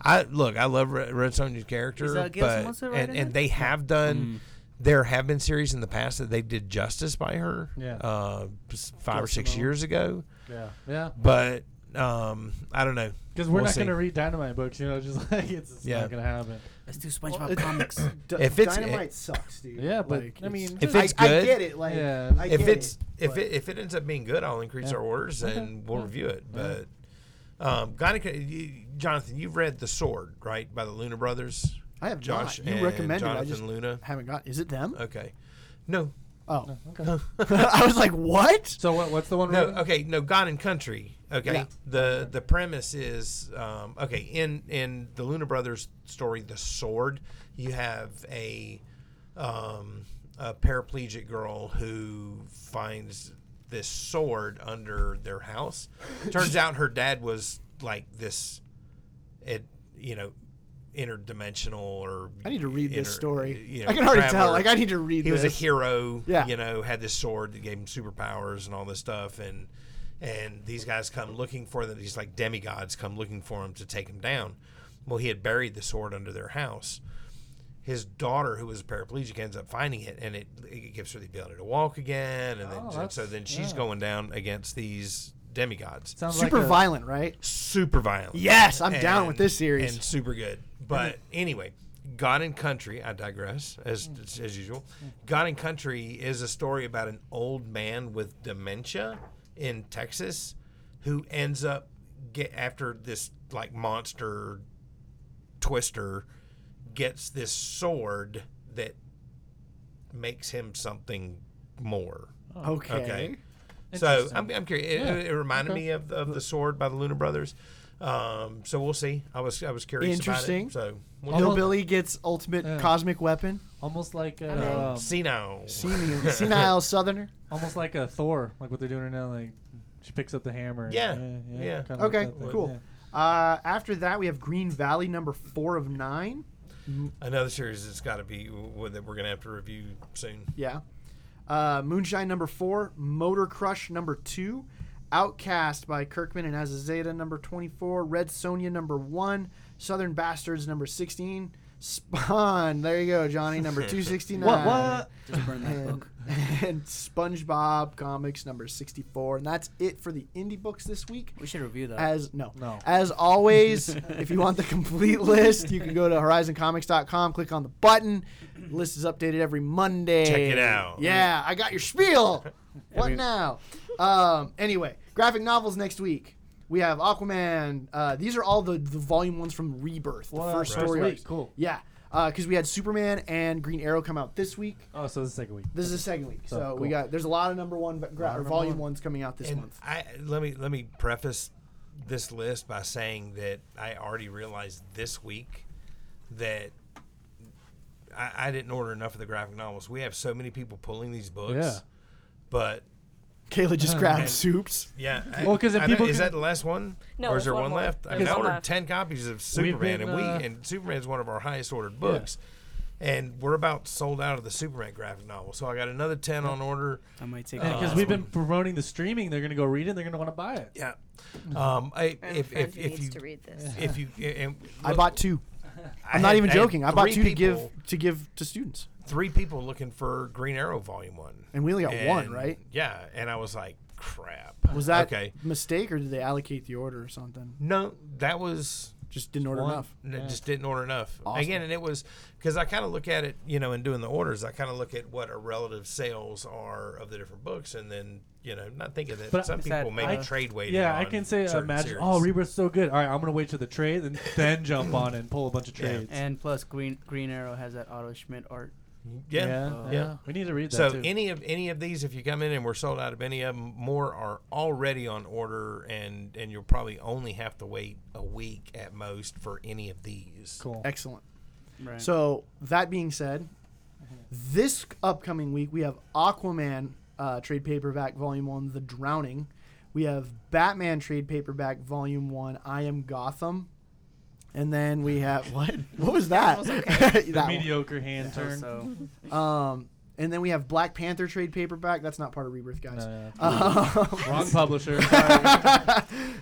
C: I look. I love Red, Red Sonja's character,
D: Is, uh, Gil
C: but
D: Simonson
C: and,
D: writing
C: and
D: it?
C: they have done. There have been series in the past that they did justice by her.
E: Yeah.
C: Uh, s- five or
A: Gil
C: six
A: Simone.
C: years ago,
E: yeah, yeah.
C: but um, I don't know.
E: Because we're
C: We'll
E: not
C: see.
E: gonna read Dynamite books, you know, just like it's, it's
C: Yeah.
E: not gonna happen.
D: Let's do SpongeBob
A: Well, it-
D: comics.
A: D-
C: if it's-
A: Dynamite sucks, dude.
E: Yeah, but
A: Like,
E: I mean,
C: If
E: just-
C: it's
A: I, I
C: good-
A: get it. Like,
E: Yeah.
A: I
C: If
A: get
C: it's if
A: but-
C: it if it ends up being good, I'll increase
E: Yeah.
C: our orders
E: Okay.
C: and we'll
E: Yeah.
C: review it.
E: Yeah.
C: But um, Gonica, you, Jonathan, you've read The Sword, right, by the Luna brothers,
A: I have
C: Josh
A: not. You
C: and
A: recommended.
C: Jonathan
A: I just
C: Luna.
A: haven't got. Is it them?
C: Okay, no,
A: Oh,
E: okay.
A: I was like, what?
E: so what? What's the one?
C: No, uh,
E: we're-
C: okay, no, God and Country. Okay,
A: Yeah.
C: the the premise is um, okay in in the Luna Brothers story, the sword. You have a um, a paraplegic girl who finds this sword under their house. Turns out her dad was like this, it you know, interdimensional or
A: I need to read this
C: inter-
A: story.
C: You know,
A: I can already tell.
C: traveler
A: Like, I need to read
C: he
A: this.
C: was a hero.
A: Yeah.
C: you know, had this sword that gave him superpowers and all this stuff, and and these guys come looking for them. These like demigods come looking for him to take him down. Well, he had buried the sword under their house. His daughter, who was paraplegic, ends up finding it, and it, it gives her the ability to walk again. And
E: Oh,
C: then and so
E: that's-
C: then she's
E: yeah.
C: going down against these demigods.
E: Sounds
A: Super
E: like a-
A: violent, right?
C: Super violent.
A: Yes, I'm down with this series.
C: And super good. But anyway, God and Country, I digress as as usual. God and Country is a story about an old man with dementia in Texas who ends up get after this like monster twister gets this sword that makes him something more.
A: Okay.
C: Okay. So I'm, I'm curious. It, it- it reminded me of, of the sword by the Luna Brothers. Um, so we'll see. I was I was curious.
A: Interesting.
C: About it, so we'll
E: Almost-
A: Hillbilly gets ultimate
E: Yeah.
A: cosmic weapon.
E: almost like uh, um,
C: see now.
A: Senile, senile Southerner.
E: almost like a Thor, like what they're doing right now. Like she picks up the hammer.
C: Yeah,
E: yeah.
C: yeah.
E: kinda like
A: Okay,
E: that thing,
A: cool.
E: yeah.
A: Uh, after that, we have Green Valley number four of nine.
C: Another series that's got to be one that we're gonna have to review soon.
A: Yeah. Uh, Moonshine number four, Motor Crush number two, Outcast by Kirkman and Azazeta number 24, Red Sonia number one, Southern Bastards number 16, Spawn. There you go, Johnny. Number two sixty nine.
E: What? What?
D: Just burn that
A: And,
D: book.
A: and SpongeBob Comics number sixty four, and that's it for the indie books this week.
D: We should review that.
A: As no,
E: No.
A: As always, if you want the complete list, you can go to horizoncomics.com, click on the button. list is updated every Monday.
C: Check it out.
A: Yeah, I got your spiel. What
D: Every-
A: now? Um, anyway, graphic novels next week. We have Aquaman. Uh, these are all the, the volume ones from Rebirth, the
E: Well,
A: first
E: first
A: story
E: week,
A: arcs.
E: cool.
A: Yeah, because we had Superman and Green Arrow come out this week.
E: Oh, so this is the second week.
A: This is the second week, so
E: Oh,
A: we
E: cool.
A: got there's a lot of number one gra- or
E: number
A: volume
E: one.
A: ones coming out this
C: and
A: month.
C: I let me let me preface this list by saying that I already realized this week that I, I didn't order enough of the graphic novels. We have so many people pulling these books,
E: Yeah.
C: but
A: Kayla just grabbed
C: And-
A: soups.
C: yeah, I-
E: Well, 'cause if
C: I know-
E: people
C: is
E: can-
C: that the last one?
B: No,
C: or
B: there's
C: is there
B: one
C: one,
B: more.
C: left? I
B: There's
C: mean, I
B: one
C: ordered
B: left.
C: ten copies of Superman,
E: been,
C: and we
E: uh,
C: and Superman's one of our highest ordered books. And we're about sold out of the Superman graphic novel, so I got another ten on order.
D: I might
C: Oh,
D: take
E: Because
D: that.
E: we've been promoting the streaming, they're gonna go read it. They're gonna want to buy it.
C: Yeah,
A: Mm-hmm.
C: um, I,
B: I have a
C: if
B: friend
C: if,
B: who
C: if
B: needs
C: you
B: to read this.
C: if you and
A: I
C: look,
A: bought two.
C: I
A: I'm not
C: had-
A: even
C: I had
A: joking. I bought
C: three
A: two to give
C: people-
A: to give to students,
C: three people looking for Green Arrow Volume One,
A: and we only got one,
C: And-
A: right?
C: Yeah, and I was like, crap.
A: Was that
C: okay?
A: mistake or did they allocate the order or something?
C: No, that was
A: Just didn't order
E: One.
A: enough.
C: n-
E: Yeah.
C: just didn't order enough
A: Awesome.
C: again, and it was because I kind of look at it, you know, in doing the orders, I kind of look at what our relative sales are of the different books, and then you know, not thinking that
E: But
C: some
D: is
C: people
D: that-
C: may
E: I-
C: trade waiting.
E: Yeah, I
C: on
E: can say
C: certain
E: imagine.
C: series.
E: Oh, Rebirth's so good. All right, I'm gonna wait till the trade and then jump on and pull a bunch of
C: Yeah.
E: trades.
D: and plus, Green Green Arrow has that Otto Schmidt art.
C: yeah,
E: yeah,
C: yeah.
E: yeah. We need to read that
C: So
E: too.
C: any of any of these, if you come in and we're sold out of any of them, more are already on order, and and you'll probably only have to wait a week at most for any of these.
E: cool.
A: Excellent.
D: Right.
A: So that being said, this upcoming week we have Aquaman uh, trade paperback volume one, The Drowning. We have Batman trade paperback volume one, I Am Gotham. And then we have what? What was that? That one.
E: mediocre hand turn.
D: so
A: Um, and then we have Black Panther trade paperback. That's not part of Rebirth, guys.
E: No, no,
A: Um,
E: no. Uh, Wrong publisher.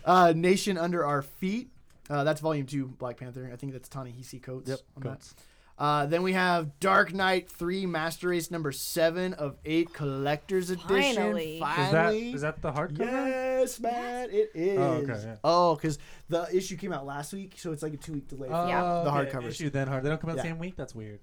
A: uh, Nation Under Our Feet. Uh, that's volume two, Black Panther. I think that's Ta-Nehisi Coates.
E: Yep,
A: on that. Uh, then we have Dark Knight 3 Master Race number 7 of 8 Collector's Edition.
B: Finally. Is
E: Is that
A: Finally.
E: is that the hardcover?
A: Yes, man, it is.
E: Oh, okay, yeah.
A: Oh, because the issue came out last week, so it's like a two week delay.
E: Oh,
B: Yeah.
A: The
E: okay.
A: hardcovers.
E: Issue then hard. They don't come out the
A: Yeah.
E: same week. That's weird.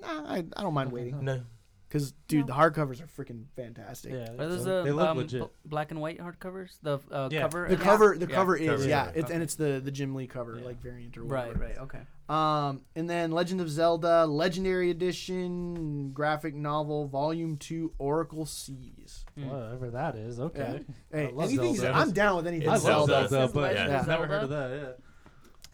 A: Nah, I, I don't mind waiting.
C: No,
A: Because, dude, the hardcovers are freaking fantastic.
E: Yeah,
D: are those the
E: they look
D: um,
E: legit.
D: bl- black and white hardcovers? The uh,
E: Yeah.
D: cover.
A: The
D: I guess?
A: cover, the
D: Yeah.
A: cover is,
C: Cover,
A: yeah,
C: yeah.
A: It's, and it's the the Jim Lee cover,
E: Yeah.
A: like variant or whatever.
D: Right. Right. Okay.
A: Um, and then Legend of Zelda Legendary Edition graphic novel volume two Oracle Seas.
E: Whatever that is. Okay.
A: Hey,
E: love
A: anything
E: Zelda.
A: I'm down with anything
E: I love
C: It's
E: Zelda,
C: Zelda.
E: but
C: Yeah.
E: I've
B: Zelda.
E: never heard of that.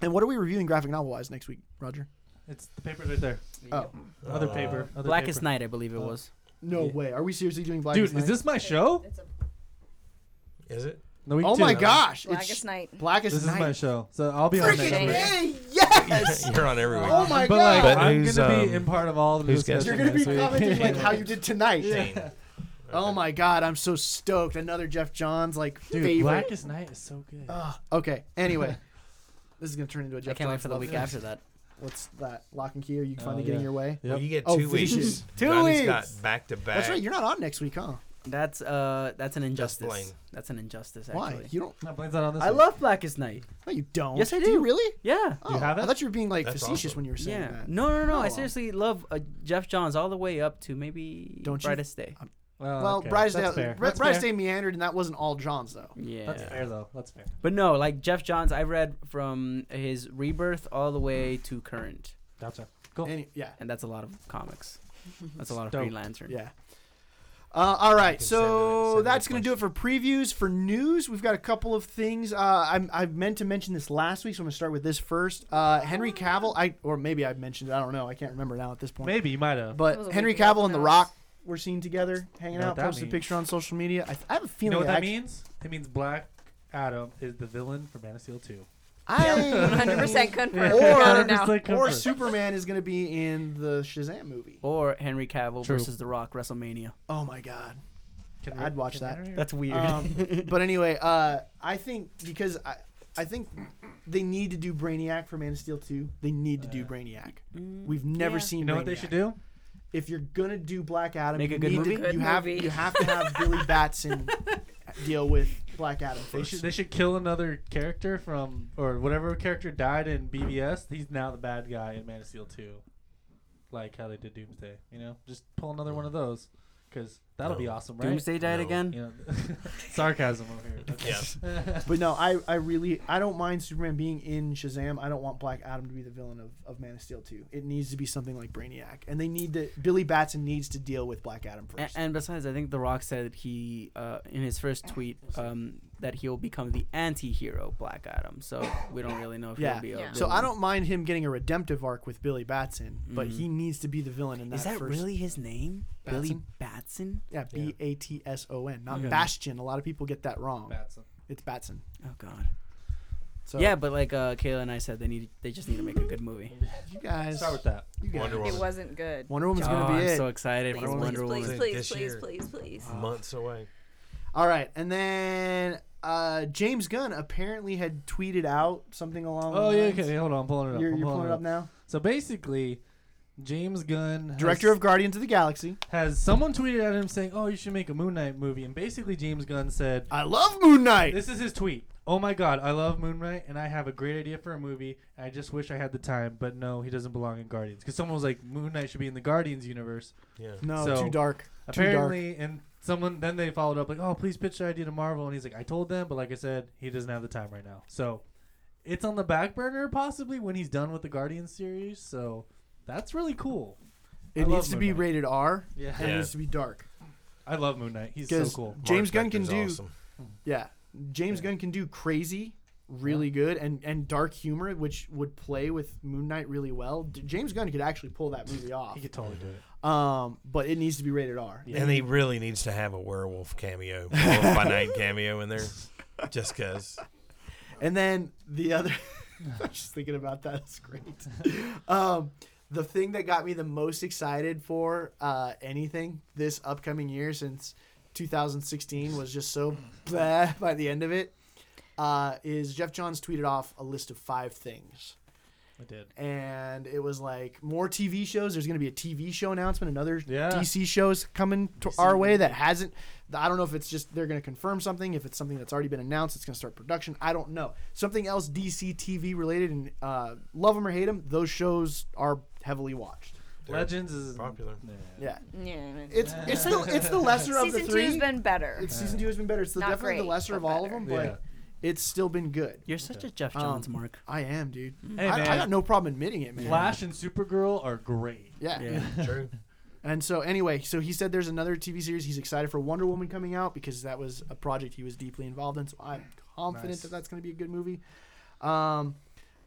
A: And what are we reviewing graphic novel wise next week, Roger?
E: Yeah. It's the paper's right there.
A: Oh.
E: Other
C: Uh,
E: paper. Other
D: Blackest
E: paper.
D: Night, I believe it
E: Oh.
D: was.
A: No
E: Yeah.
A: way. Are we seriously doing Black?
E: Dude, is this my show?
B: It's a
C: Is it?
E: No, we
A: Oh
E: do
A: my
E: that.
A: gosh!
B: Blackest Night.
A: Blackest
E: This is
A: night.
E: my show, so I'll be on
A: Freaking
E: next week.
A: hey, yes!
C: You're on every week.
A: oh my
E: But
A: god!
E: like,
C: But
E: I'm
C: who's,
E: gonna
C: um,
E: be in part of all the
C: who's guessing?
A: You're gonna be
E: discussion next
A: commenting
E: week.
A: like how you did tonight.
C: Thing.
A: Oh
C: Okay.
A: my god! I'm so stoked. Another Jeff Johns like
E: Dude,
A: favorite. Uh,
E: Blackest Night is so good.
A: Ugh, okay. Anyway, this is gonna turn into a Jeff.
D: I can't wait
A: Johns
D: for the
A: love
D: week
A: fest.
D: after that.
A: What's that? Lock and key? Are you
E: Oh,
A: finally getting
E: yeah.
A: your way?
E: Yep.
C: Well, you get
A: Oh,
C: two
A: Visions.
C: weeks.
A: Two
C: Johnny's
A: weeks.
C: got back to back.
A: That's right. You're not on next week, huh?
D: That's uh, that's an injustice.
C: Blaine.
D: That's an injustice.
A: Why?
D: Actually,
A: You don't?
E: No, Blaine's not on this
D: I
E: one.
D: love Blackest Night.
A: No, you don't.
D: Yes, I
A: you
D: do.
A: really?
D: Yeah.
A: Oh,
E: have
A: I
E: it?
A: thought you were being like
C: That's
A: facetious
C: awesome.
A: when you were saying
D: Yeah.
A: that.
D: No, no, no,
A: Oh.
D: I seriously love uh, Jeff Johns all the way up to maybe
A: Don't you-
D: Brightest Day.
E: Well,
A: Well,
E: Uh, Oh, okay.
A: Bryce
E: That's
A: Day,
E: fair.
A: Bri-
E: That's
A: Bryce
E: fair.
A: Day meandered, and that wasn't all John's though.
D: Yeah.
E: That's fair though. That's fair.
D: But no, like Jeff Johns, I've read from his rebirth all the way to current,
E: Gotcha. Cool.
A: Any, yeah,
D: and that's a lot of comics. That's a lot of
E: Dope.
D: Green Lantern.
A: yeah. Uh, all right,
C: can send it-
A: so
C: send it
A: that's
C: a
A: going to do it for previews. For news, we've got a couple of things. Uh, I'm, I meant to mention this last week, so I'm going to start with this first. Uh, Henry Cavill, I or maybe I mentioned it. I don't know. I can't remember now at this point.
E: Maybe you might have.
B: was
A: But
B: a week
A: Henry
B: ago,
A: Cavill and The
B: guys.
A: Rock were seen together, hanging
E: You know
A: out,
E: what that
A: posted a
E: means.
A: picture on social media. I, I have a
E: You
A: feeling
E: know what that
A: act-
E: means? It means Black Adam is the villain for Man of Steel 2.
A: I,
B: 100% confirmed.
A: Or-
B: Got it now.
E: Just like
A: or
E: comfort.
A: Superman is going to be in the Shazam movie.
D: Or Henry Cavill
E: True.
D: versus The Rock WrestleMania.
A: Oh my god.
E: Can
A: I'd
E: we-
A: watch
E: can
A: that.
E: we-
D: That's weird.
A: Um, but anyway, uh, I think because I, I think they need to do Brainiac for Man of Steel 2. They need to do Brainiac. We've never
B: yeah.
A: seen.
E: You know what they should do?
A: If you're gonna do Black Adam,
D: Make
A: you
D: a good
A: need
D: movie?
A: To,
B: Good
A: you have
B: movie.
A: you have to have Billy Batson deal with Black Adam
E: They
A: first.
E: should, they should kill another character from or whatever character died in BBS. He's now the bad guy in Man of Steel Two, like how they did Doomsday. You know, just pull another one of those because that'll be
C: No.
E: awesome, right?
D: Doomsday died
C: No.
D: again.
E: You know, sarcasm over here.
C: Yes.
A: But no, I, I really I don't mind Superman being in Shazam. I don't want Black Adam to be the villain of, of Man of Steel 2. It needs to be something like Brainiac. And they need to Billy Batson needs to deal with Black Adam
D: A-
A: first.
D: and besides, I think The Rock said he uh, in his first tweet um, that he'll become the anti-hero Black Adam. So we don't really know if
A: Yeah.
D: he'll be.
B: Yeah.
D: A
A: so
D: villain.
A: I don't mind him getting a redemptive arc with Billy Batson, but he
E: Mm-hmm.
A: needs to be the villain in that
D: Is that
A: first.
D: really his name, Billy Batson?
A: Yeah, B A T S O N, not
E: Yeah.
A: Bastion. A lot of people get that wrong.
E: Batson.
A: It's Batson.
D: Oh God.
A: So
D: Yeah, but like uh, Kayla and I said, they need they just need to make a good movie.
A: you guys,
E: Start with that.
A: you guys.
C: Wonder
B: It
C: Woman.
B: wasn't good.
A: Wonder Woman's
D: oh,
A: gonna be
D: I'm
A: it.
D: so excited
B: Please,
D: for
B: please,
D: Wonder
B: please,
D: Woman.
B: please,
C: This
B: please,
C: year.
B: please, please.
C: Months away.
A: All right, and then uh, James Gunn apparently had tweeted out something along.
E: Oh
A: the
E: yeah,
A: lines.
E: okay. Hold on, I'm pulling it up.
A: You're,
E: I'm
A: you're pulling it up now.
E: So basically, James Gunn,
A: Director
E: has,
A: of Guardians of the Galaxy.
E: has someone tweeted at him saying, "Oh, you should make a Moon Knight movie." And basically, James Gunn said,
A: I love Moon Knight.
E: This is his tweet. Oh my god, I love Moon Knight, and I have a great idea for a movie. I just wish I had the time, but no, he doesn't belong in Guardians. Because someone was like, Moon Knight should be in the Guardians universe.
C: Yeah.
A: no,
E: so-
A: too dark. dark.
E: Apparently, and someone then they followed up like, oh, please pitch the idea to Marvel, and he's like, I told them, but like I said, he doesn't have the time right now. So it's on the back burner possibly when he's done with the Guardians series. So that's really cool. I
A: It
E: love
A: needs to
E: Moon
A: be
E: Knight.
A: rated R.
E: Yeah,
A: And it
C: Yeah.
A: needs to be dark.
E: I love Moon Knight. He's so
A: 'Cause
E: cool.
A: James Gunn
C: Mark
A: can
C: Spector's
A: do.
C: awesome.
A: Yeah, James
E: Yeah.
A: Gunn can do crazy, really good, and and dark humor, which would play with Moon Knight really well. D- James Gunn could actually pull that movie off.
E: He could totally do it.
A: Um, but it needs to be rated R.
C: And he really needs to have a werewolf cameo, werewolf by night cameo in there, just because.
A: And then the other, I was just thinking about that. It's great. Um, the thing that got me the most excited for uh, anything this upcoming year since 2016 was just so blah by the end of it uh, is Jeff Johns tweeted off a list of five things.
E: I did.
A: And it was like more TV shows. There's going to be a TV show announcement. Another
E: Yeah.
A: DC shows coming to our way that hasn't. I don't know if it's just they're going to confirm something. If it's something that's already been announced, it's going to start production. I don't know. Something else DC TV related and uh, love them or hate them, those shows are heavily watched.
C: They're
E: Legends is
C: popular.
A: Yeah,
B: Yeah.
A: it's it's the it's the lesser of the
B: Season two's
A: three.
B: been better.
A: It's season two has been better. It's the,
B: Not
A: definitely the
B: great,
A: lesser
B: but
A: of all of
B: better.
A: them, but
E: Yeah.
A: it's still been good.
D: You're such a Jeff
A: Um,
D: Johns, Mark.
A: I am, dude.
E: Hey,
A: I, I
E: man.
A: got no problem admitting it, man.
E: Flash and Supergirl are great.
A: Yeah.
D: Yeah.
C: True.
A: And so anyway, so he said there's another TV series. He's excited for Wonder Woman coming out because that was a project he was deeply involved in. So I'm confident
E: Nice.
A: that that's going to be a good movie. Um,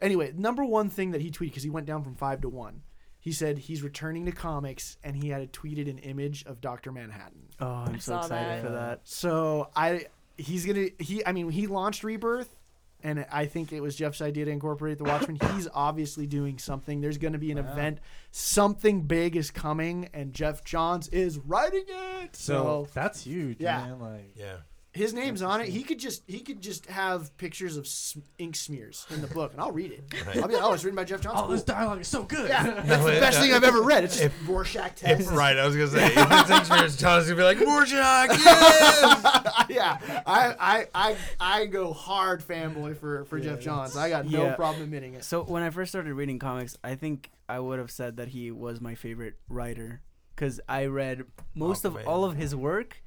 A: anyway, number one thing that he tweeted because he went down from five to one. He said he's returning to comics, and he had tweeted an image of Doctor Manhattan.
D: Oh, I'm so
B: saw
D: excited
B: that.
D: for that.
A: So I, he's gonna he. I mean, he launched Rebirth, and I think it was Jeff's idea to incorporate the Watchmen. he's obviously doing something. There's gonna be an event. Something big is coming, and Jeff Johns is writing it.
E: So
A: So,
E: that's huge,
A: Yeah.
E: man. Like
C: Yeah.
A: his name's on it. He could just he could just have pictures of s- ink smears in the book, and I'll read it.
C: Right.
A: I'll be like, oh, it's written by Jeff Johns.
E: Oh, this
A: Cool.
E: dialogue is so good.
A: Yeah, that's the
C: it-
A: best thing I've ever read. It's just
C: if-
A: Rorschach test.
C: If, right, I was gonna say if it's experience, John's gonna be like Rorschach. Yes.
A: yeah, I, I I I go hard fanboy for for Jeff Johns. I got no
D: Yeah.
A: problem admitting it.
D: So when I first started reading comics, I think I would have said that he was my favorite writer because I read most of
C: Aquaman.
D: all of his work,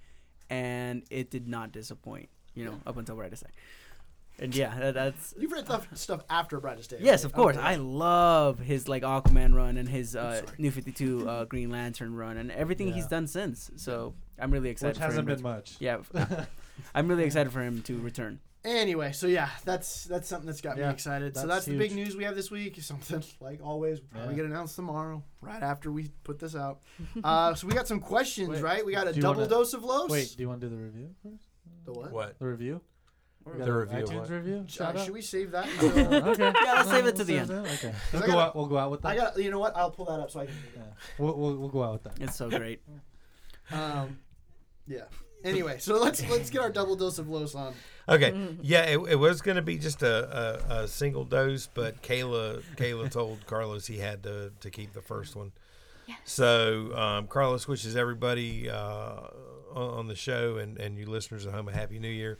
D: and it did not disappoint. You know, up until Bright as Day. And yeah, that, that's
A: You've read stuff stuff after Brightest Day.
D: yes,
A: right?
D: of course.
A: Okay.
D: I love his like Aquaman run and his uh,
A: sorry.
D: New Fifty Two uh, Green Lantern run and everything he's
E: Yeah.
D: done since. So I'm really excited.
E: Which
D: for him
E: hasn't been
D: to-
E: much.
D: Yeah, I'm really excited for him to return.
A: Anyway, so yeah, that's that's something that's got
E: Yeah,
A: me excited. so
E: that's
A: that's the big
E: huge.
A: news we have this week. Something like always, we probably
E: Yeah.
A: get announced tomorrow, right after we put this out. Uh, so we got some questions,
E: Wait,
A: right? We got a
E: do you
A: double
E: wanna-
A: dose of Los.
E: Wait, do you want to do the review first?
A: the what?
C: What?
E: The review? We got
C: The
E: a
C: review of
E: iTunes
C: what?
E: review?
A: Uh,
E: Shout out?
A: should we save that?
E: Uh,
A: until-
E: okay.
D: Yeah, let's save it to
E: We'll
D: the end.
E: that. Okay.
A: I
E: We'll go
A: gotta-
E: out. We'll go out with that.
A: I got. You know what? I'll pull that up so I can.
E: yeah. We'll, we'll we'll go out with that.
D: It's so great.
A: Um, yeah. Anyway, so let's let's get our double dose of Los on.
C: Okay. Yeah, it, it was going to be just a, a, a single dose, but Kayla Kayla told Carlos he had to, to keep the first one. So um, Carlos wishes everybody uh, on on the show and, and you listeners at home a happy new year,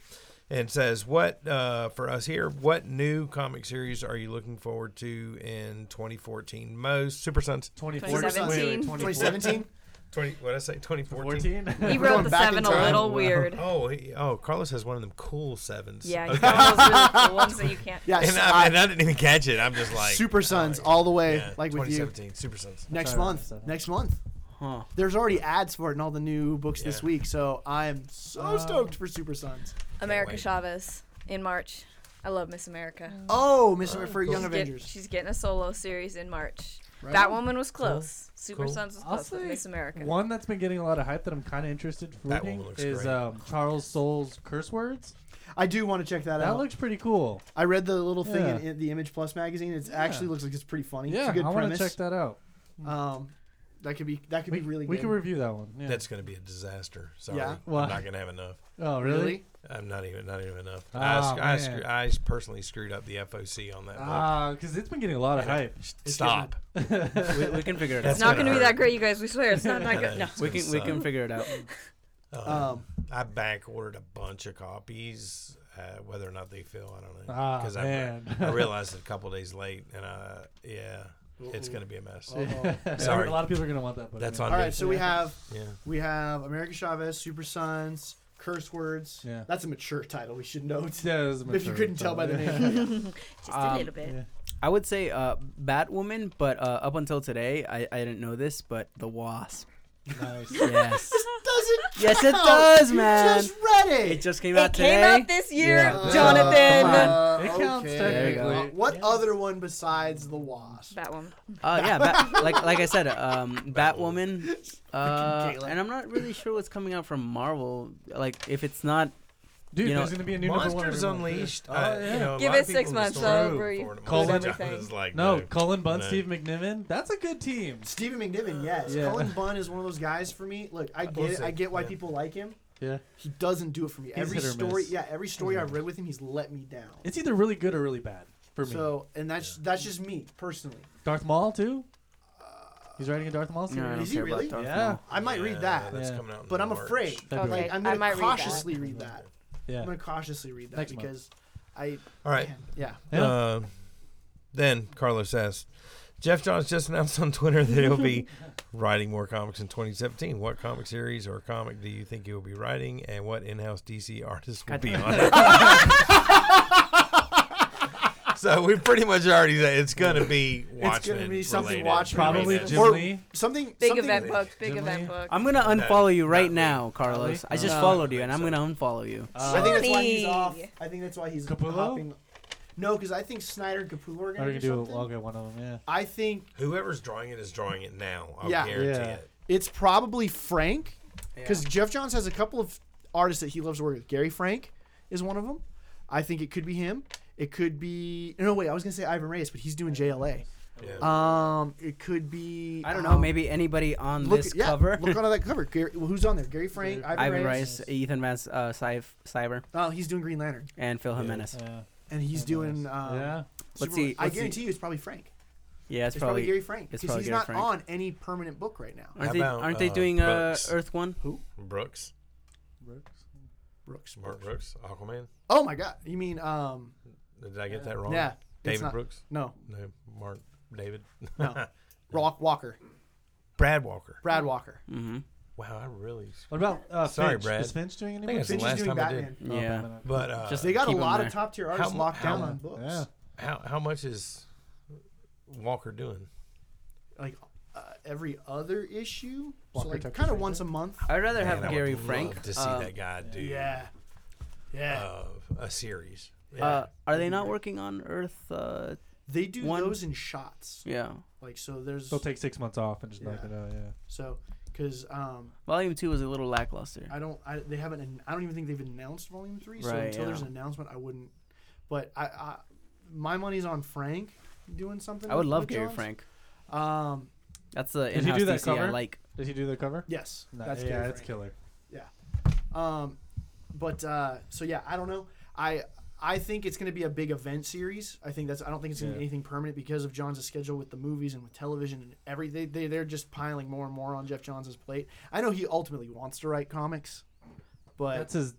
C: and says what uh, for us here. What new comic series are you looking forward to in 2014? Most Super Sons
B: 2017.
A: 2017.
C: 20. What I say 2014.
E: 14?
B: He
A: We're going
B: wrote the
A: back in
B: seven
A: time.
B: a little
A: Wow.
B: weird.
C: Oh, he, oh, Carlos has one of them cool sevens.
B: Yeah, you
C: Okay.
B: know those really cool ones that you can't.
A: Yeah,
C: and, I, and I didn't even catch it. I'm just like
A: uh, Super Sons
E: oh,
A: all the way,
C: yeah,
A: like with you.
C: 2017 Super Sons.
A: Next
E: Sorry,
A: month.
E: seven.
A: Next month.
D: Huh.
A: There's already ads for it in all the new books this
C: Yeah.
A: week, so I'm so
E: Um,
A: stoked for Super Sons.
B: America
C: wait.
B: Chavez in March. I love Miss America.
A: Oh, Miss for Young
B: She's, get-
A: Avengers.
B: she's getting a solo series in March.
A: Right
B: That
A: on.
B: woman was close. Super
C: Cool.
B: Sons was
E: I'll
B: close with
E: say
B: Miss America.
E: One that's been getting a lot of hype that I'm kind of interested for
C: That
E: reading
C: one looks
E: is
C: great.
E: um, Charles Soule's Curse Words.
A: I do want to check that,
E: That
A: out.
E: looks pretty cool.
A: I read the little thing in,
E: Yeah.
A: in the Image Plus magazine. It actually looks like it's pretty funny.
E: Yeah,
A: it's a good
E: I want to
A: premise.
E: check that out.
A: Um, that could be that could
E: We,
A: be really
E: we
A: good.
E: can review that one. Yeah.
C: That's going to be a disaster. Sorry,
A: Yeah.
E: Why?
C: I'm not going to have enough.
E: oh, really?
A: really.
C: I'm not even not even enough.
A: Oh,
C: I,
E: Ah,
C: sc- I,
E: man.
C: screw, I personally screwed up the FOC on that. book.
E: Ah, because it's been getting a lot of hype.
C: Stop.
D: we, we can figure it
C: That's
D: out.
B: it's not
C: gonna
B: going to be
C: hurt.
B: that great, you guys. We swear, it's not that good. No.
D: We can we can figure it out.
A: Um,
C: Uh, I back ordered a bunch of copies. Uh, whether or not they fill, I don't know.
E: Ah,
C: I, re-
E: man.
C: I realized it a couple days late, and I yeah, it's going to be a mess.
A: Uh-oh.
C: Sorry.
E: Oh, a lot of people are gonna want that book.
C: That's
E: yeah.
C: on
A: Oh. All
C: me.
A: right, so we have
C: yeah.
A: we have America Chavez, Super Sons, Curse Words.
E: Yeah.
A: That's a mature title. We should note.
E: Yeah, it was
A: If you
E: mature,
A: couldn't tell by the name.
B: Just a little bit.
D: I would say uh, Batwoman, but uh, up until today, I, I didn't know this, but the Wasp.
E: Nice.
D: Yes,
A: Doesn't
D: yes, it
A: count.
D: does,
A: You
D: man.
A: Just read it.
D: It just came out
B: It
D: today.
B: came out this year,
A: Oh,
D: Yeah.
B: Jonathan.
D: Come on.
A: Uh,
E: It counts
A: okay.
D: There you go.
A: Uh,
E: technically.
A: what other one besides the Wasp?
B: That one.
D: Uh, yeah, Bat, like like I said, um, Batwoman, uh,
A: Kayla.
D: and I'm not really sure what's coming out from Marvel. Like if it's not,
E: Dude,
D: You know,
E: there's gonna be a new number one
C: Monsters
E: every month.
C: Unleashed.
E: Oh,
C: uh,
E: yeah.
C: you know, a
B: Give
C: lot
B: it
C: of
B: six
C: people
B: months,
C: just throw
B: though,
C: for
B: Bree.
C: it.
E: Call
C: Monsters
E: them
C: Unleashed is like,
E: No,
C: no.
E: Cullen Bunn,
C: No.
E: Steve McNiven. That's a good team.
A: Stephen McNiven, yes.
E: Yeah.
A: Colin Bunn is one of those guys for me. Look, I
C: We'll
A: get it. I
C: see.
A: get why
C: Yeah.
A: people like him.
E: Yeah.
A: He doesn't do it for me. every
E: hit or
A: story,
E: miss.
A: yeah, every story I've read with him, he's let me down.
E: It's either really good or really bad for me.
A: So, and that's that's just me personally.
E: Darth Maul too. He's writing a Darth Maul
D: you know, I
E: series.
D: don't
A: Is he
D: care about
A: really?
D: Darth
E: Yeah.
D: Maul.
A: I might read
C: Yeah,
A: that,
C: That's
E: Yeah.
C: coming out in
A: but I'm
C: March.
A: afraid.
E: February.
A: Like, I'm
B: I
A: gonna
B: might read that.
A: cautiously read that.
E: Yeah.
A: I'm gonna cautiously read that
E: Next month.
A: because
C: All
A: I,
C: right.
A: yeah.
E: Yeah.
C: Uh, then Carlos asked, Jeff Johns just announced on Twitter that he'll be writing more comics in 2017. What comic series or comic do you think he will be writing, and what in-house DC artist will be on it? so we pretty much already said it's going to be Watchmen.
A: it's gonna be something
C: related.
A: Watchmen,
E: Probably
A: related.
E: Jim
A: or
E: Lee.
A: something.
B: Big
A: something-
B: event book. Big
E: Jim Lee?
B: event book.
D: I'm gonna unfollow you right
C: not
D: now, Carlos. I just
A: No.
D: followed you, and I'm gonna unfollow you.
E: Uh,
A: I think that's why he's
B: Johnny.
A: off. I think that's why he's
E: Capullo?
A: hopping. No, because I think Snyder and Capullo are
E: Or
A: gonna
E: we
A: do
E: could do
A: something.
E: a, okay, one of them.
A: I think
C: Whoever's drawing it is drawing it now. I
A: Yeah.
C: guarantee
E: Yeah.
C: it.
A: it's probably Frank, because Jeff Johns has a couple of artists that he loves to work with. Gary Frank is one of them. I think it could be him. It could be no wait. I was gonna say Ivan Reyes, but he's doing JLA.
C: Yeah.
A: Um, it could be
D: I don't know,
A: um,
D: maybe anybody on
A: look,
D: this
A: yeah,
D: cover.
A: look on that cover. Gary, well, who's on there? Gary Frank, Ivan,
D: Ivan
A: Reyes.
D: Rice, Ethan Vance, uh, Cy- Cyber,
A: Oh, he's doing Green Lantern,
D: and Phil Jimenez.
E: Yeah. Yeah.
A: and he's doing. Um,
E: yeah.
D: Let's
A: Superman.
D: see,
A: I
D: let's see.
A: guarantee you, it's probably Frank.
D: Yeah, it's,
A: It's, probably, Gary Frank
D: it's
A: because
D: probably
A: he's
D: Gary
A: not
D: Frank.
A: on any permanent book right now.
D: Aren't
C: How
D: they,
C: about,
D: aren't they
C: uh,
D: doing uh,
C: Brooks?
D: Earth One?
C: Brooks,
A: Brooks.
C: Mark Brooks, Aquaman.
A: Oh my God! You mean um?
C: Did I get that wrong?
A: Yeah, it's
C: David
A: not-
C: Brooks.
A: No,
C: No, Mark. David.
A: no. Rock Walker,
C: Brad Walker.
A: Brad Walker.
D: Mm-hmm.
C: Wow, I really.
E: What about uh,
C: Sorry,
E: Finch?
C: Brad.
E: Is Finch doing any
C: I think
E: more?
C: it's the
A: Finch
E: Finch?
A: is
C: last
A: doing
C: time I did.
A: Batman.
D: Yeah.
C: But uh,
D: Just-
A: They got
D: Keep
A: a
D: him
A: lot of
D: there.
A: top tier artists
C: How-
A: locked
C: how-
A: down on books.
E: Yeah.
C: How how much is Walker doing?
A: Like uh, every other issue, so
E: Walker
A: like
E: Texas
A: kind of
E: Ranger.
A: once a month.
D: I'd rather have
C: Man, I
D: Gary
C: would
D: Frank.
C: love to see
D: um,
C: that guy do
A: Yeah, uh, yeah.
C: of a series. Yeah.
D: uh, are they not working on Earth? Uh,
A: they do
D: one-
A: those in shots.
D: yeah,
A: Like so, there's
E: They'll take six months off and just knock
A: Yeah.
E: it out. Yeah.
A: so because um,
D: Volume Two was a little lackluster.
A: I don't, I, they haven't, an- I don't even think they've announced Volume Three. so
D: Right,
A: until there's
D: yeah.
A: an announcement, I wouldn't. But I, I my money's on Frank doing something.
D: I would
A: with-
D: love
A: with
D: Gary
A: Johns.
D: Frank.
A: Um,
D: That's the
E: he
D: in-house
E: do that
D: DC I
E: cover?
D: like.
E: Did he do the cover?
A: yes,
E: No,
A: that's
E: yeah,
A: Gary
E: that's
A: Frank.
E: killer.
A: Um, but uh, so yeah, I don't know. I I think it's going to be a big event series. I think that's. I don't think it's going to be
E: Yeah.
A: anything permanent because of John's schedule with the movies and with television and everything. They, they they're just piling more and more on Jeff Johns' plate. I know he ultimately wants to write comics, but
E: That's his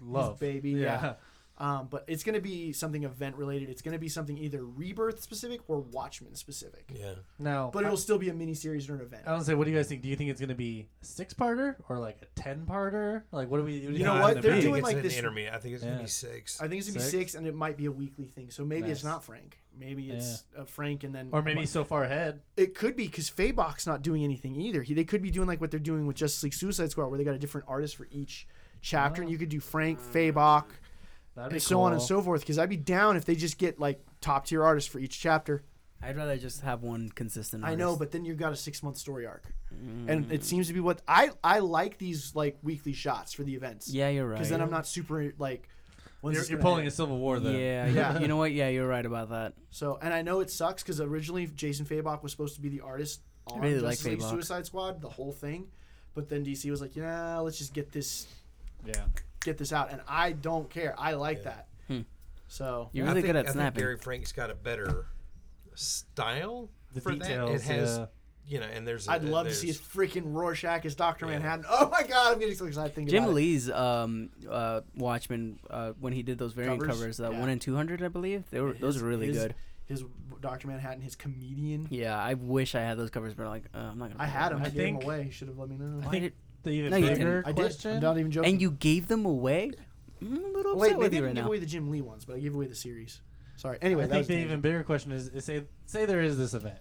E: love,
A: baby, yeah. um, but it's going to be something event related. It's going to be something either Rebirth specific or Watchmen specific.
C: Yeah.
E: Now,
A: But
E: I-
A: it'll still be a mini series or an event.
E: I don't say. What do you guys think? Do you think it's gonna be a six-parter or like a ten-parter? Like, what do we?
A: You know
C: I
A: what?
C: think
A: They're
C: it's
A: doing
C: an
A: like this-
C: Intermediate. I think it's gonna
E: Yeah.
C: be six.
A: I think it's gonna
E: Six?
A: be six, and it might be a weekly thing. So maybe it's
E: Nice.
A: not Frank. Maybe it's uh, Frank, and then
E: Or maybe so far ahead.
A: it could be because Faybox not doing anything either. He, they could be doing like what they're doing with Justice League Suicide Squad, where they got a different artist for each chapter, and you could do Frank, Faybach,
E: Oh. That'd be
A: and so on and
E: cool.
A: so forth. Because I'd be down if they just get like top tier artists for each chapter.
D: I'd rather just have one consistent.
A: I know,
D: artist.
A: but then you've got a six month story arc, and
D: Mm.
A: it seems to be what I I like these like weekly shots for the events.
D: yeah, you're right.
A: Because then I'm not super like. when's
E: You're,
A: this
E: you're
A: gonna
E: pulling a Civil War then.
D: Yeah,
A: Yeah.
D: yeah. You know what? Yeah, you're right about that.
A: So, and I know it sucks because originally Jason Fabok was supposed to be the artist on
D: really like
A: Justice League
D: Fabok.
A: Suicide Squad, the whole thing, but then DC was like, "Yeah, let's just get this,
E: Yeah.
A: get this out." And I don't care. I like that.
D: Hmm.
A: So,
D: You're
C: I
D: really
C: think-
D: good at
C: I
D: snapping.
C: Think Gary Frank's got a better style
E: The
C: for
E: details.
C: that. It has,
E: yeah.
C: you know, and there's. i
A: I'd love to see his freaking Rorschach as Doctor
C: Yeah.
A: Manhattan. Oh my god, I'm getting so excited thinking
D: Jim
A: about it.
D: Lee's um, uh, Watchmen uh, when he did those variant
A: Covers?
D: covers, uh,
A: Yeah.
D: one and two hundred, I believe. They were those
A: His-
D: were really
A: his-
D: good.
A: His Doctor Manhattan, his comedian.
D: Yeah, I wish I had those covers, but like uh, I'm not gonna.
A: I had him. I,
E: I
A: gave him
E: think-
A: away. He should have let me know.
E: I
D: Why
E: think
D: did-
E: the even
D: No, you didn't.
E: bigger
A: I did.
E: question.
A: I'm not even joking.
D: and you gave them away. I'm a little upset
A: wait, maybe I
D: with you
A: didn't
D: right
A: give
D: now.
A: away the Jim Lee ones, but I gave away the series. Sorry. Anyway,
E: I
A: that
E: think
A: was
E: the
A: tangent.
E: even bigger question is, is say say there is this event.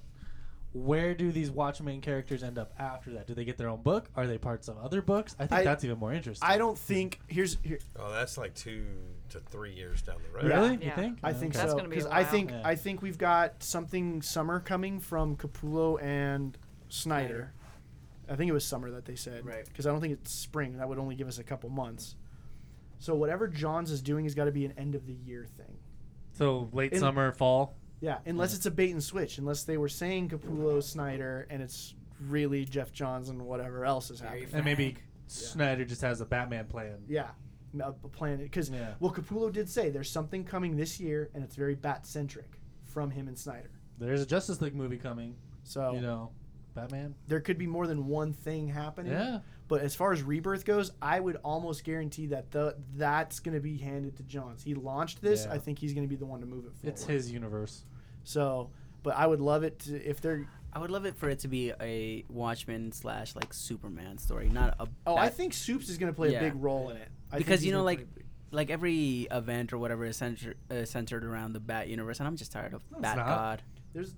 E: Where do these Watchmen characters end up after that? Do they get their own book? Are they parts of other books? I think
A: I-
E: that's even more interesting.
A: I don't think here's here,
C: Oh, that's like two to three years down the road.
E: really. You
B: Yeah.
E: think?
A: I think
B: That's
A: so
B: gonna be a
A: because I
B: while.
A: think
E: Yeah.
A: I think we've got something summer coming from Capullo and Snyder. I think it was summer that they said,
D: Right.
A: Because I don't think it's spring. That would only give us a couple months. So whatever Johns is doing has got to be an end of the year thing.
E: So late
A: In-
E: summer, fall.
A: Yeah, unless it's a bait and switch. Unless they were saying Capullo Snyder and it's really Jeff Johns and whatever else is happening.
E: And maybe Snyder just has a Batman plan.
A: Yeah, m- a a plan because
E: Yeah.
A: well Capullo did say there's something coming this year and it's very bat centric from him and Snyder.
E: There's a Justice League movie coming.
A: So
E: You know, Batman.
A: there could be more than one thing happening.
E: Yeah.
A: But as far as rebirth goes, I would almost guarantee that the that's going to be handed to Johns. He launched this.
E: Yeah.
A: I think he's going to be the one to move it forward.
E: It's his universe.
A: So, but I would love it to, if they're.
D: I would love it for it to be a Watchmen slash like Superman story, not a.
A: Oh, I
D: Bat-
A: think Soups is going to play
D: Yeah.
A: a big role in it. I think
D: Because,
A: he's
D: you know,
A: gonna
D: like-
A: play a big-
D: like every event or whatever is centered uh, centered around the Bat universe, and I'm just tired of Bat
E: not.
D: God.
A: there's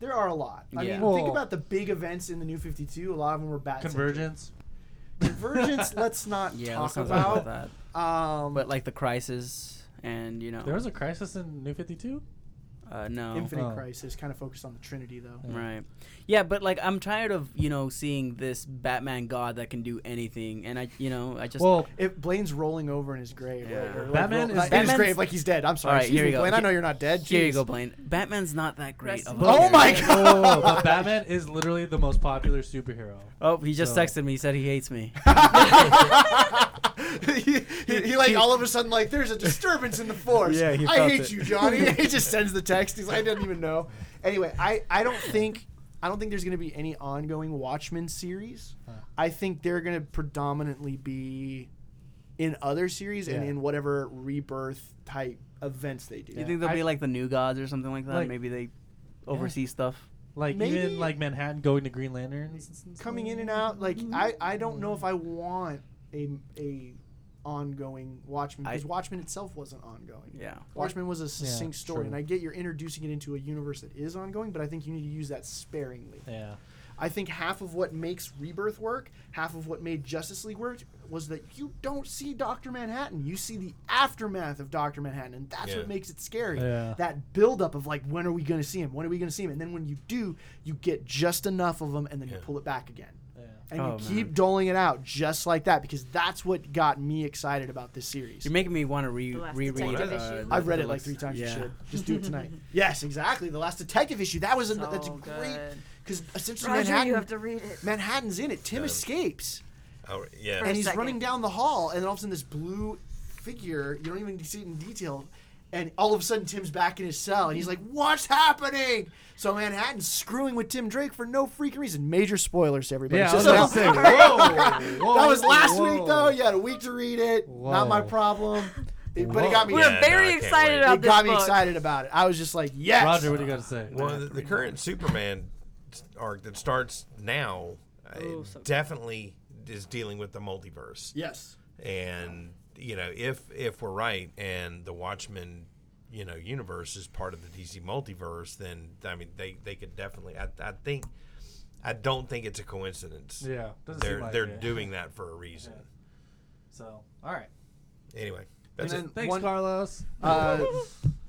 A: there are a lot. I
D: Yeah.
A: mean, think
E: Well-
A: about the big events in the New Fifty Two. A lot of them were bat.
E: Convergence.
A: Convergence. let's not
D: Yeah,
A: talk
D: let's not talk
A: about.
D: that.
A: Um,
D: But like the Crisis, and you know,
E: There was a crisis in New Fifty Two.
D: uh, no,
A: Infinite
E: Oh.
A: Crisis kind of focused on the Trinity though.
D: Right. Yeah, but like I'm tired of, you know, seeing this Batman god that can do anything and I, you know, I just
E: Well,
A: If Blaine's rolling over in his grave,
D: Yeah.
A: or, or
E: Batman
A: like, ro- like, in
E: is-
A: his
D: Batman's-
A: grave, like he's dead. I'm sorry.
D: All right,
A: Excuse
D: here
A: me,
D: you go.
A: Blaine. I
D: Here-
A: know you're not dead.
D: here you
A: Jeez.
D: go, Blaine. Batman's not that great.
B: Rest
D: Of
B: in
D: a
A: Oh
D: character.
A: my
E: Whoa,
A: god!
E: whoa, whoa, but Batman is literally the most popular superhero.
D: Oh, he just
E: So-
D: texted me. He said he hates me.
A: he, he- he, like all of a sudden like there's a disturbance in the force.
D: Yeah, he
A: I
D: felt
A: hate
D: it.
A: you, Johnny. he just sends the text. He's like, I didn't even know. Anyway, I, I don't think I don't think there's gonna be any ongoing Watchmen series. I think they're gonna predominantly be in other series and
E: Yeah.
A: in whatever rebirth type events they do.
D: You think they'll
E: I-
D: be like the new gods or something like that?
E: Like-
D: Maybe they oversee stuff.
E: Like
A: Maybe-
E: even like Manhattan going to Green Lanterns. and stuff.
A: Coming in and out, like I, I don't know if I want a a ongoing Watchmen because
D: I-
A: Watchmen itself wasn't ongoing.
D: Yeah.
A: Watchmen was a succinct story,
E: true.
A: and I get you're introducing it into a universe that is ongoing, but I think you need to use that sparingly.
E: Yeah.
A: I think half of what makes Rebirth work, half of what made Justice League work, was that you don't see Doctor Manhattan. You see the aftermath of Doctor Manhattan, and that's
C: Yeah.
A: what makes it scary.
E: Yeah.
A: That buildup of like, when are we going to see him? When are we going to see him? And then when you do, you get just enough of him, and then you
C: Yeah.
A: pull it back again.
E: Yeah.
A: And
D: Oh,
A: you keep doling it out just like that because that's what got me excited about this series.
D: You're making me want to re-
B: The last
D: reread.
B: detective
D: uh,
B: issue.
D: the-
A: I've read
D: the
A: it like
D: last-
A: three times. You
D: Yeah.
A: should just do it tonight. yes, exactly. The last detective issue. That was a,
B: So
A: that's a
B: good.
A: great because essentially
B: Roger,
A: Manhattan,
B: you have to read it.
A: Manhattan's in it. Tim
C: Yeah.
A: escapes.
C: Oh, yeah.
A: and
B: a
A: he's
B: second.
A: running down the hall, and then all of a sudden this blue figure, you don't even see it in detail, and all of a sudden Tim's back in his cell, and he's like, "What's happening?" So Manhattan's screwing with Tim Drake for no freaking reason. Major spoilers to everybody.
E: Yeah, I was
A: So-
E: about to say, whoa, whoa,
A: that was last
E: whoa.
A: week, though. You had a week to read it. Not my
E: Whoa.
A: problem. It- but it
E: Whoa.
A: got me.
B: We're
C: Yeah, no, I
B: very
C: can't
B: excited
C: wait.
B: about
A: it
B: this
A: got me
B: book.
A: excited about it. I was just like, yes.
E: Roger, what do you got to say?
C: Well, the, the current Superman arc that starts now uh, definitely is dealing with the multiverse.
A: Yes.
C: and you know if if we're right and the watchmen you know universe is part of the dc multiverse then i mean they they could definitely i, I think i don't think it's a coincidence
E: yeah, doesn't
C: they're
E: seem like
C: they're
E: it.
C: doing that for a reason
E: So, all right.
C: anyway that's
A: And
C: it
E: Thanks,
A: One-
E: Carlos.
A: Uh,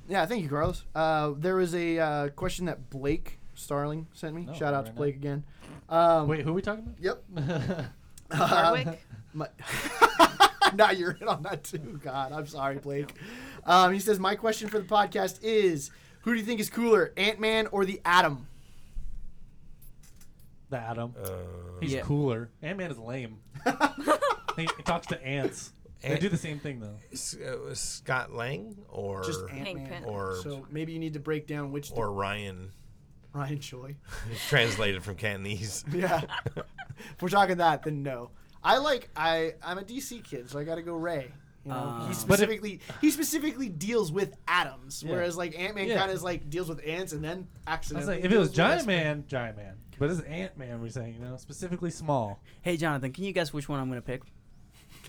A: yeah, thank you, Carlos. Uh, there was a uh, question that Blake Starling sent me.
E: Oh,
A: Shout out to
E: very
A: Blake again. Um,
E: Wait, who are we talking
A: Yep.
E: about?
B: Hardwick?
A: My, now you're in on that too. God, I'm sorry, Blake. Um, he says, My question for the podcast is Who do you think is cooler, Ant Man or the Atom?
E: the Adam.
C: uh,
E: He's
D: Yeah.
E: cooler. Ant Man is lame. he, he talks to ants. they
C: Ant-
E: do the same thing though.
C: S- uh, scott lang or
A: Just
B: Hank
A: Ant
B: Pym.
A: Man.
C: or
A: So maybe you need to break down which
C: or ryan
A: Ryan Choi.
C: translated from cantonese
A: Yeah. if we're talking that, then no. I like I I'm a DC kid, so I got to go Ray. You know,
D: Uh,
A: he
D: But if-
A: specifically he specifically deals with atoms,
E: Yeah.
A: whereas like Ant Man
E: Yeah.
A: kind of like deals with ants and then
E: I was
A: accidentally.
E: like, if it was
A: deals with
E: Giant
A: us.
E: Man, Giant Man. But it's Ant Man we're saying, you know, specifically small.
D: Hey, Jonathan, can you guess which one I'm gonna pick?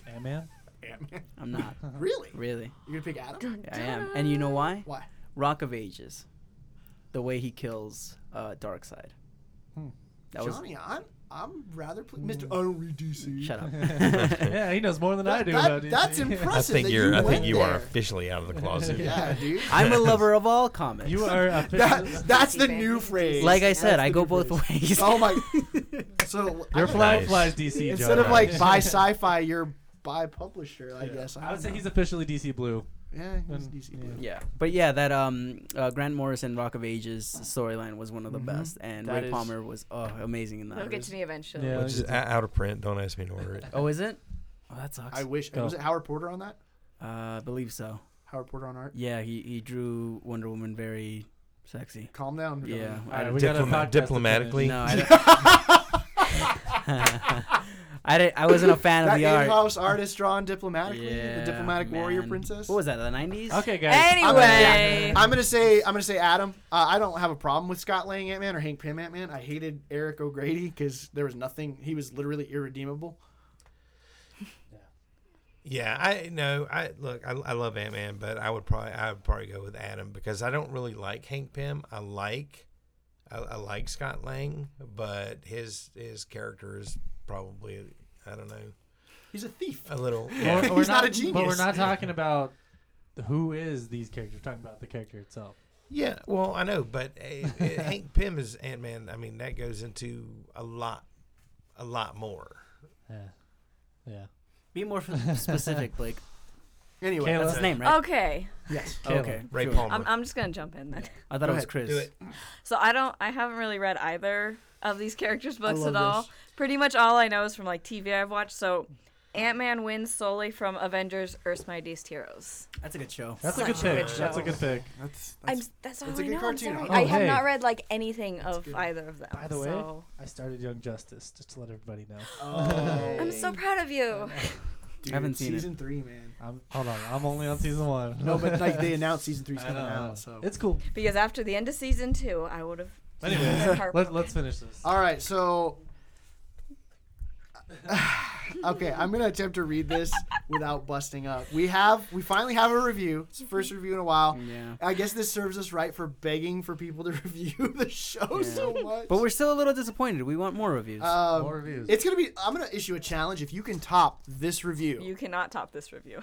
E: Ant Man.
A: Ant Man,
D: I'm not
A: really?
D: really.
A: You're gonna pick Adam?
D: I am, and you know why?
A: Why?
D: Rock of Ages, the way he kills uh, Darkseid.
E: Hmm.
D: That was Mm.
A: Johnny, I'm I'm rather pl- Mr. I don't read DC.
D: shut up.
E: yeah, he knows more than I do.
A: That-
E: about E these
A: that's
E: things.
A: impressive.
C: i
A: Impressive
C: think
A: that
C: you're
A: you
C: i think
A: went
C: you are
A: there.
C: officially out of the closet
A: Yeah, dude.
D: I'm a lover of all comics.
E: You are a
A: That, that's the new phrase.
D: like I
A: That's
D: said,
A: the
D: I go
A: new
D: both
A: phrase.
D: ways.
A: Oh my! So I
E: Your
A: don't-
E: flag
C: Nice.
E: flies DC.
A: instead
E: Joe.
A: of like buy sci-fi, you're buy publisher. I guess. I,
E: I would
A: don't
E: say
A: know.
E: he's officially DC Blue.
A: yeah, he's
E: Mm,
A: DC.
E: yeah.
A: Blue.
D: Yeah, but yeah, that um, uh, Grant Morrison Rock of Ages storyline was one of the best, and
A: That
D: Ray
A: is-
D: Palmer was oh amazing in that.
B: They'll get to me eventually.
E: Yeah.
C: which is o- out of print don't ask me to order it
D: oh, is it? Oh, that sucks.
A: I wish.
E: Go.
A: Was it Howard Porter on that?
D: uh, I believe so.
A: Howard Porter on art.
D: Yeah, he he drew Wonder Woman very sexy.
A: Calm down. Dylan.
D: Yeah,
E: All
D: I
E: right,
D: don't
E: we got a
C: Diploma-
E: podcast to finish.
C: Uh, diplomatically
D: No, I, don't- I, didn't- I wasn't a fan
A: That
D: of the art.
A: in-house artist drawn diplomatically, the diplomatic warrior
D: man.
A: princess.
D: What was that? The nineties?
E: Okay, guys.
B: Anyway,
A: I'm gonna say I'm gonna say Adam. Uh, I don't have a problem with Scott Lang Ant Man or Hank Pym Ant Man. I hated Eric O'Grady because there was nothing. He was literally irredeemable.
C: Yeah, I no, I look, I, I love Ant Man, but I would probably I would probably go with Adam because I don't really like Hank Pym. I like I, I like Scott Lang, but his his character is probably I don't know
A: He's a thief.
C: a little.
E: But
C: Yeah.
A: He's not a genius.
E: But we're not talking about who is these characters. We're talking about the character itself.
C: Yeah, well, I know, but eh, eh, Hank Pym is Ant Man. I mean, that goes into a lot, a lot more.
E: Yeah. Yeah.
D: Be more f- specific, Blake.
A: Anyway,
E: Kayla.
D: That's his name, right? Oh,
B: okay.
A: yes.
E: Kayla.
D: okay.
C: Ray
D: sure.
C: Palmer.
B: I'm, I'm just gonna jump in then.
D: I thought
A: Go
D: it was
A: ahead.
D: Chris.
C: Do it.
B: So I don't, I haven't really read either of these characters' books
A: love
B: at all.
A: this.
B: Pretty much all I know is from like TV I've watched. So Ant Man wins solely from Avengers: Earth's Mightiest Heroes.
D: That's a good show.
E: That's
B: Such
E: a good
B: a
E: pick.
B: good
E: That's a
B: show.
E: good pick.
A: That's,
B: I'm,
A: that's
B: that's all
A: that's a
B: I
A: good
B: know. I'm
A: cartoon.
B: sorry.
A: Oh,
B: I have
E: hey.
B: not read like anything of
A: good.
B: either of them.
E: By the way,
B: so-
E: I started Young Justice, just to let everybody know.
B: I'm so proud of you.
A: Oh. Dude,
D: I haven't seen it.
A: season three, man.
E: I'm hold on. I'm only on season one.
A: No, but like they announced season three's
E: I
A: coming
E: know, I know.
A: out. So
E: It's cool.
B: Because after the end of season two, I would have.
E: Anyway, let, let's finish this.
A: all right. So okay, I'm gonna attempt to read this without busting up. We have we finally have a review. It's the first review in a while.
D: Yeah.
A: I guess this serves us right for begging for people to review the show
D: Yeah.
A: so much.
D: But we're still a little disappointed. We want more reviews.
A: um,
E: More reviews.
A: It's gonna be. I'm gonna issue a challenge. If you can top this review,
B: You cannot top this review.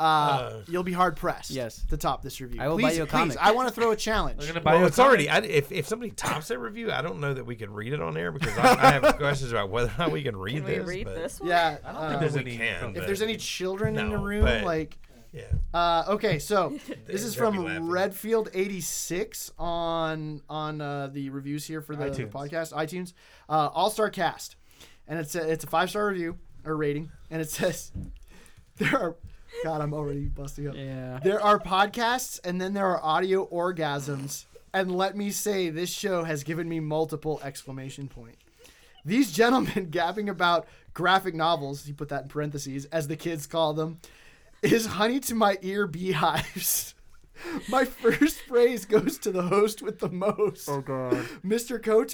A: uh, you'll be hard pressed.
D: Yes.
A: To top this review,
D: I will
A: please,
D: buy you a
A: please,
D: comic.
A: I want to throw a challenge.
E: They're gonna buy
C: Well,
E: you a
C: it's already. I, if, if somebody tops that review, I don't know that we could read it on air because I, I have questions about whether or not we can read
B: Can we
C: this.
B: read
C: but-
B: this one?
A: Yeah.
E: I don't
A: uh,
E: think there's
C: we
E: any.
C: can,
A: if there's any children in the
C: No,
A: room,
C: but-
A: like,
C: Yeah.
A: uh, okay, so this is
C: They'll be
A: from
C: laughing.
A: Redfield eighty six on on uh, the reviews here for the, the
E: iTunes.
A: podcast, iTunes, uh, All Star Cast, and it's a, it's a five star review. or rating, and it says there are. God, I'm already busting up.
D: Yeah.
A: There are podcasts, and then there are audio orgasms. And let me say, this show has given me multiple exclamation point. These gentlemen gabbing about graphic novels, he put that in parentheses, as the kids call them, is honey to my ear beehives. My first phrase goes to the host with the most. Oh God, Mr. Cote,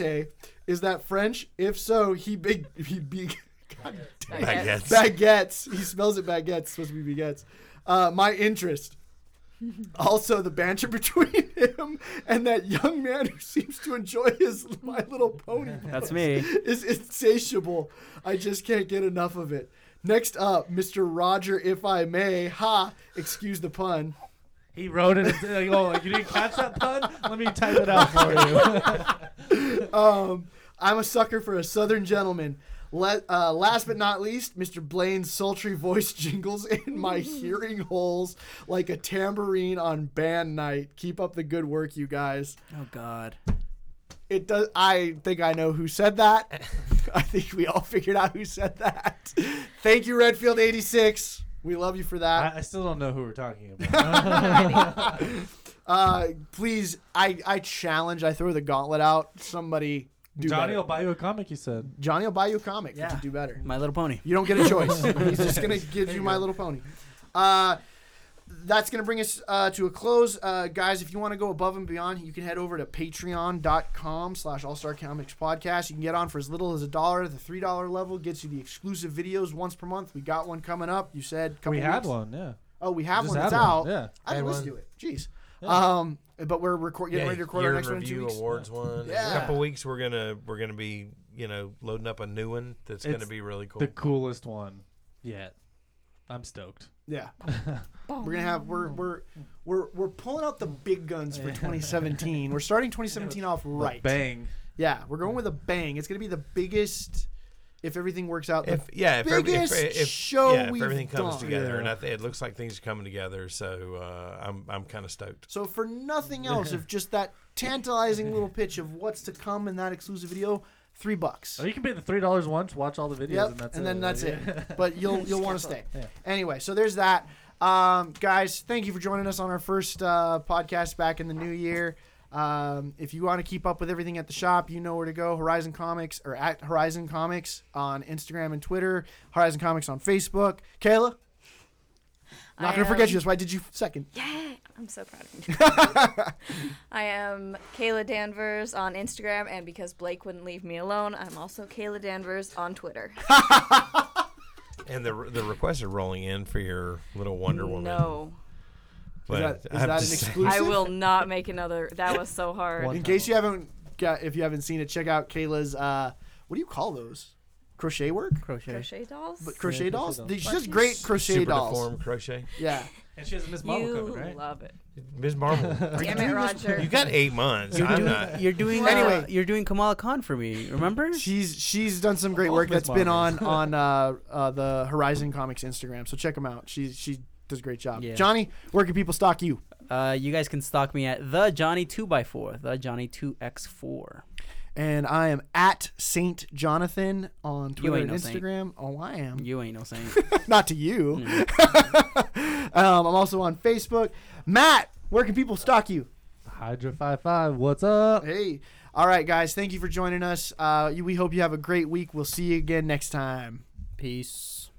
A: is that French? If so, he big he big. God damn it.
C: Baguettes.
A: Baguettes. He smells it baguettes. It's supposed to be baguettes. Uh, my interest. Also, the banter between him and that young man who seems to enjoy his My Little Pony
D: That's me.
A: is insatiable. I just can't get enough of it. Next up, Mr. Roger, if I may. Ha! Excuse the pun.
E: He wrote it. It's Like, oh, you didn't catch that pun? Let me type it out for you.
A: Um, I'm a sucker for a Southern gentleman. Let, uh, last but not least, Mr. Blaine's sultry voice jingles in my hearing holes like a tambourine on band night. Keep up the good work, you guys.
D: Oh God.
A: It does. I think I know who said that. I think we all figured out who said that. Thank you, Redfield eighty six. We love you for that.
E: I, I still don't know who we're talking about.
A: Uh, please, I I challenge. I throw the gauntlet out. Somebody do
E: Johnny
A: better.
E: will buy you a comic, you said.
A: Johnny will buy you a comic if
D: Yeah.
A: you do better.
D: My Little Pony.
A: You don't get a choice. He's just gonna give you, My Little Pony. Uh, that's gonna bring us uh, to a close, uh, guys. If you want to go above and beyond, you can head over to Patreon.com/slash All Star Comics Podcast. You can get on for as little as a dollar. The three dollar level gets you the exclusive videos once per month. We got one coming up. You said couple
E: We had
A: weeks.
E: one, yeah.
A: Oh, we have
E: Just
A: one. It's
E: had
A: out.
E: one, yeah.
A: I didn't
F: Had
A: listen to
F: one.
A: it. Jeez.
E: Yeah.
A: Um, but we're record, getting ready to record
C: year
A: our
C: in
A: next one in two
C: review
A: weeks.
F: weeks.
C: awards one.
A: Yeah.
C: A couple weeks we're gonna we're gonna be you know loading up a new one that's
E: It's
C: gonna be really cool.
E: The coolest one yet. I'm stoked.
A: Yeah. we're gonna have we're we're we're we're pulling out the big guns for 2017. we're starting 2017 off right.
E: Bang.
A: Yeah, we're going with a bang. It's gonna be the biggest if everything works out.
C: if yeah, if, every- if,
A: biggest
C: if, if-
A: show
C: yeah, if
A: we've
C: everything comes
A: done.
C: together, and
E: Yeah.
C: I th- it looks like things are coming together, so uh, I'm I'm kind of stoked.
A: so for nothing else, if just that tantalizing little pitch of what's to come in that exclusive video, three bucks.
E: Oh, you can pay the three dollars once, watch all the videos,
A: Yep,
E: and that's
A: and
E: it.
A: then that's
E: Yeah.
A: it. But you'll you'll want to stay.
E: Yeah.
A: Anyway, so there's that. Um, guys, thank you for joining us on our first uh, podcast back in the new year. Um, if you want to keep up with everything at the shop, you know where to go. Horizon Comics or at Horizon Comics on Instagram and Twitter. Horizon Comics on Facebook. Kayla, not
G: I
A: gonna forget
G: am-
A: you. That's why I did you second.
G: Yeah, I'm so proud of you. I am Kayla Danvers on Instagram, and because Blake wouldn't leave me alone, I'm also Kayla Danvers on Twitter.
C: And the the requests are rolling in for your little Wonder Woman.
G: No,
C: but
A: is that,
C: I
A: is
C: have
A: that
C: to
A: an
C: say-
A: exclusive?
G: I will not make another. That was so hard.
E: One
A: In
E: time.
A: case you haven't got, if you haven't seen it, check out Kayla's. Uh, what do you call those? Crochet work,
D: Crochet.
G: Crochet dolls.
A: but crochet
E: crochet
A: dolls.
E: dolls.
A: She does great crochet
C: super
A: dolls.
C: deformed crochet.
A: Yeah.
E: And she has a Miss Marvel
G: you
E: cover, right?
G: love it.
C: Ms. Marvel,
G: Damn it, Roger.
C: you got eight months.
D: You're
C: I'm
D: doing,
C: not.
D: you're doing
A: Anyway.
D: uh, you're doing Kamala Khan for me. Remember?
A: She's she's done some great
E: All
A: work that's
E: Miss
A: been on
E: Marvels.
A: on uh, uh, the Horizon Comics Instagram. So check them out. She she does a great job.
D: Yeah.
A: Johnny, where can people stalk you?
D: Uh, you guys can stalk me at the Johnny Two x Four, the Johnny Two X Four.
A: And I am at Saint Jonathan on Twitter and
D: ain't no saint.
A: Instagram. Oh, I am.
D: You ain't no saint.
A: Not to you. um, I'm also on Facebook. Matt, where can people stalk you?
E: Hydra five five, what's up?
A: Hey. All right, guys. Thank you for joining us. Uh, you, we hope you have a great week. We'll see you again next time.
D: Peace.